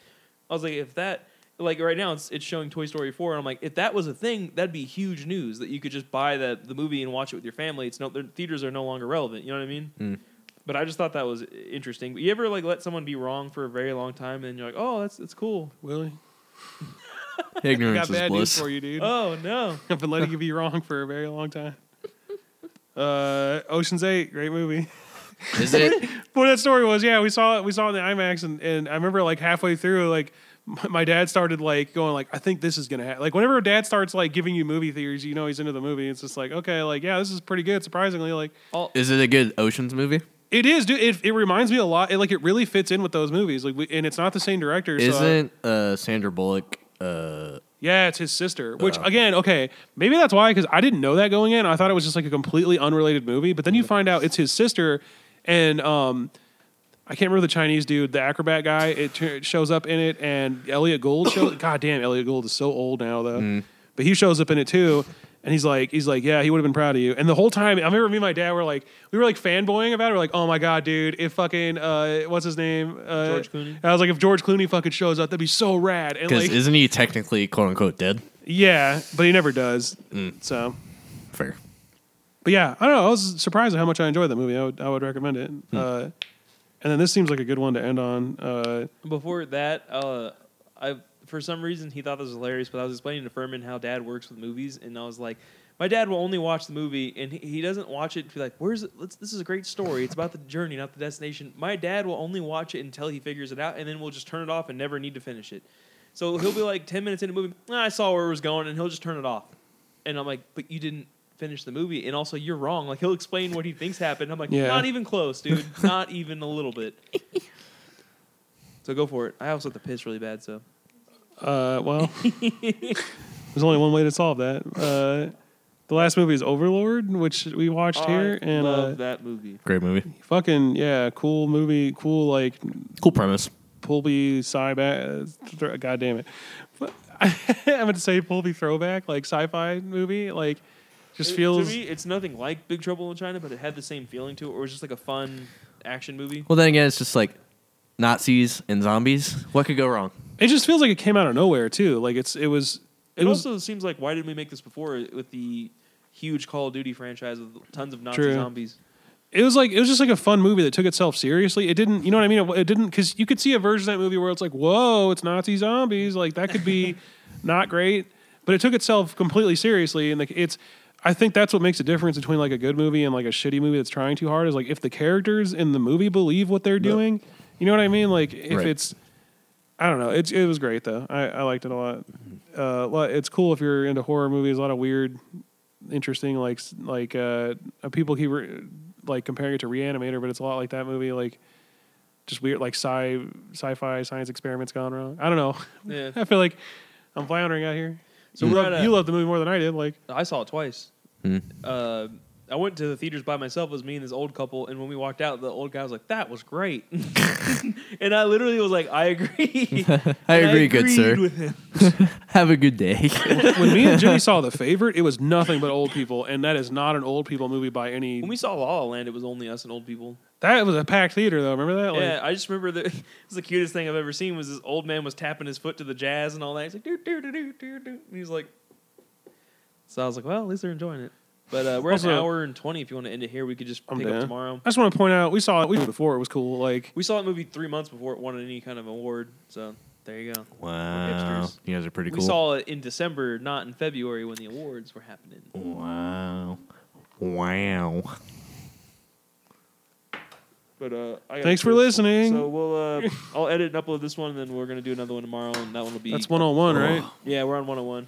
Speaker 2: I was like, if that, like right now, it's it's showing Toy Story four, and I'm like, if that was a thing, that'd be huge news that you could just buy the the movie and watch it with your family. It's no, the theaters are no longer relevant. You know what I mean? But I just thought that was interesting. But you ever like let someone be wrong for a very long time, and you're like, oh, that's that's cool.
Speaker 1: Willie, I
Speaker 5: [LAUGHS] Ignorance
Speaker 1: got
Speaker 5: is
Speaker 1: bad news
Speaker 5: bliss.
Speaker 1: for you, dude.
Speaker 2: Oh no.
Speaker 1: I've been letting you be wrong for a very long
Speaker 2: [LAUGHS]
Speaker 1: time. Uh, Ocean's Eight, great movie.
Speaker 5: [LAUGHS] Is
Speaker 1: [LAUGHS]
Speaker 5: it?
Speaker 1: But that story was, yeah, we saw it. We saw it in the IMAX, and, and I remember like halfway through, like my, my dad started like going like, I think this is gonna happen. Like whenever dad starts like giving you movie theories, you know he's into the movie. It's just like, okay, like yeah, this is pretty good. Surprisingly, like
Speaker 2: All,
Speaker 5: Is it a good Ocean's movie?
Speaker 1: it is, dude. It, it reminds me a lot. It, like it really fits in with those movies. Like, we, and it's not the same director. so I-
Speaker 5: Isn't uh, Sandra Bullock? Uh,
Speaker 1: yeah, it's his sister. Which again, okay, maybe that's why because I didn't know that going in. I thought it was just like a completely unrelated movie, but then you find out it's his sister, and um, I can't remember the Chinese dude, the acrobat guy. It tur- shows up in it, and Elliot Gould shows. [COUGHS] God damn, Elliot Gould is so old now though,
Speaker 2: Mm.
Speaker 1: but he shows up in it too. And he's like, he's like, yeah, he would have been proud of you. And the whole time, I remember me and my dad were like, we were like fanboying about it. We're like, oh my god, dude, if fucking, uh, what's his name, uh,
Speaker 2: George Clooney?
Speaker 1: I was like, if George Clooney fucking shows up, that'd be so rad. And
Speaker 5: because
Speaker 1: like,
Speaker 5: isn't he technically quote unquote dead?
Speaker 1: yeah, but he never does.
Speaker 2: Mm.
Speaker 1: So,
Speaker 5: Fair.
Speaker 1: but yeah, I don't know. I was surprised at how much I enjoyed that movie. I would, I would recommend it.
Speaker 2: Hmm.
Speaker 1: Uh, and then this seems like a good one to end on. Uh,
Speaker 2: Before that, uh, I for some reason he thought this was hilarious, but I was explaining to Furman how dad works with movies, and I was like, my dad will only watch the movie, and he, he doesn't watch it to be like, where's it? Let's, this is a great story. It's about the journey, not the destination. My dad will only watch it until he figures it out, and then we'll just turn it off and never need to finish it. So he'll be like ten minutes into the movie, "Ah, I saw where it was going, and he'll just turn it off. And I'm like, but you didn't finish the movie, and also you're wrong. Like he'll explain what he thinks happened. I'm like,
Speaker 1: Yeah.
Speaker 2: not even close, dude. not even a little bit. So go for it. I also have to piss really bad, so.
Speaker 1: uh, well,
Speaker 2: [LAUGHS]
Speaker 1: there's only one way to solve that. Uh, the last movie is Overlord, which we watched here,
Speaker 2: Oh, I
Speaker 1: and
Speaker 2: love
Speaker 1: uh,
Speaker 2: that movie.
Speaker 5: Great movie.
Speaker 1: fucking yeah, cool movie, cool like
Speaker 5: Cool premise.
Speaker 1: Pulby cyback. Th- God damn it! But- [LAUGHS] I'm going to say Pulby throwback, like sci-fi movie. Like, just
Speaker 2: It-
Speaker 1: feels.
Speaker 2: to me, it's nothing like Big Trouble in China, but it had the same feeling to it, or it was just like a fun action movie.
Speaker 3: Well, then again, it's just like Nazis and zombies. What could go wrong?
Speaker 1: It just feels like it came out of nowhere too. Like it's it was
Speaker 2: It,
Speaker 1: it was
Speaker 2: also seems like why didn't we make this before with the huge Call of Duty franchise with tons of Nazi
Speaker 1: True.
Speaker 2: zombies?
Speaker 1: it was like it was just like a fun movie that took itself seriously. It didn't, you know what I mean? It, it didn't because you could see a version of that movie where it's like, whoa, it's Nazi zombies. Like that could be not great, but it took itself completely seriously. And like it's, I think that's what makes a difference between like a good movie and like a shitty movie that's trying too hard. Is like if the characters in the movie believe what they're doing, you know what I mean? Like if
Speaker 3: Right.
Speaker 1: it's, I don't know. It's it was great though. I, I liked it a lot. Uh, lo- it's cool if you're into horror movies. A lot of weird interesting like s- like uh people keep re- like comparing it to reanimator but it's a lot like that movie like just weird like sci sci-fi science experiments gone wrong i don't know [LAUGHS]
Speaker 2: Yeah,
Speaker 1: i feel like i'm floundering out here
Speaker 2: So
Speaker 1: so you,
Speaker 2: we're
Speaker 1: love,
Speaker 2: at a-
Speaker 1: you loved the movie more than i did like
Speaker 2: I saw it twice.
Speaker 3: Hmm.
Speaker 2: Uh, I went to the theaters by myself. It was me and this old couple, and when we walked out, the old guy was like, "That was great," [LAUGHS] and I literally was like,
Speaker 1: [LAUGHS]
Speaker 2: "I agree." And
Speaker 3: I agree, good
Speaker 2: agreed
Speaker 3: sir.
Speaker 2: with him.
Speaker 3: [LAUGHS] Have a good day.
Speaker 1: when me and jimmy saw the favorite it was nothing but old people and that is not an old people movie by any
Speaker 2: When we saw La La Land, it was only us and old people.
Speaker 1: that was a packed theater though remember that [LAUGHS] like
Speaker 2: yeah, I just remember that [LAUGHS] it was the cutest thing I've ever seen. Was this old man was tapping his foot to the jazz and all that. He's like, "Do do do do do do," and he's like. So I was like, "Well, at least they're enjoying it." But uh, we're at an
Speaker 1: Also-
Speaker 2: hour and twenty. If you want to end it here, we could just
Speaker 1: I'm
Speaker 2: pick
Speaker 1: down.
Speaker 2: up tomorrow.
Speaker 1: i just want to point out we saw it we before it was cool like
Speaker 2: We saw that movie three months before it won any kind of award. So there you go.
Speaker 3: wow,
Speaker 2: Hipsters.
Speaker 3: you guys are pretty
Speaker 2: We
Speaker 3: cool.
Speaker 2: saw it in December, not in February when the awards were happening.
Speaker 3: wow, wow.
Speaker 2: But uh, I gotta
Speaker 1: thanks for
Speaker 2: poop.
Speaker 1: listening
Speaker 2: So we'll uh, I'll edit and upload this one, and then we're gonna do another one tomorrow, and that one will be
Speaker 1: that's one oh on one right
Speaker 2: Yeah, we're on one hundred one.